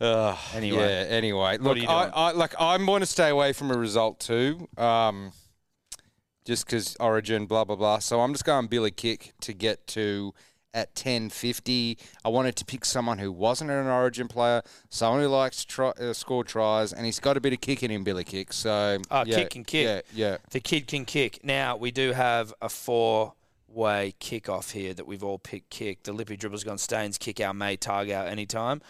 [SPEAKER 3] Ugh,
[SPEAKER 1] Anyway.
[SPEAKER 3] yeah, anyway, look,
[SPEAKER 1] are you
[SPEAKER 3] I,
[SPEAKER 1] doing?
[SPEAKER 3] I like I'm going to stay away from a result too, um, just because Origin, blah blah blah. So I'm just going Billy Kick to get to at 10:50. I wanted to pick someone who wasn't an Origin player, someone who likes to try, uh, score tries, and he's got a bit of kick in him, Billy Kick. So
[SPEAKER 1] Oh, kick and kick.
[SPEAKER 3] yeah, yeah.
[SPEAKER 1] The kid can kick. Now we do have a four-way kickoff here that we've all picked. Kick the Lippy dribble's gone. Staines kick out May Targ out anytime,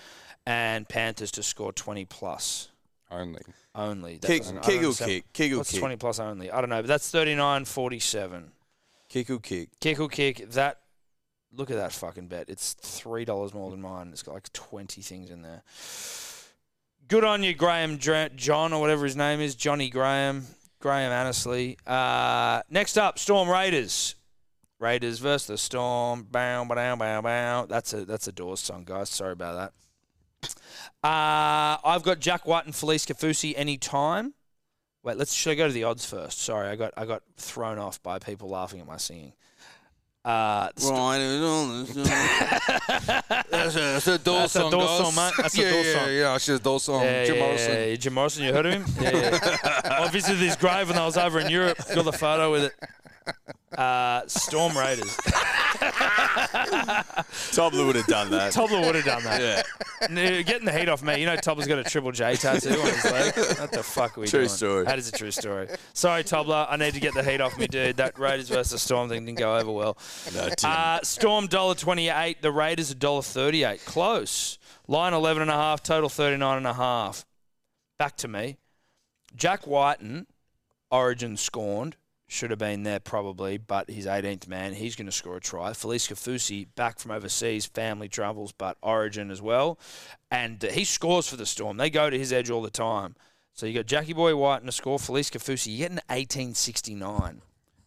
[SPEAKER 1] and Panthers to score twenty plus
[SPEAKER 3] Only
[SPEAKER 1] only. That
[SPEAKER 2] Kick,
[SPEAKER 1] doesn't- I don't
[SPEAKER 2] kick, will
[SPEAKER 1] understand-
[SPEAKER 2] kick, kick, will
[SPEAKER 1] What's
[SPEAKER 2] kick,
[SPEAKER 1] twenty plus only? I don't know, but that's thirty-nine forty-seven.
[SPEAKER 2] kick, will kick.
[SPEAKER 1] Kickle kick that. Look at that fucking bet. It's three dollars more than mine. It's got like twenty things in there. Good on you, Graham Dra- John or whatever his name is, Johnny Graham, Graham Annesley. Uh, next up, Storm Raiders. Raiders versus the Storm. Bow, bow, bow, bow. That's a that's a Doors song, guys. Sorry about that. Uh, I've got Jack White and Felice Kafusi anytime. Wait, let's should I go to the odds first? Sorry, I got I got thrown off by people laughing at my singing. Uh, the st-
[SPEAKER 2] Right, it's all this, uh, that's a, that's a door
[SPEAKER 1] That's a
[SPEAKER 2] song,
[SPEAKER 1] door
[SPEAKER 2] guys.
[SPEAKER 1] song, mate. That's a
[SPEAKER 2] yeah,
[SPEAKER 1] door
[SPEAKER 2] yeah,
[SPEAKER 1] song.
[SPEAKER 2] yeah. It's just a door song.
[SPEAKER 1] yeah,
[SPEAKER 2] Jim
[SPEAKER 1] yeah,
[SPEAKER 2] Morrison.
[SPEAKER 1] yeah, yeah. Jim Morrison, you heard of him? Yeah, yeah. I visited his grave when I was over in Europe. Got the photo with it. Uh, Storm Raiders.
[SPEAKER 4] Tobler would have done that.
[SPEAKER 1] Tobler would have done that. No, Getting the heat off me. You know, Tobler's got a Triple J tattoo on his leg. What the fuck are we
[SPEAKER 2] True
[SPEAKER 1] doing?
[SPEAKER 2] story.
[SPEAKER 1] That is a true story. Sorry, Tobler. I need to get the heat off me, dude. That Raiders versus Storm thing didn't go over well.
[SPEAKER 2] No, it didn't.
[SPEAKER 1] Uh, Storm dollar twenty eight. The Raiders dollar thirty eight. Close. Line eleven and a half. Total thirty nine and a half. Back to me. Jack Whiten, Origin scorned. Should have been there probably, but he's 18th man. He's going to score a try. Felice Kafusi back from overseas, family troubles, but Origin as well. And uh, he scores for the Storm. They go to his edge all the time. So you got Jackie Boy White and a score, Felice Kafusi. You get an 1869.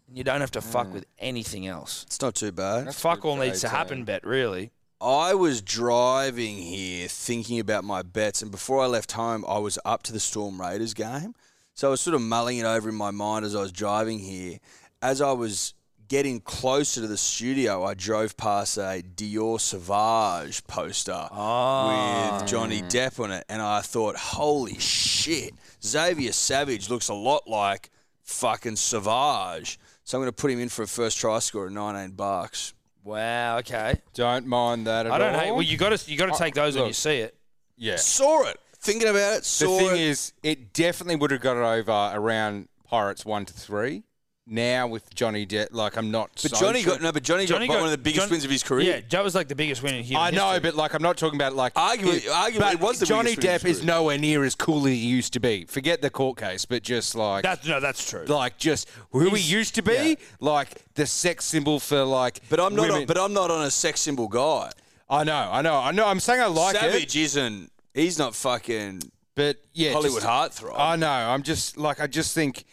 [SPEAKER 1] And you don't have to
[SPEAKER 3] Hmm.
[SPEAKER 1] fuck with anything else.
[SPEAKER 2] It's not too bad.
[SPEAKER 1] Fuck all needs to happen, bet, really.
[SPEAKER 2] I was driving here thinking about my bets, and before I left home, I was up to the Storm Raiders game. So I was sort of mulling it over in my mind as I was driving here. As I was getting closer to the studio, I drove past a Dior Sauvage poster with Johnny Depp on it, and I thought, holy shit, Xavier Savage looks a lot like fucking Sauvage. So I'm going to put him in for a first try score at 19 bucks.
[SPEAKER 1] Wow, okay.
[SPEAKER 3] Don't mind that at
[SPEAKER 1] I don't
[SPEAKER 3] all.
[SPEAKER 1] hate. Well, you got to you got to take those when
[SPEAKER 3] look.
[SPEAKER 1] you see it.
[SPEAKER 3] yeah.
[SPEAKER 2] Saw it. Thinking about it,
[SPEAKER 3] The
[SPEAKER 2] saw
[SPEAKER 3] thing
[SPEAKER 2] it.
[SPEAKER 3] is, it definitely would have got it over around Pirates one to three. Now with Johnny Depp, like I'm not.
[SPEAKER 2] But
[SPEAKER 3] so
[SPEAKER 2] Johnny
[SPEAKER 3] sure.
[SPEAKER 2] got no. But Johnny,
[SPEAKER 1] Johnny
[SPEAKER 2] got,
[SPEAKER 1] got-
[SPEAKER 2] one of the biggest
[SPEAKER 1] John-
[SPEAKER 2] wins of his
[SPEAKER 1] Yeah,
[SPEAKER 2] career.
[SPEAKER 1] that was like the biggest win in human
[SPEAKER 3] I know,
[SPEAKER 1] history.
[SPEAKER 3] but like I'm not talking about like
[SPEAKER 2] Arguably- arguably
[SPEAKER 3] but
[SPEAKER 2] it was the
[SPEAKER 3] Johnny
[SPEAKER 2] biggest win of
[SPEAKER 3] Depp
[SPEAKER 2] his
[SPEAKER 3] is
[SPEAKER 2] career.
[SPEAKER 3] nowhere near as cool as he used to be. Forget the court case, but just like
[SPEAKER 1] That's no, that's true.
[SPEAKER 3] like just who
[SPEAKER 1] He's-
[SPEAKER 3] he used to be, like the sex symbol for like.
[SPEAKER 2] But I'm not.
[SPEAKER 3] women.
[SPEAKER 2] but I'm not on a sex symbol guy.
[SPEAKER 3] I know, I know, I know. I'm saying I like it,
[SPEAKER 2] Savage is isn't. He's not fucking
[SPEAKER 3] but yeah,
[SPEAKER 2] Hollywood
[SPEAKER 3] just,
[SPEAKER 2] heartthrob.
[SPEAKER 3] I know. I'm just like I just think,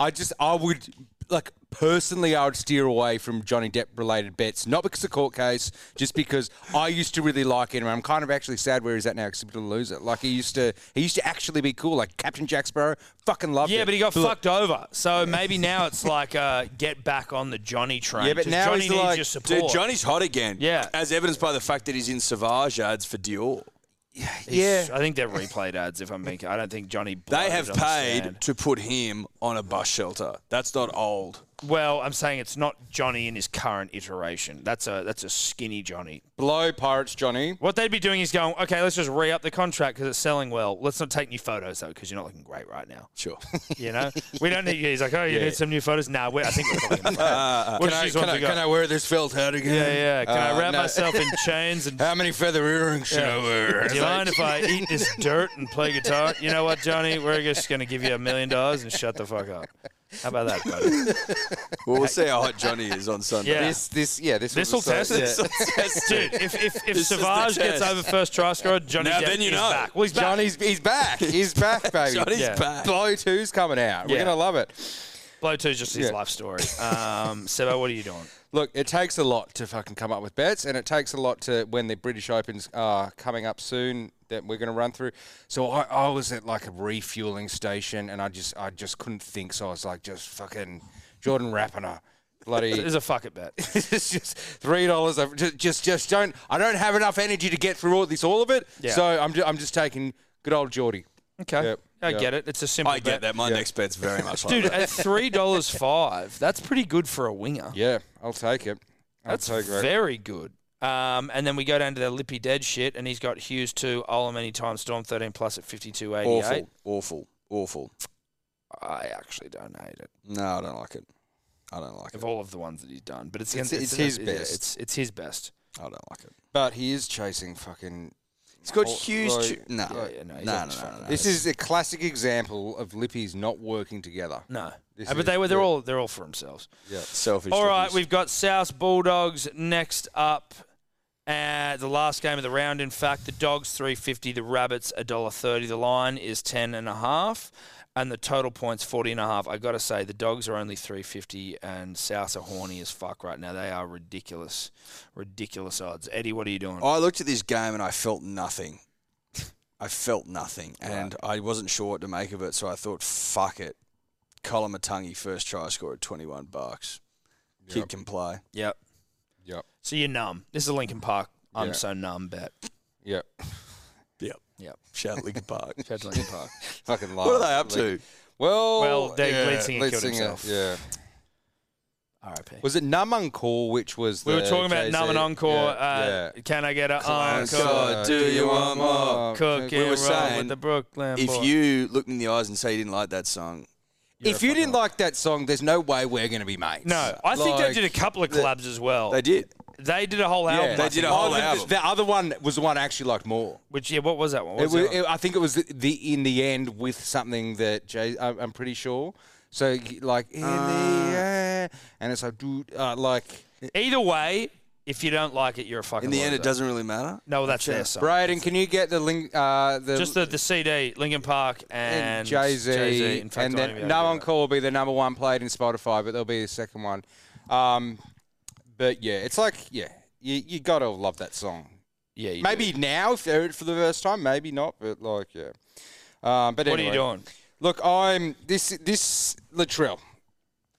[SPEAKER 3] I just I would like personally I would steer away from Johnny Depp related bets, not because of court case, just because I used to really like him. and I'm kind of actually sad where he's at now because he's going to lose it. Like he used to, he used to actually be cool. Like Captain Jack Sparrow, fucking loved
[SPEAKER 1] yeah,
[SPEAKER 3] it.
[SPEAKER 1] but he got
[SPEAKER 3] look,
[SPEAKER 1] fucked over. So maybe now it's like uh, get back on the Johnny train.
[SPEAKER 3] Yeah, but
[SPEAKER 1] 'cause
[SPEAKER 3] now
[SPEAKER 1] Johnny
[SPEAKER 3] he's
[SPEAKER 1] needs
[SPEAKER 3] like-
[SPEAKER 1] your
[SPEAKER 2] Dude,
[SPEAKER 1] support.
[SPEAKER 2] Johnny's hot again.
[SPEAKER 1] Yeah.
[SPEAKER 2] as evidenced by the fact that he's in Savage ads for Dior.
[SPEAKER 3] Yeah,
[SPEAKER 1] I think they're replayed ads. If I'm being, I don't think Johnny.
[SPEAKER 2] They
[SPEAKER 1] bloated
[SPEAKER 2] have
[SPEAKER 1] on the
[SPEAKER 2] paid
[SPEAKER 1] stand.
[SPEAKER 2] to put him on a bus shelter. That's not old.
[SPEAKER 1] Well, I'm saying it's not Johnny in his current iteration. That's a that's a skinny Johnny.
[SPEAKER 3] blow Pirates Johnny.
[SPEAKER 1] What they'd be doing is going, okay, let's just re up the contract because it's selling well. Let's not take new photos though because you're not looking great right now.
[SPEAKER 2] Sure.
[SPEAKER 1] You know, we don't need. you. He's like, oh, you need some new photos. Nah, we're, I think we're fine.
[SPEAKER 3] Uh,
[SPEAKER 1] We'll just use ones we got.
[SPEAKER 3] wear this felt hat again?
[SPEAKER 1] Yeah, yeah. Can I
[SPEAKER 3] Uh,
[SPEAKER 1] wrap
[SPEAKER 3] no.
[SPEAKER 1] myself in chains and
[SPEAKER 3] How many feather earrings should I wear?
[SPEAKER 1] Do you mind if I eat this dirt and play guitar? You know what, Johnny? We're just going to give you a million dollars and shut the fuck up. How about that, buddy?
[SPEAKER 2] well, we'll see how hot Johnny is on Sunday.
[SPEAKER 1] Yeah.
[SPEAKER 3] This, this, yeah, this.
[SPEAKER 1] This will
[SPEAKER 3] was so-
[SPEAKER 1] test
[SPEAKER 3] yeah.
[SPEAKER 1] it. Dude, if, if, if
[SPEAKER 2] This is the
[SPEAKER 1] Savage gets
[SPEAKER 2] test.
[SPEAKER 1] over first try scorer, Johnny
[SPEAKER 2] Now
[SPEAKER 1] Depp
[SPEAKER 2] then you
[SPEAKER 1] is
[SPEAKER 2] know.
[SPEAKER 1] back. Well, he's back.
[SPEAKER 3] Johnny's he's back. He's back, baby.
[SPEAKER 2] Johnny's
[SPEAKER 1] Yeah.
[SPEAKER 2] back.
[SPEAKER 3] Blow two's coming out. We're
[SPEAKER 1] Yeah.
[SPEAKER 3] gonna love it.
[SPEAKER 1] Blow two is just his
[SPEAKER 3] Yeah.
[SPEAKER 1] life story. Um, Sebo, what are you doing?
[SPEAKER 3] Look, it takes a lot to fucking come up with bets, and it takes a lot to when the British Opens are coming up soon that we're going to run through. So I, I was at like a refueling station, and I just I just couldn't think. So I was like, just fucking Jordan Rapiner, bloody.
[SPEAKER 1] It's a fuck it bet.
[SPEAKER 3] it's just three dollars. Just, just, just don't. I don't have enough energy to get through all this, all of it.
[SPEAKER 1] Yeah.
[SPEAKER 3] So I'm, ju- I'm just taking good old Geordie.
[SPEAKER 1] Okay.
[SPEAKER 3] Yep,
[SPEAKER 1] I
[SPEAKER 3] yep.
[SPEAKER 1] get it. It's a simple
[SPEAKER 2] I get
[SPEAKER 1] bet.
[SPEAKER 2] that. My next bet's very much like
[SPEAKER 1] Dude,
[SPEAKER 2] that.
[SPEAKER 1] at $3.05, that's pretty good for a winger.
[SPEAKER 3] Yeah, I'll take it. I'll
[SPEAKER 1] That's
[SPEAKER 3] take it.
[SPEAKER 1] very good. Um, and then we go down to the Lippy Dead shit, and he's got Hughes 2, Olam anytime, Storm 13 plus at 52.88.
[SPEAKER 2] Awful, awful, awful.
[SPEAKER 1] I actually don't hate it
[SPEAKER 2] No, I don't like it. I don't like it.
[SPEAKER 1] of all of the ones that he's done, but it's
[SPEAKER 3] It's-
[SPEAKER 1] gonna-
[SPEAKER 3] it's
[SPEAKER 1] gonna-
[SPEAKER 3] his
[SPEAKER 1] yeah,
[SPEAKER 3] best.
[SPEAKER 1] It's it's his best.
[SPEAKER 2] I don't like it.
[SPEAKER 3] But he is chasing fucking
[SPEAKER 2] It's got
[SPEAKER 3] Oh,
[SPEAKER 2] huge.
[SPEAKER 3] like-
[SPEAKER 2] tu- no,
[SPEAKER 1] Yeah, yeah, no,
[SPEAKER 2] no,
[SPEAKER 1] he's
[SPEAKER 2] no,
[SPEAKER 1] on
[SPEAKER 2] no,
[SPEAKER 1] his
[SPEAKER 2] no,
[SPEAKER 1] phone.
[SPEAKER 2] no.
[SPEAKER 3] This is a classic example of Lippies not working together.
[SPEAKER 2] Mm.
[SPEAKER 1] No,
[SPEAKER 3] This
[SPEAKER 1] Uh, but
[SPEAKER 3] is-
[SPEAKER 1] they were they're
[SPEAKER 3] yeah.
[SPEAKER 1] all they're all for themselves.
[SPEAKER 3] Yeah.
[SPEAKER 2] selfish.
[SPEAKER 1] All right,
[SPEAKER 2] lookies.
[SPEAKER 1] we've got South Bulldogs next up. Uh, the last game of the round, in fact, the Dogs three fifty, the Rabbits a dollar thirty. The line is ten and a half, and the total points forty and a half. I got to say, the Dogs are only three fifty, and South are horny as fuck right now. They are ridiculous, ridiculous odds. Eddie, what are you
[SPEAKER 3] Oh.
[SPEAKER 1] doing?
[SPEAKER 2] I looked at this game and I felt nothing. I felt nothing, and I wasn't sure what to make of it. So I thought, fuck it. Colin Matangi first try score at twenty one bucks. Kid can play.
[SPEAKER 1] Yep.
[SPEAKER 3] Yep.
[SPEAKER 1] So you're numb. This is a Lincoln Park. I'm so numb bet.
[SPEAKER 3] Yep.
[SPEAKER 2] Yep.
[SPEAKER 1] Yep.
[SPEAKER 2] Shout out Lincoln Park.
[SPEAKER 1] Shout to Lincoln Park.
[SPEAKER 3] Fucking love.
[SPEAKER 2] what are they up to?
[SPEAKER 3] Well,
[SPEAKER 1] Well, Dave
[SPEAKER 3] yeah,
[SPEAKER 1] Leadsinger
[SPEAKER 3] lead
[SPEAKER 1] killed
[SPEAKER 3] singer,
[SPEAKER 1] himself.
[SPEAKER 3] Yeah.
[SPEAKER 1] R.I.P.
[SPEAKER 3] Was it Numb Uncle, which was
[SPEAKER 1] We were
[SPEAKER 3] the
[SPEAKER 1] talking about
[SPEAKER 3] Jay-Z?
[SPEAKER 1] numb and encore.
[SPEAKER 3] Yeah,
[SPEAKER 1] uh,
[SPEAKER 3] yeah.
[SPEAKER 1] Can I get an encore?
[SPEAKER 2] God. do you want more?
[SPEAKER 1] Cook
[SPEAKER 2] Um, We
[SPEAKER 1] and
[SPEAKER 2] were
[SPEAKER 1] roll with
[SPEAKER 2] saying,
[SPEAKER 1] the Brooklyn
[SPEAKER 2] If
[SPEAKER 1] boy.
[SPEAKER 2] you looked in the eyes and say you didn't like that song,
[SPEAKER 3] If you didn't like that song, there's no way we're going to be mates.
[SPEAKER 1] no, I think they
[SPEAKER 3] Like,
[SPEAKER 1] did a couple of collabs as well.
[SPEAKER 2] they did.
[SPEAKER 1] They did a whole album.
[SPEAKER 3] yeah.
[SPEAKER 1] I
[SPEAKER 2] They did a
[SPEAKER 1] think.
[SPEAKER 2] whole
[SPEAKER 3] Oh, the-
[SPEAKER 2] album.
[SPEAKER 3] The other one was the one I actually liked more.
[SPEAKER 1] Which yeah, what was that one? What
[SPEAKER 3] It
[SPEAKER 1] was
[SPEAKER 3] was,
[SPEAKER 1] that one?
[SPEAKER 3] it- I think it was the, the in the end with something that Jay. I- I'm pretty sure. So y- like in the end, and it's like dude, uh, like
[SPEAKER 1] Either way, if you don't like it, you're a fucking.
[SPEAKER 2] In the end,
[SPEAKER 1] loser.
[SPEAKER 2] it doesn't really matter.
[SPEAKER 1] No, that's their song.
[SPEAKER 3] Braden, can you get the link? Uh, the
[SPEAKER 1] Just the, the CD, Linkin Park and
[SPEAKER 3] Jay Z,
[SPEAKER 1] In fact,
[SPEAKER 3] and
[SPEAKER 1] I won't even
[SPEAKER 3] then
[SPEAKER 1] be able
[SPEAKER 3] No
[SPEAKER 1] to
[SPEAKER 3] One
[SPEAKER 1] do
[SPEAKER 3] Call will be the number one played in Spotify, but there'll be a second one. Um, but yeah, it's like yeah, you you gotta love that song.
[SPEAKER 1] that. Yeah, you
[SPEAKER 3] Maybe now if you heard it for the first time, maybe not, but like yeah. Um, but
[SPEAKER 1] do. What
[SPEAKER 3] anyway.
[SPEAKER 1] are you doing?
[SPEAKER 3] Look, I'm this this Latrell.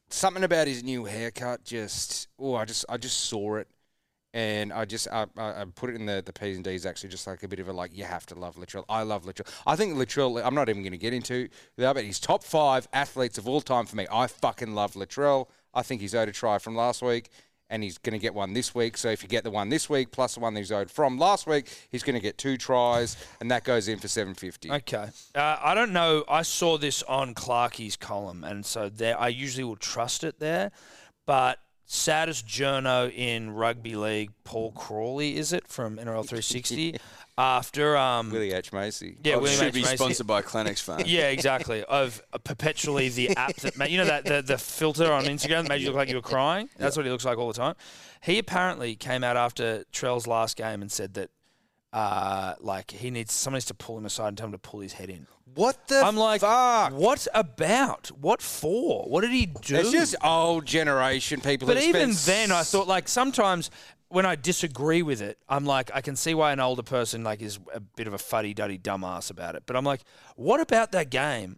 [SPEAKER 3] Something about his new haircut just oh, I just I just saw it, and I just I, I, I put it in the the P's and D's actually just like a bit of a like you have to love Latrell. I love Latrell. I think Latrell. I'm not even going to get into that, but he's top five athletes of all time for me. I fucking love Latrell. I think he's owed a try from last week. And he's going to get one this week. So if you get the one this week plus the one that he's owed from last week, he's going to get two tries, and that goes in for seven fifty.
[SPEAKER 1] Okay. Uh, I don't know. I saw this on Clarkie's column, and so there I usually will trust it there. But saddest journo in rugby league, Paul Crawley, is it from NRL 360? after um,
[SPEAKER 3] Willie H Macy.
[SPEAKER 1] yeah,
[SPEAKER 2] It
[SPEAKER 1] William
[SPEAKER 2] should
[SPEAKER 1] H.
[SPEAKER 2] be
[SPEAKER 1] Macy.
[SPEAKER 2] sponsored by Clinics Farm.
[SPEAKER 1] Yeah, exactly. Of uh, perpetually the app that made you know that the, the filter on Instagram that made you look like you were crying. That's what he looks like all the time. He apparently came out after Trell's last game and said that uh, like he needs someone needs to pull him aside and tell him to pull his head in.
[SPEAKER 3] What the?
[SPEAKER 1] I'm like,
[SPEAKER 3] fuck.
[SPEAKER 1] what about? What for? What did he do?
[SPEAKER 3] It's just old generation people.
[SPEAKER 1] but
[SPEAKER 3] who
[SPEAKER 1] even
[SPEAKER 3] spend
[SPEAKER 1] then, I thought like sometimes when I disagree with it, I'm like, I can see why an older person like is a bit of a fuddy duddy dumbass about it. But I'm like, what about that game?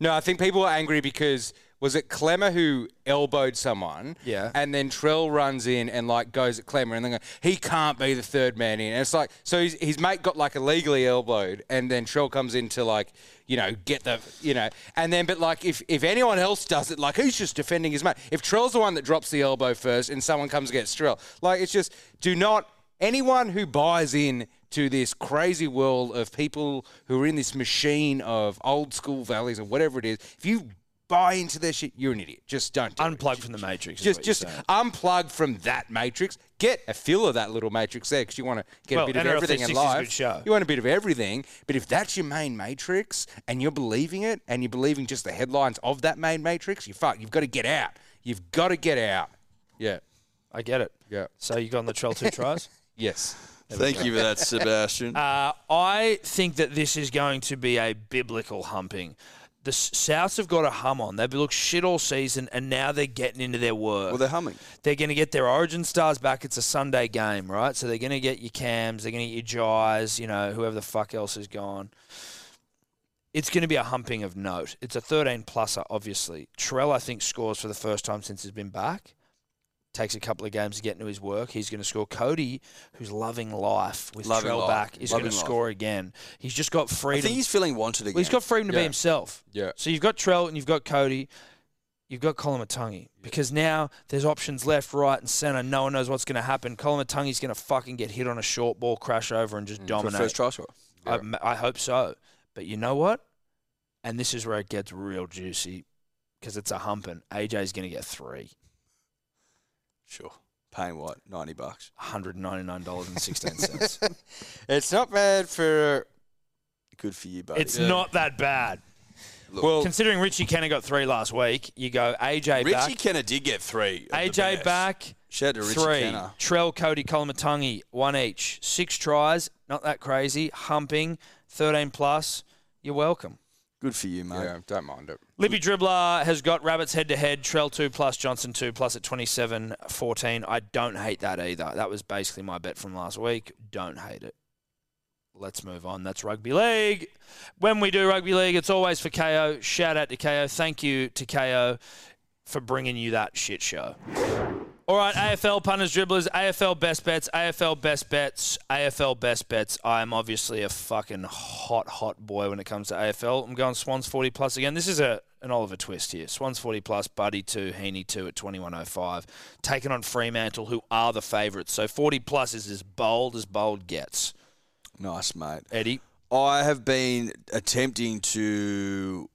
[SPEAKER 3] No, I think people were angry because was it Clemmer who elbowed someone?
[SPEAKER 1] Yeah.
[SPEAKER 3] And then Trell runs in and like goes at Clemmer and then go, he can't be the third man in. And it's like so his, his mate got like illegally elbowed and then Trell comes in to like you know get the you know and then but like if if anyone else does it like who's just defending his mate? If Trell's the one that drops the elbow first and someone comes and gets Trell, like it's just do not anyone who buys in to this crazy world of people who are in this machine of old school values or whatever it is, if you buy into their shit, you're an idiot. Just don't. Do it.
[SPEAKER 1] Unplugged from the Matrix. is
[SPEAKER 3] Just,
[SPEAKER 1] what you're
[SPEAKER 3] just
[SPEAKER 1] saying.
[SPEAKER 3] unplug from that matrix. Get a feel of that little matrix there, because you want to get
[SPEAKER 1] Well,
[SPEAKER 3] a bit of
[SPEAKER 1] NRL
[SPEAKER 3] everything in
[SPEAKER 1] 360 is a
[SPEAKER 3] life.
[SPEAKER 1] good show.
[SPEAKER 3] You want a bit of everything, but if that's your main matrix and you're believing it, and you're believing just the headlines of that main matrix, you fuck. You've got to get out. You've got to get out. Yeah.
[SPEAKER 1] I get it.
[SPEAKER 3] Yeah.
[SPEAKER 1] So you got Latrell two tries.
[SPEAKER 3] Yes.
[SPEAKER 2] Thank you for that, Sebastian.
[SPEAKER 1] Uh, I think that this is going to be a biblical humping. The S- Souths have got a hum on. They've looked shit all season, and now they're getting into their work.
[SPEAKER 2] well, they're humming.
[SPEAKER 1] they're going to get their origin stars back. It's a Sunday game, right? So they're going to get your Cams, they're going to get your Jais, you know, whoever the fuck else is gone. It's going to be a humping of note. It's a 13 pluser, obviously. Trell, I think, scores for the first time since he's been back. Takes a couple of games to get into his work. He's going to score. Cody, who's loving life with
[SPEAKER 2] Loving
[SPEAKER 1] Trell
[SPEAKER 2] life.
[SPEAKER 1] back, is going
[SPEAKER 2] Loving
[SPEAKER 1] to
[SPEAKER 2] life.
[SPEAKER 1] score again. He's just got
[SPEAKER 2] I
[SPEAKER 1] freedom.
[SPEAKER 2] think he's feeling wanted again.
[SPEAKER 1] Well, he's got freedom to be
[SPEAKER 3] Yeah.
[SPEAKER 1] himself.
[SPEAKER 3] Yeah.
[SPEAKER 1] So you've got Trell and you've got Cody, you've got Colamatungi because now there's options left, right, and centre. No one knows what's going to happen. Colamatungi's going to fucking get hit on a short ball, crash over, and just
[SPEAKER 2] Mm. for
[SPEAKER 1] dominate.
[SPEAKER 2] first try scorer.
[SPEAKER 1] I, I hope so. But you know what? And this is where it gets real juicy because it's a humping. AJ's going to get three.
[SPEAKER 2] Sure. Paying what? 90 bucks.
[SPEAKER 1] $199.16.
[SPEAKER 3] It's not bad for.
[SPEAKER 2] Good for you, buddy.
[SPEAKER 1] it's not that bad.
[SPEAKER 3] Well,
[SPEAKER 1] Considering Richie Kenner got three last week, you go AJ
[SPEAKER 2] Richie
[SPEAKER 1] back.
[SPEAKER 2] Kenner did get three. of the
[SPEAKER 1] AJ
[SPEAKER 2] best.
[SPEAKER 1] back.
[SPEAKER 2] Shout out to Richie
[SPEAKER 1] Three.
[SPEAKER 2] Kenner.
[SPEAKER 1] Trell, Cody, Colomatungi, one each. Six tries, not that crazy. Humping, 13 plus. You're welcome.
[SPEAKER 2] Good for you, mate.
[SPEAKER 3] yeah, don't mind it.
[SPEAKER 1] Libby Dribbler has got Rabbits head to head. Trell 2 plus, Johnson 2 plus at 27 14. I don't hate that either. That was basically my bet from last week. Don't hate it. Let's move on. That's rugby league. When we do rugby league, it's always for KO. Shout out to KO. Thank you to KO for bringing you that shit show. All right, AFL punters, dribblers, AFL best bets, AFL best bets, AFL best bets. I am obviously a fucking hot, hot boy when it comes to AFL. I'm going Swans 40 plus again. This is a an Oliver twist here. Swans 40 plus, Buddy 2, Heaney 2 at 21.05. Taking on Fremantle, who are the favourites. So 40 plus is as bold as bold gets.
[SPEAKER 2] Nice, mate.
[SPEAKER 1] Eddie?
[SPEAKER 2] I have been attempting to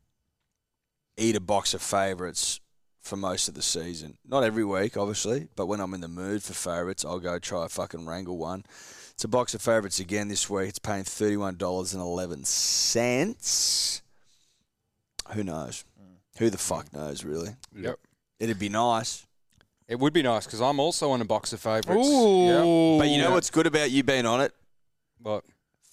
[SPEAKER 2] eat a box of favourites for most of the season. Not every week, obviously, but when I'm in the mood for favourites, I'll go try a fucking wrangle one. It's a box of favourites again this week. It's paying thirty-one dollars and eleven cents. Who knows? Who the fuck knows, really?
[SPEAKER 3] Yep.
[SPEAKER 2] It'd be nice.
[SPEAKER 3] It would be nice because I'm also on a box of favourites.
[SPEAKER 2] But you know what's good about you being on it?
[SPEAKER 3] But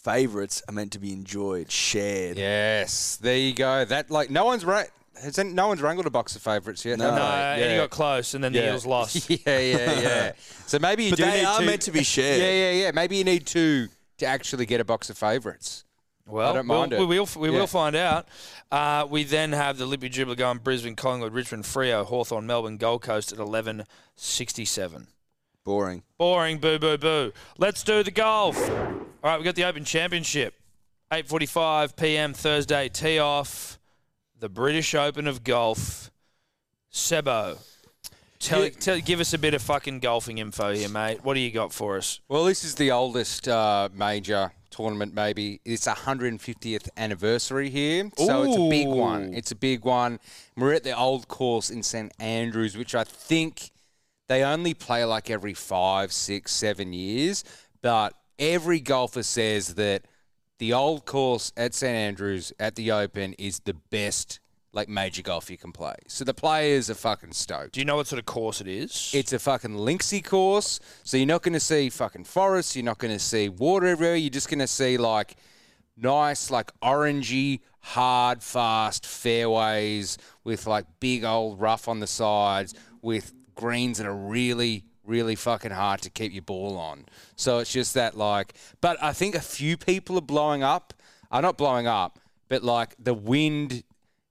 [SPEAKER 2] Favourites are meant to be enjoyed, shared.
[SPEAKER 3] yes, there you go. That like no one's right. Has any- no one's wrangled a box of favourites yet?
[SPEAKER 2] No.
[SPEAKER 3] have
[SPEAKER 1] No,
[SPEAKER 3] they?
[SPEAKER 1] and he
[SPEAKER 3] Uh, Yeah.
[SPEAKER 1] got close, and then the
[SPEAKER 3] Yeah.
[SPEAKER 1] Eels lost.
[SPEAKER 3] yeah, yeah, yeah. So maybe you
[SPEAKER 2] But
[SPEAKER 3] do
[SPEAKER 2] they
[SPEAKER 3] need
[SPEAKER 2] are
[SPEAKER 3] two-
[SPEAKER 2] meant to be shared.
[SPEAKER 3] Yeah, yeah, yeah. Maybe you need two to actually get a box of favourites.
[SPEAKER 1] Well,
[SPEAKER 3] I don't mind
[SPEAKER 1] we'll,
[SPEAKER 3] it.
[SPEAKER 1] We will, we
[SPEAKER 3] Yeah.
[SPEAKER 1] will find out. Uh, we then have the Lippy Dribbler going Brisbane, Collingwood, Richmond, Frio, Hawthorn, Melbourne, Gold Coast at 11.67.
[SPEAKER 2] Boring.
[SPEAKER 1] Boring, boo, boo, boo. Let's do the golf. All right, we've got the Open Championship. 8.45 p.m. Thursday, tee off. The British Open of Golf. Sebo, tell,
[SPEAKER 3] Yeah.
[SPEAKER 1] tell, give us a bit of fucking golfing info here, mate. What do you got for us?
[SPEAKER 3] Well, this is the oldest uh, major tournament, maybe. It's 150th anniversary here, so it's a big one.
[SPEAKER 1] Ooh.
[SPEAKER 3] It's a big one. We're at the old course in St Andrews, which I think they only play like every five, six, seven years. But every golfer says that the old course at St Andrews at the Open is the best like major golf you can play. So the players are fucking stoked.
[SPEAKER 1] Do you know what sort of course it is?
[SPEAKER 3] It's a fucking linksy course, so you're not going to see fucking forests. You're not going to see water everywhere. You're just going to see like nice, like orangey, hard, fast fairways with like big old rough on the sides, with greens that are really, really fucking hard to keep your ball on. So it's just that like, but I think a few people are blowing up. Are not blowing up, but like the wind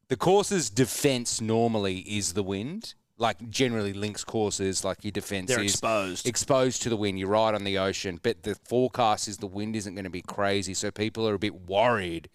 [SPEAKER 3] the course's defense normally is the wind. Like generally, links courses like your defense
[SPEAKER 1] They're
[SPEAKER 3] is
[SPEAKER 1] exposed.
[SPEAKER 3] exposed to the wind. You're right on the ocean, but the forecast is the wind isn't going to be crazy, so people are a bit worried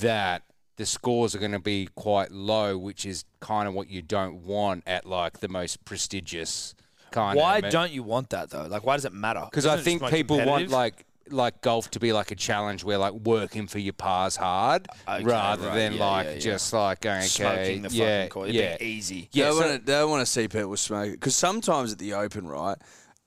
[SPEAKER 3] that the scores are going to be quite low, which is kind of what you don't want at like the most prestigious kind.
[SPEAKER 1] Why
[SPEAKER 3] of ma-
[SPEAKER 1] don't you want that though? Like, why does it matter?
[SPEAKER 3] because I think people want like like golf to be like a challenge where like working for your pars hard
[SPEAKER 1] Okay,
[SPEAKER 3] rather
[SPEAKER 1] right,
[SPEAKER 3] than
[SPEAKER 1] yeah,
[SPEAKER 3] like
[SPEAKER 1] yeah, yeah.
[SPEAKER 3] just like okay,
[SPEAKER 1] smoking the
[SPEAKER 3] yeah,
[SPEAKER 1] fucking coil. It'd
[SPEAKER 3] yeah,
[SPEAKER 1] be easy.
[SPEAKER 3] yeah.
[SPEAKER 2] they,
[SPEAKER 3] so-
[SPEAKER 2] want to, they want to see people smoke because sometimes at the open, right,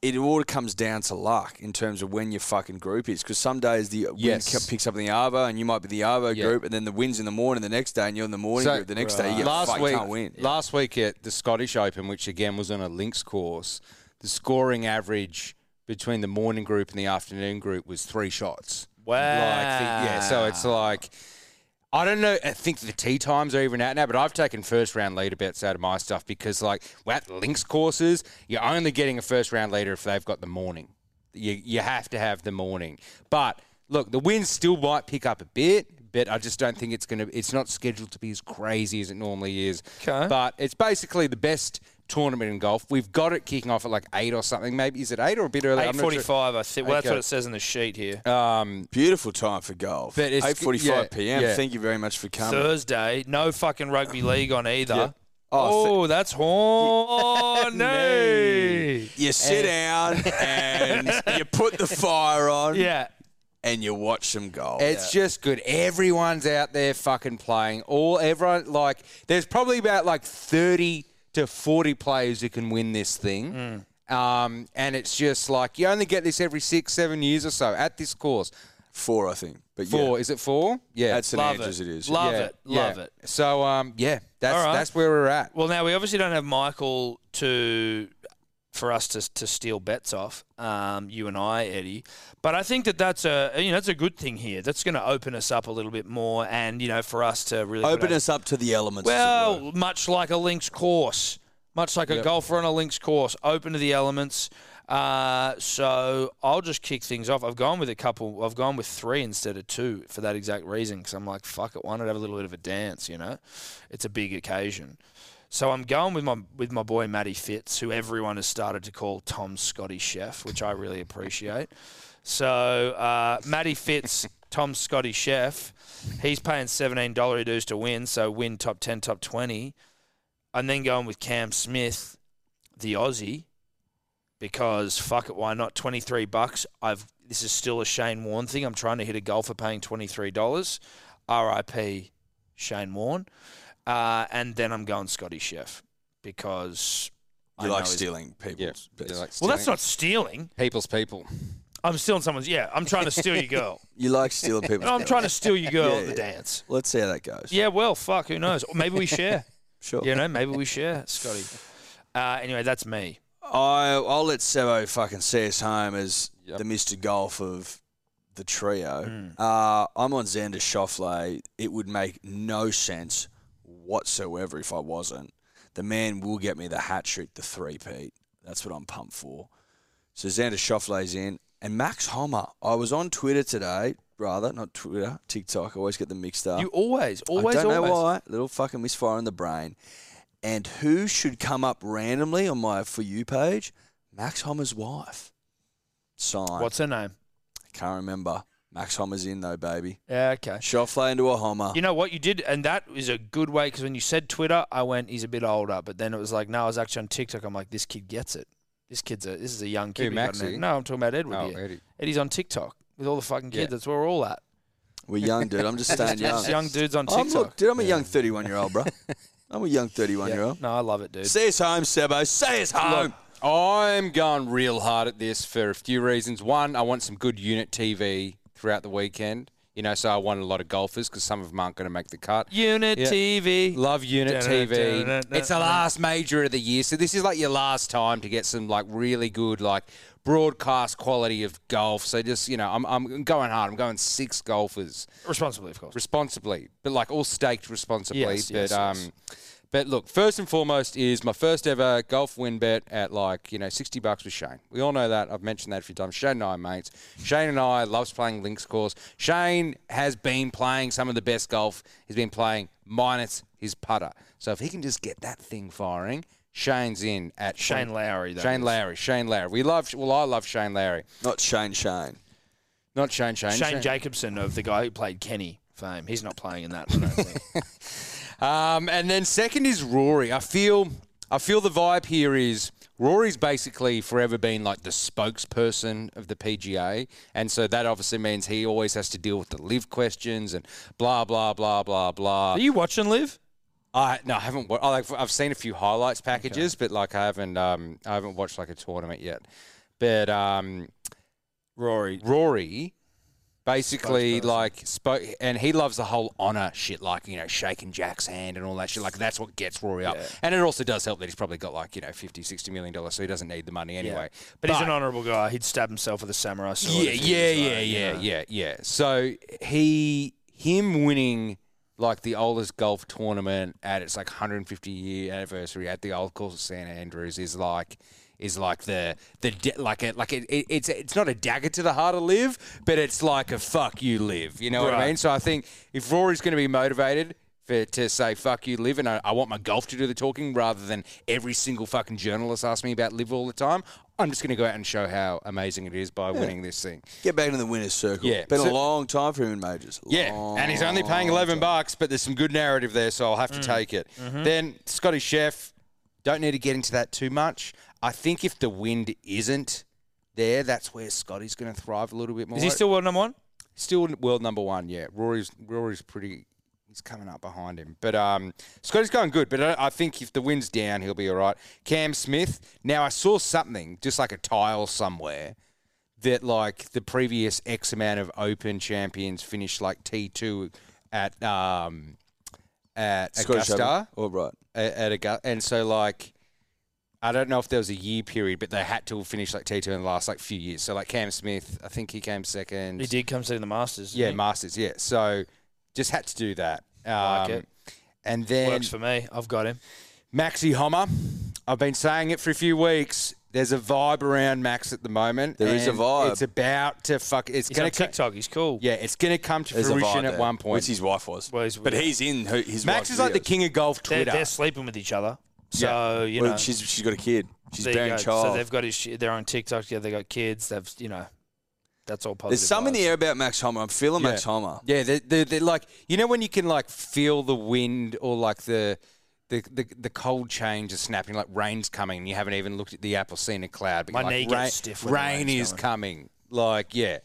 [SPEAKER 2] it all comes down to luck in terms of when your fucking group is. Because some days the
[SPEAKER 3] Yes.
[SPEAKER 2] wind ca- picks up in the arvo, and you might be the arvo
[SPEAKER 3] Yeah.
[SPEAKER 2] group, and then the wind's in the morning the next day, and you're in the morning
[SPEAKER 3] So-
[SPEAKER 2] group the next day. You get
[SPEAKER 3] last
[SPEAKER 2] fucked,
[SPEAKER 3] week,
[SPEAKER 2] can't win.
[SPEAKER 3] last week at the Scottish Open, which again was on a links course, the scoring average between the morning group and the afternoon group was three shots.
[SPEAKER 1] Wow.
[SPEAKER 3] Like the, yeah, so it's like I don't know. I think the tea times are even out now, but I've taken first round leader bets out of my stuff because, like, at links courses, you're only getting a first round leader if they've got the morning. You you have to have the morning. But look, the wind still might pick up a bit, but I just don't think it's gonna. It's not scheduled to be as crazy as it normally is.
[SPEAKER 1] Okay.
[SPEAKER 3] But it's basically the best tournament in golf. We've got it kicking off at like eight or something. Maybe is it eight or a bit early? I'm
[SPEAKER 1] eight
[SPEAKER 3] not sure.
[SPEAKER 1] forty-five. I think. Well, that's
[SPEAKER 3] Okay.
[SPEAKER 1] what it says in the sheet here.
[SPEAKER 2] Beautiful time for golf.
[SPEAKER 3] But it's-
[SPEAKER 2] Eight
[SPEAKER 3] yeah,
[SPEAKER 2] forty-five p.m.
[SPEAKER 3] yeah.
[SPEAKER 2] Thank you very much for coming.
[SPEAKER 1] Thursday, no fucking rugby league on either.
[SPEAKER 2] Oh,
[SPEAKER 1] Oh, that's horny.
[SPEAKER 2] You sit down and you put the fire on,
[SPEAKER 1] yeah.
[SPEAKER 2] and you watch some golf.
[SPEAKER 3] It's just good. Everyone's out there fucking playing. All everyone like there's probably about like 30 to 40 players who can win this thing.
[SPEAKER 1] Mm.
[SPEAKER 3] Um, and it's just like you only get this every six, seven years or so at this course.
[SPEAKER 2] four, I think. But
[SPEAKER 3] Four
[SPEAKER 2] yeah,
[SPEAKER 3] is it four? Yeah,
[SPEAKER 2] that's an
[SPEAKER 1] Love
[SPEAKER 2] Andrews.
[SPEAKER 1] it.
[SPEAKER 2] It is.
[SPEAKER 1] Love
[SPEAKER 3] yeah,
[SPEAKER 1] it. Love
[SPEAKER 3] yeah.
[SPEAKER 1] it.
[SPEAKER 3] So um, yeah, that's
[SPEAKER 1] All right.
[SPEAKER 3] that's where we're at.
[SPEAKER 1] Well, now we obviously don't have Michael to for us to, to steal bets off. Um, you and I, Eddie, but I think that that's a you know that's a good thing here. That's going to open us up a little bit more, and you know for us to really put
[SPEAKER 2] Open
[SPEAKER 1] our-
[SPEAKER 2] us up to the elements. as it were.
[SPEAKER 1] Well, much like a links course, much like a golfer on a links course, open to the elements. Uh, so I'll just kick things off. I've gone with a couple. I've gone with three instead of two for that exact reason. Because I'm like, fuck it, why not have a little bit of a dance? You know, it's a big occasion. So I'm going with my with my boy Matty Fitz, who everyone has started to call Tom Scotty Chef, which I really appreciate. So uh, Matty Fitz, Tom Scotty Chef, he's paying seventeen dollar dues to win, so win top ten, top twenty, and then going with Cam Smith, the Aussie, because fuck it, why not? Twenty three bucks. I've this is still a Shane Warne thing. I'm trying to hit a goal for paying twenty three dollars. R.I.P. Shane Warne. Uh, and then I'm going Scotty Chef because
[SPEAKER 2] You
[SPEAKER 1] know
[SPEAKER 2] like
[SPEAKER 1] he's-
[SPEAKER 2] stealing people.
[SPEAKER 1] Well, that's not stealing.
[SPEAKER 3] people's people.
[SPEAKER 1] I'm stealing someone's. Yeah, I'm trying to steal your girl.
[SPEAKER 2] You like stealing people.
[SPEAKER 1] No, I'm trying to steal your girl
[SPEAKER 2] Yeah,
[SPEAKER 1] at the
[SPEAKER 2] yeah.
[SPEAKER 1] dance.
[SPEAKER 2] Let's see how that goes.
[SPEAKER 1] Yeah, well, fuck, who knows? Or maybe we share.
[SPEAKER 2] sure.
[SPEAKER 1] You know, maybe we share, Scotty. Uh, anyway, that's me.
[SPEAKER 2] I, I'll let Sebo fucking see us home as the Mr. Golf of the trio.
[SPEAKER 1] Hmm.
[SPEAKER 2] Uh, I'm on Xander Schauffele. It would make no sense whatsoever if I wasn't. The man will get me the hat trick, the three Pete. That's what I'm pumped for. So Xander Schauffele's in. And Max Homer. I was on Twitter today, rather, not Twitter, TikTok. I always get them mixed up.
[SPEAKER 1] You always, always,
[SPEAKER 2] Oh. I don't
[SPEAKER 1] always.
[SPEAKER 2] know why. Little fucking misfire in the brain. And who should come up randomly on my For You page? Max Homer's wife. Sign.
[SPEAKER 1] What's her name?
[SPEAKER 2] Can't remember. Max Homer's in though, baby.
[SPEAKER 1] Yeah, okay.
[SPEAKER 2] Shoffley into a Homer.
[SPEAKER 1] You know what you did, and that is a good way because when you said Twitter, I went, "He's a bit older," but then it was like, "No, I was actually on TikTok." I'm like, "This kid gets it. This kid's a this is a young kid."
[SPEAKER 3] Who,
[SPEAKER 1] who got an
[SPEAKER 3] Maxie?
[SPEAKER 1] Ed-" No, I'm talking about Edward.
[SPEAKER 3] Oh,
[SPEAKER 1] here.
[SPEAKER 3] Eddie.
[SPEAKER 1] Eddie's on TikTok with all the fucking kids.
[SPEAKER 3] Yeah.
[SPEAKER 1] That's where we're all at.
[SPEAKER 2] We're young, dude. I'm just staying young.
[SPEAKER 1] Just young dudes on
[SPEAKER 2] I'm,
[SPEAKER 1] TikTok.
[SPEAKER 2] Oh, look, dude, I'm a young 31 year old, bro. I'm a young 31 year old.
[SPEAKER 1] No, I love it, dude.
[SPEAKER 2] Say us home, Sebo. Say us home.
[SPEAKER 3] I'm going real hard at this for a few reasons. One, I want some good unit TV throughout the weekend. You know, so I want a lot of golfers because some of them aren't going to make the cut.
[SPEAKER 1] Unit
[SPEAKER 3] Yeah.
[SPEAKER 1] TV.
[SPEAKER 3] Love Unit TV.
[SPEAKER 1] Dun-dun-dun-dun-dun.
[SPEAKER 3] It's the last major of the year, so this is like your last time to get some like really good like broadcast quality of golf. So just you know, I'm I'm going hard. I'm going six golfers
[SPEAKER 1] Responsibly, of course.
[SPEAKER 3] responsibly, but like all staked responsibly.
[SPEAKER 1] Yes,
[SPEAKER 3] but
[SPEAKER 1] yes,
[SPEAKER 3] um,
[SPEAKER 1] yes.
[SPEAKER 3] but look, first and foremost is my first ever golf win bet at like you know sixty bucks with Shane. We all know that. I've mentioned that a few times. Shane and I are mates. Shane and I loves playing links course. Shane has been playing some of the best golf. He's been playing minus his putter. So if he can just get that thing firing. Shane's in at
[SPEAKER 1] Shane Lowry, that
[SPEAKER 3] Shane
[SPEAKER 1] is.
[SPEAKER 3] Lowry. Shane Lowry. We love. Well, I love Shane Lowry.
[SPEAKER 2] Not Shane Shane.
[SPEAKER 3] Not Shane. Shane.
[SPEAKER 1] Shane Jacobson of the guy who played Kenny fame. He's not playing in that. I don't think.
[SPEAKER 3] Um, and then second is Rory. I feel I feel the vibe here is Rory's basically forever been like the spokesperson of the PGA, and so that obviously means he always has to deal with the live questions and blah blah blah blah blah.
[SPEAKER 1] Are you watching live?
[SPEAKER 3] I no, I haven't. wa- I like I've seen a few highlights packages, but like I haven't um, I haven't watched like a tournament yet. But um,
[SPEAKER 1] Rory.
[SPEAKER 3] Rory basically like spoke and he loves the whole honor shit like you know shaking jack's hand and all that shit like that's what gets rory up and it also does help that he's probably got like you know 50 60 million dollars so he doesn't need the money anyway
[SPEAKER 1] But, he's an honourable guy. He'd stab himself with a samurai sword.
[SPEAKER 3] yeah
[SPEAKER 1] if he
[SPEAKER 3] yeah
[SPEAKER 1] was,
[SPEAKER 3] yeah
[SPEAKER 1] like, you
[SPEAKER 3] yeah
[SPEAKER 1] know.
[SPEAKER 3] yeah yeah so he him winning like the oldest golf tournament at its like 150 year anniversary at the old course of St Andrews is like is like the the de- like a, like it, it, it's it's not a dagger to the heart of live but it's like a fuck you live you know what I
[SPEAKER 1] Right.
[SPEAKER 3] mean so I think if Rory's going to be motivated for, to say fuck you live and I, I want my golf to do the talking rather than every single fucking journalist asks me about live all the time I'm just going to go out and show how amazing it is by winning this thing
[SPEAKER 2] Get back into the winner's circle.
[SPEAKER 3] Yeah.
[SPEAKER 2] Been
[SPEAKER 3] So-
[SPEAKER 2] a long time for him in majors.
[SPEAKER 3] yeah, and he's only paying 11 bucks, but there's some good narrative there, so I'll have
[SPEAKER 1] Mm.
[SPEAKER 3] to take it.
[SPEAKER 1] Mm-hmm.
[SPEAKER 3] Then Scotty Chef, don't need to get into that too much. I think if the wind isn't there, that's where Scotty's going to thrive a little bit more.
[SPEAKER 1] Is he still world number one?
[SPEAKER 3] still world number one? Yeah, Rory's Rory's pretty. He's coming up behind him, but um, Scotty's going good. But I, I think if the wind's down, he'll be all right. Cam Smith. Now I saw something, just like a tile somewhere, that like the previous X amount of Open champions finished like T two at um at Augusta
[SPEAKER 2] All right.
[SPEAKER 3] at, at Augusta, and so like. I don't know if there was a year period, but they had to finish like T two in the last like few years. So like Cam Smith, I think he came second.
[SPEAKER 1] He did come see the Masters. didn't
[SPEAKER 3] Yeah,
[SPEAKER 1] he?
[SPEAKER 3] Masters. Yeah, so just had to do that. Um,
[SPEAKER 1] like it.
[SPEAKER 3] And then
[SPEAKER 1] works for me. I've got him.
[SPEAKER 3] Maxi Homer. I've been saying it for a few weeks. There's a vibe around Max at the moment.
[SPEAKER 2] There is a
[SPEAKER 3] and
[SPEAKER 2] vibe.
[SPEAKER 3] It's about to fuck. It's
[SPEAKER 1] He's
[SPEAKER 3] gonna
[SPEAKER 1] on
[SPEAKER 3] co-
[SPEAKER 1] TikTok. He's cool.
[SPEAKER 3] yeah, it's gonna come to
[SPEAKER 2] There's a
[SPEAKER 3] fruition
[SPEAKER 2] vibe
[SPEAKER 3] at
[SPEAKER 2] there,
[SPEAKER 3] one point.
[SPEAKER 2] Which his wife was.
[SPEAKER 1] Well, he's-
[SPEAKER 2] but he's in who, his
[SPEAKER 3] Max
[SPEAKER 2] wife's
[SPEAKER 3] is like the
[SPEAKER 2] videos.
[SPEAKER 3] king of golf
[SPEAKER 1] They're,
[SPEAKER 3] Twitter.
[SPEAKER 1] they're sleeping with each other. So, you know.
[SPEAKER 2] Well, she's, she's got a kid. She's
[SPEAKER 1] there you
[SPEAKER 2] bearing
[SPEAKER 1] go.
[SPEAKER 2] child.
[SPEAKER 1] So they've got his, their own TikTok. Yeah, they got kids. They've, you know, that's all positive.
[SPEAKER 2] There's some in
[SPEAKER 1] vibes.
[SPEAKER 2] the air about Max Homer. I'm feeling Max Homer.
[SPEAKER 3] Yeah, they're, they're, they're like you know when you can like feel the wind or like the the, the, the cold change is snapping, like rain's coming, and you haven't even looked at the app or seen a cloud. But
[SPEAKER 1] My
[SPEAKER 3] you're like,
[SPEAKER 1] knee gets stiff when the
[SPEAKER 3] rain
[SPEAKER 1] rain's
[SPEAKER 3] is coming. Like yeah,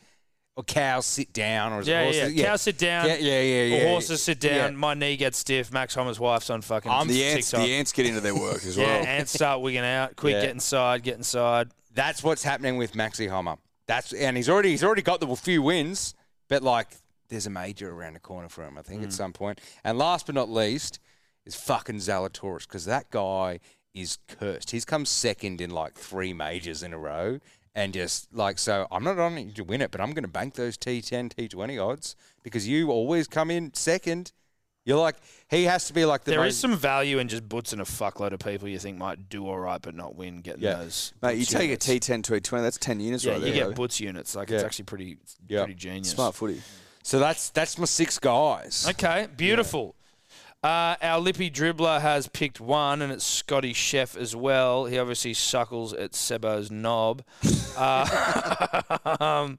[SPEAKER 3] or cows sit down, or is
[SPEAKER 1] Yeah,
[SPEAKER 3] it horses?
[SPEAKER 1] yeah. Cows sit down.
[SPEAKER 3] Yeah, yeah, yeah. yeah,
[SPEAKER 1] The
[SPEAKER 3] yeah.
[SPEAKER 1] horses sit down.
[SPEAKER 3] Yeah.
[SPEAKER 1] My knee gets stiff. Max Homer's wife's on fucking
[SPEAKER 3] I'm-
[SPEAKER 2] The
[SPEAKER 1] TikTok.
[SPEAKER 2] ants, the ants get into their work as
[SPEAKER 1] yeah,
[SPEAKER 2] well.
[SPEAKER 1] ants start wigging out. Quick,
[SPEAKER 3] Yeah.
[SPEAKER 1] get inside. Get inside.
[SPEAKER 3] That's what's happening with Maxi Homer. That's and he's already he's already got the few wins, but like there's a major around the corner for him, I
[SPEAKER 1] Mm.
[SPEAKER 3] think, at some point. And last but not least is fucking Zalatoris because that guy is cursed. He's come second in like three majors in a row, and just like so, I'm not on it to win it, but I'm going to bank those T10, T20 odds because you always come in second. You're like he has to be like the
[SPEAKER 1] There
[SPEAKER 3] most,
[SPEAKER 1] is some value in just boots and a fuckload of people you think might do all right but not win getting
[SPEAKER 3] Yeah.
[SPEAKER 1] those.
[SPEAKER 2] Mate, you
[SPEAKER 1] boots
[SPEAKER 2] take a
[SPEAKER 1] units.
[SPEAKER 2] T10 to a 20, that's 10 units
[SPEAKER 1] Yeah,
[SPEAKER 2] right
[SPEAKER 1] you
[SPEAKER 2] there.
[SPEAKER 1] get
[SPEAKER 2] baby.
[SPEAKER 1] boots units. Like it's
[SPEAKER 3] Yeah.
[SPEAKER 1] actually pretty, it's
[SPEAKER 3] Yeah.
[SPEAKER 1] pretty genius.
[SPEAKER 2] Smart footy.
[SPEAKER 3] so that's that's my six guys.
[SPEAKER 1] Okay, beautiful. Uh, our lippy dribbler has picked one, and it's Scotty Chef as well. He obviously suckles at Sebo's knob. uh, um,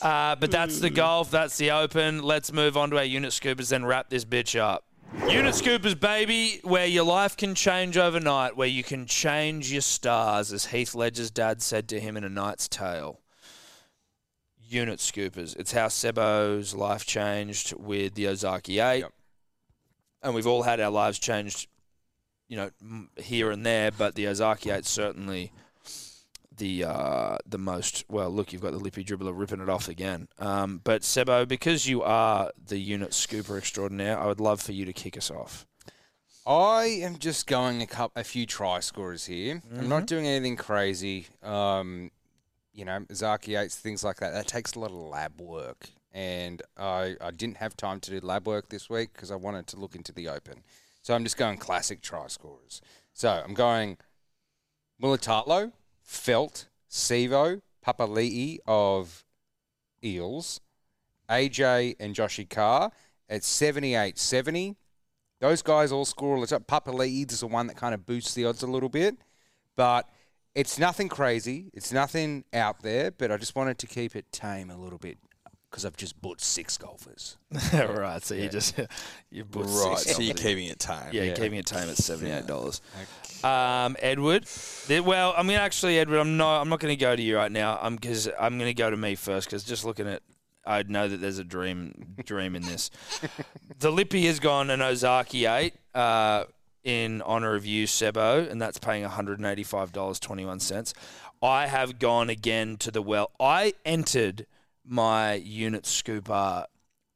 [SPEAKER 1] uh, but that's the golf, that's the open. Let's move on to our unit scoopers, then wrap this bitch up. Unit scoopers, baby, where your life can change overnight, where you can change your stars, as Heath Ledger's dad said to him in A Knight's Tale unit scoopers. It's how Sebo's life changed with the Ozaki 8.
[SPEAKER 3] Yep.
[SPEAKER 1] And we've all had our lives changed, you know, m- here and there, but the Ozaki 8 certainly the uh, the most well look you've got the lippy dribbler ripping it off again um, but sebo because you are the unit scooper extraordinaire i would love for you to kick us off
[SPEAKER 3] I am just going a couple, a few try scorers here. I'm not doing anything crazy. Um, you know, Zaki Yates, things like that. That takes a lot of lab work, and I I didn't have time to do lab work this week because I wanted to look into the open. So I'm just going classic try scorers. So I'm going Mulatalo, Felt, Sevo, Papali'i of Eels, AJ and Joshy Carr at 78 70. Those guys all score. It's up. Papa Leeds is the one that kind of boosts the odds a little bit, but it's nothing crazy. It's nothing out there. But I just wanted to keep it tame a little bit because I've just bought six golfers.
[SPEAKER 1] right so you just you
[SPEAKER 2] Right, so you're keeping it tame.
[SPEAKER 1] Yeah, keeping it tame at seventy eight dollars. Um, Edward, Th- well, I'm gonna actually, Edward, I'm not, I'm not gonna go to you right now. I'm because I'm gonna go to me first because just looking at, I know that there's a dream, dream in this. the Lippy has gone an Ozaki eight uh, in honor of you, Sebo, and that's paying one hundred and eighty five dollars twenty one cents. I have gone again to the well. I entered my unit scooper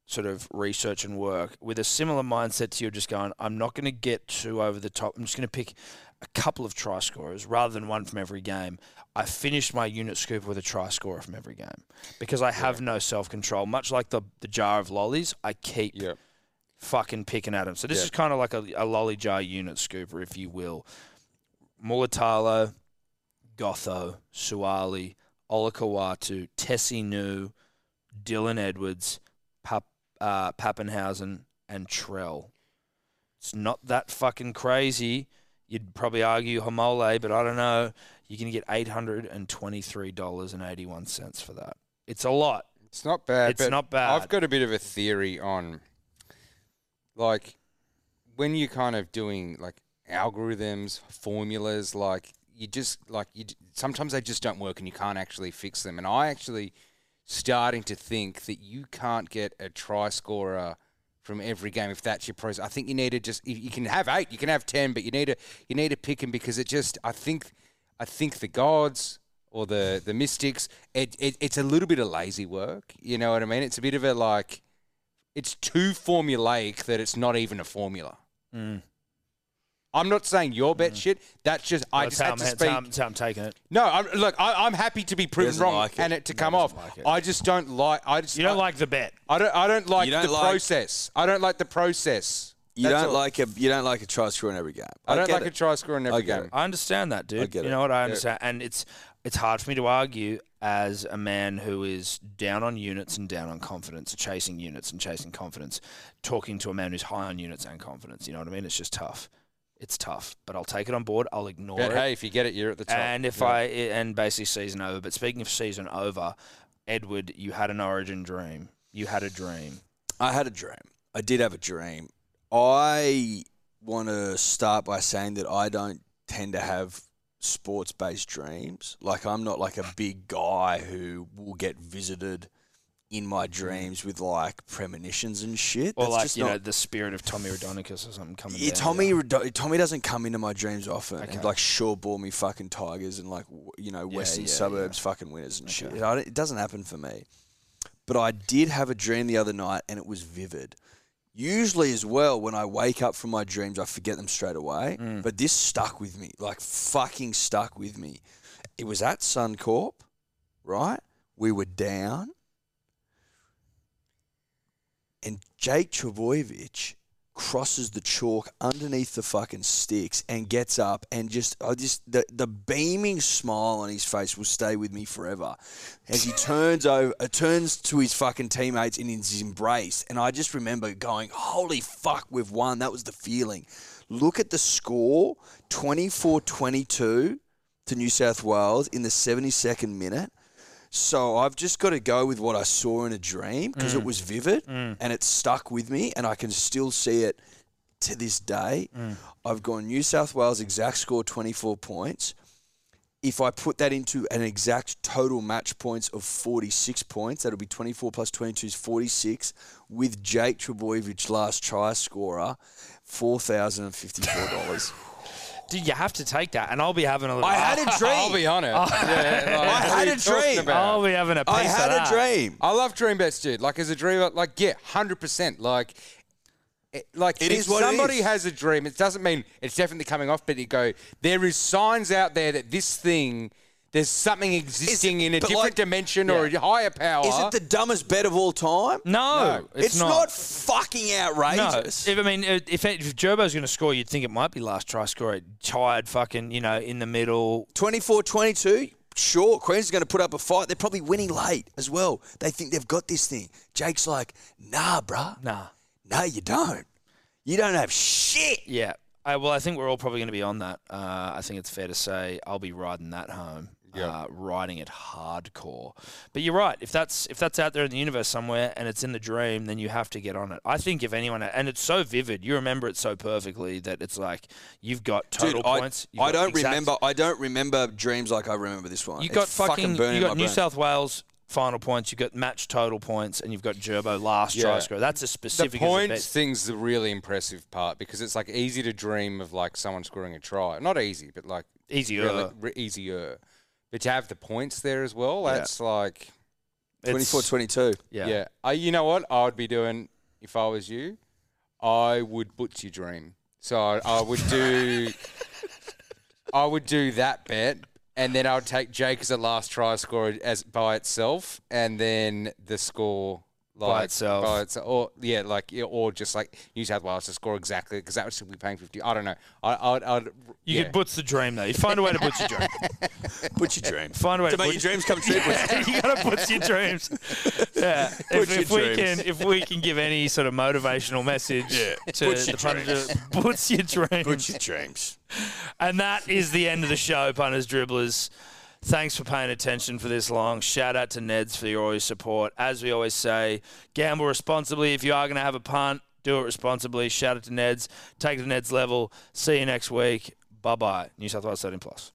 [SPEAKER 1] sort of research and work with a similar mindset to you, just going, I'm not going to get too over the top. I'm just going to pick a couple of try scorers rather than one from every game. I finished my unit scoop with a try scorer from every game because I have no self control. Much like the, the jar of lollies, I keep fucking picking at him. So this is kind of like a, a lolly jar unit scooper, if you will. Mulatalo, Gotho, Suwali, Olakawatu, Tessie Nu, Dylan Edwards, Pap, uh, Pappenhausen, and Trell. It's not that fucking crazy. You'd probably argue Homole, but I don't know. You're going to get $823.81 for that. It's a lot.
[SPEAKER 3] It's not bad.
[SPEAKER 1] It's
[SPEAKER 3] but
[SPEAKER 1] not bad.
[SPEAKER 3] I've got a bit of a theory on, like, when you're kind of doing like algorithms, formulas, like you just like you. d- Sometimes they just don't work, and you can't actually fix them. And I actually starting to think that you can't get a try scorer from every game if that's your process. I think you need to just you you can have eight, you can have ten, but you need to you need to pick them because it just I think I think the gods or the the mystics it, it it's a little bit of lazy work. You know what I mean? It's a bit of a like it's too formulaic that it's not even a formula.
[SPEAKER 1] Mm.
[SPEAKER 3] I'm not saying your bet shit. That's just I
[SPEAKER 1] That's
[SPEAKER 3] just
[SPEAKER 1] how
[SPEAKER 3] had
[SPEAKER 1] I'm,
[SPEAKER 3] to
[SPEAKER 1] that's
[SPEAKER 3] speak.
[SPEAKER 1] how I'm- that's how I'm taking it.
[SPEAKER 3] No, I'm, look, I, I'm happy to be proven
[SPEAKER 2] doesn't
[SPEAKER 3] wrong
[SPEAKER 2] like it.
[SPEAKER 3] and it to come off. I just don't like. I just
[SPEAKER 1] You don't
[SPEAKER 3] I-
[SPEAKER 1] like the bet.
[SPEAKER 3] I don't. I don't like
[SPEAKER 2] You don't
[SPEAKER 3] the
[SPEAKER 2] like-
[SPEAKER 3] process. I don't like the process.
[SPEAKER 2] You
[SPEAKER 4] That's
[SPEAKER 2] don't
[SPEAKER 4] all.
[SPEAKER 2] like a you don't like a try scorer in every game.
[SPEAKER 3] I don't
[SPEAKER 2] get
[SPEAKER 3] like
[SPEAKER 2] it.
[SPEAKER 3] a try scorer in every
[SPEAKER 2] I get
[SPEAKER 3] game.
[SPEAKER 2] it.
[SPEAKER 1] I understand that, dude.
[SPEAKER 2] get
[SPEAKER 1] you
[SPEAKER 2] it.
[SPEAKER 1] know what? I understand, and it's it's hard for me to argue as a man who is down on units and down on confidence, chasing units and chasing confidence, talking to a man who's high on units and confidence. You know what I mean? It's just tough. It's tough, but I'll take it on board. I'll ignore
[SPEAKER 3] But
[SPEAKER 1] it.
[SPEAKER 3] hey, if you get it, you're at the top.
[SPEAKER 1] And if
[SPEAKER 3] Yeah.
[SPEAKER 1] I and basically season over. But speaking of season over, Edward, you had an origin dream. You had a dream.
[SPEAKER 2] I had a dream. I did have a dream. I want to start by saying that I don't tend to have sports based dreams. Like, I'm not like a big guy who will get visited in my dreams with like premonitions and shit.
[SPEAKER 1] Mm. Or
[SPEAKER 2] That's
[SPEAKER 1] like,
[SPEAKER 2] just
[SPEAKER 1] you
[SPEAKER 2] not-
[SPEAKER 1] know, the spirit of Tommy Rodonicus or something coming
[SPEAKER 2] yeah,
[SPEAKER 1] down,
[SPEAKER 2] Tommy,
[SPEAKER 1] you know.
[SPEAKER 2] Rado- Tommy doesn't come into my dreams often.
[SPEAKER 1] Okay.
[SPEAKER 2] And like, sure, bore me fucking Tigers and like, w- you know, Western
[SPEAKER 1] yeah,
[SPEAKER 2] suburbs fucking winners and shit. I don't, it doesn't happen for me. But I did have a dream the other night and it was vivid. Usually, as well, when I wake up from my dreams, I forget them straight away.
[SPEAKER 1] Mm.
[SPEAKER 2] But this stuck with me, like fucking stuck with me. It was at Suncorp, right? We were down. And Jake Trebojevic crosses the chalk underneath the fucking sticks and gets up and just I just the, the beaming smile on his face will stay with me forever as he turns over uh, turns to his fucking teammates in his embrace and I just remember going holy fuck we've won that was the feeling look at the score 24-22 to New South Wales in the 72nd minute so I've just got to go with what I saw in a dream because it was vivid and it stuck with me, and I can still see it to this day. I've gone New South Wales exact score 24 points. If I put that into an exact total match points of 46 points, that'll be 24 plus 22 is 46, with Jake Trebojevic last try scorer, $4,054.
[SPEAKER 1] Dude, you have to take that, and I'll be having a little.
[SPEAKER 2] I had a
[SPEAKER 3] I'll
[SPEAKER 2] dream.
[SPEAKER 3] be on it. Yeah, like,
[SPEAKER 2] I
[SPEAKER 3] what are
[SPEAKER 2] had
[SPEAKER 3] you
[SPEAKER 2] a
[SPEAKER 3] talking
[SPEAKER 2] dream.
[SPEAKER 3] about?
[SPEAKER 1] I'll be having a piece
[SPEAKER 2] I
[SPEAKER 1] of
[SPEAKER 2] had a
[SPEAKER 1] that.
[SPEAKER 2] dream.
[SPEAKER 3] I love dream bets, dude. Like as a dreamer, like yeah, hundred percent. Like, it, like
[SPEAKER 2] It
[SPEAKER 3] if
[SPEAKER 2] is what it
[SPEAKER 3] somebody
[SPEAKER 2] is.
[SPEAKER 3] has a dream, it doesn't mean it's definitely coming off. But you go, there is signs out there that this thing, there's something existing in a
[SPEAKER 2] but,
[SPEAKER 3] different
[SPEAKER 2] like-
[SPEAKER 3] dimension or a higher power.
[SPEAKER 2] Is it the dumbest bet of all time?
[SPEAKER 1] No,
[SPEAKER 2] It's, not. fucking
[SPEAKER 1] No,
[SPEAKER 2] outrageous.
[SPEAKER 1] if, I mean, if, if if Gerbo's going to score, you'd think it might be last try scorer. Tired, fucking, you know, in the middle.
[SPEAKER 2] 24 22, sure, Queens are going to put up a fight. They're probably winning late as well. They think they've got this thing. Jake's like, nah, bruh.
[SPEAKER 1] Nah.
[SPEAKER 2] No, you don't. You don't have shit.
[SPEAKER 1] Yeah. I, well, I think we're all probably going to be on that. Uh, I think it's fair to say I'll be riding that home, uh, riding it hardcore. But you're right. If that's if that's out there in the universe somewhere and it's in the dream, then you have to get on it. I think if anyone and it's so vivid, you remember it so perfectly that it's like you've got total points. you've
[SPEAKER 2] I, I
[SPEAKER 1] got
[SPEAKER 2] don't
[SPEAKER 1] exact-
[SPEAKER 2] remember. I don't remember dreams like I remember this one.
[SPEAKER 1] You
[SPEAKER 2] It's
[SPEAKER 1] got fucking, you
[SPEAKER 2] burning my
[SPEAKER 1] got New
[SPEAKER 2] brain.
[SPEAKER 1] South Wales final points. You got match total points, and you've got Gerbo last try
[SPEAKER 3] Yeah.
[SPEAKER 1] scorer. That's a
[SPEAKER 3] the
[SPEAKER 1] specific as a
[SPEAKER 3] points
[SPEAKER 1] bet.
[SPEAKER 3] thing's the really impressive part because it's like easy to dream of like someone scoring a try. Not easy, but like
[SPEAKER 1] Easier.
[SPEAKER 3] really- re- easier. But to have the points there as well, that's like
[SPEAKER 2] 24
[SPEAKER 1] It's-
[SPEAKER 2] 22.
[SPEAKER 1] Yeah.
[SPEAKER 3] Yeah. Uh, you know what I would be doing if I was you? I would butch your dream. So I, I would do, I would do that bet, and then I would take Jake as a last try scorer as by itself, and then the score like,
[SPEAKER 1] itself.
[SPEAKER 3] by itse- or yeah, like yeah, or just like New South Wales to score exactly because that would simply paying fifty. I don't know. I, I would, I would
[SPEAKER 1] You
[SPEAKER 3] yeah.
[SPEAKER 1] could butch the dream though. You find a way to butch your dream.
[SPEAKER 2] Put your dream.
[SPEAKER 1] Find a way
[SPEAKER 2] to
[SPEAKER 1] to,
[SPEAKER 2] make your
[SPEAKER 1] butch
[SPEAKER 2] dreams come true. Butch.
[SPEAKER 1] you gotta butch your dreams. Yeah. if
[SPEAKER 2] your
[SPEAKER 1] if we
[SPEAKER 2] dreams.
[SPEAKER 1] can if we can give any sort of motivational message to
[SPEAKER 2] Butch
[SPEAKER 1] the
[SPEAKER 2] your
[SPEAKER 1] punters, butch your dreams.
[SPEAKER 2] Put your dreams.
[SPEAKER 1] And that is the end of the show, punters, dribblers. Thanks for paying attention for this long. Shout out to Neds for your always support. As we always say, gamble responsibly. If you are going to have a punt, do it responsibly. Shout out to Neds. Take it to Neds level. See you next week. Bye bye. New South Wales 13 plus.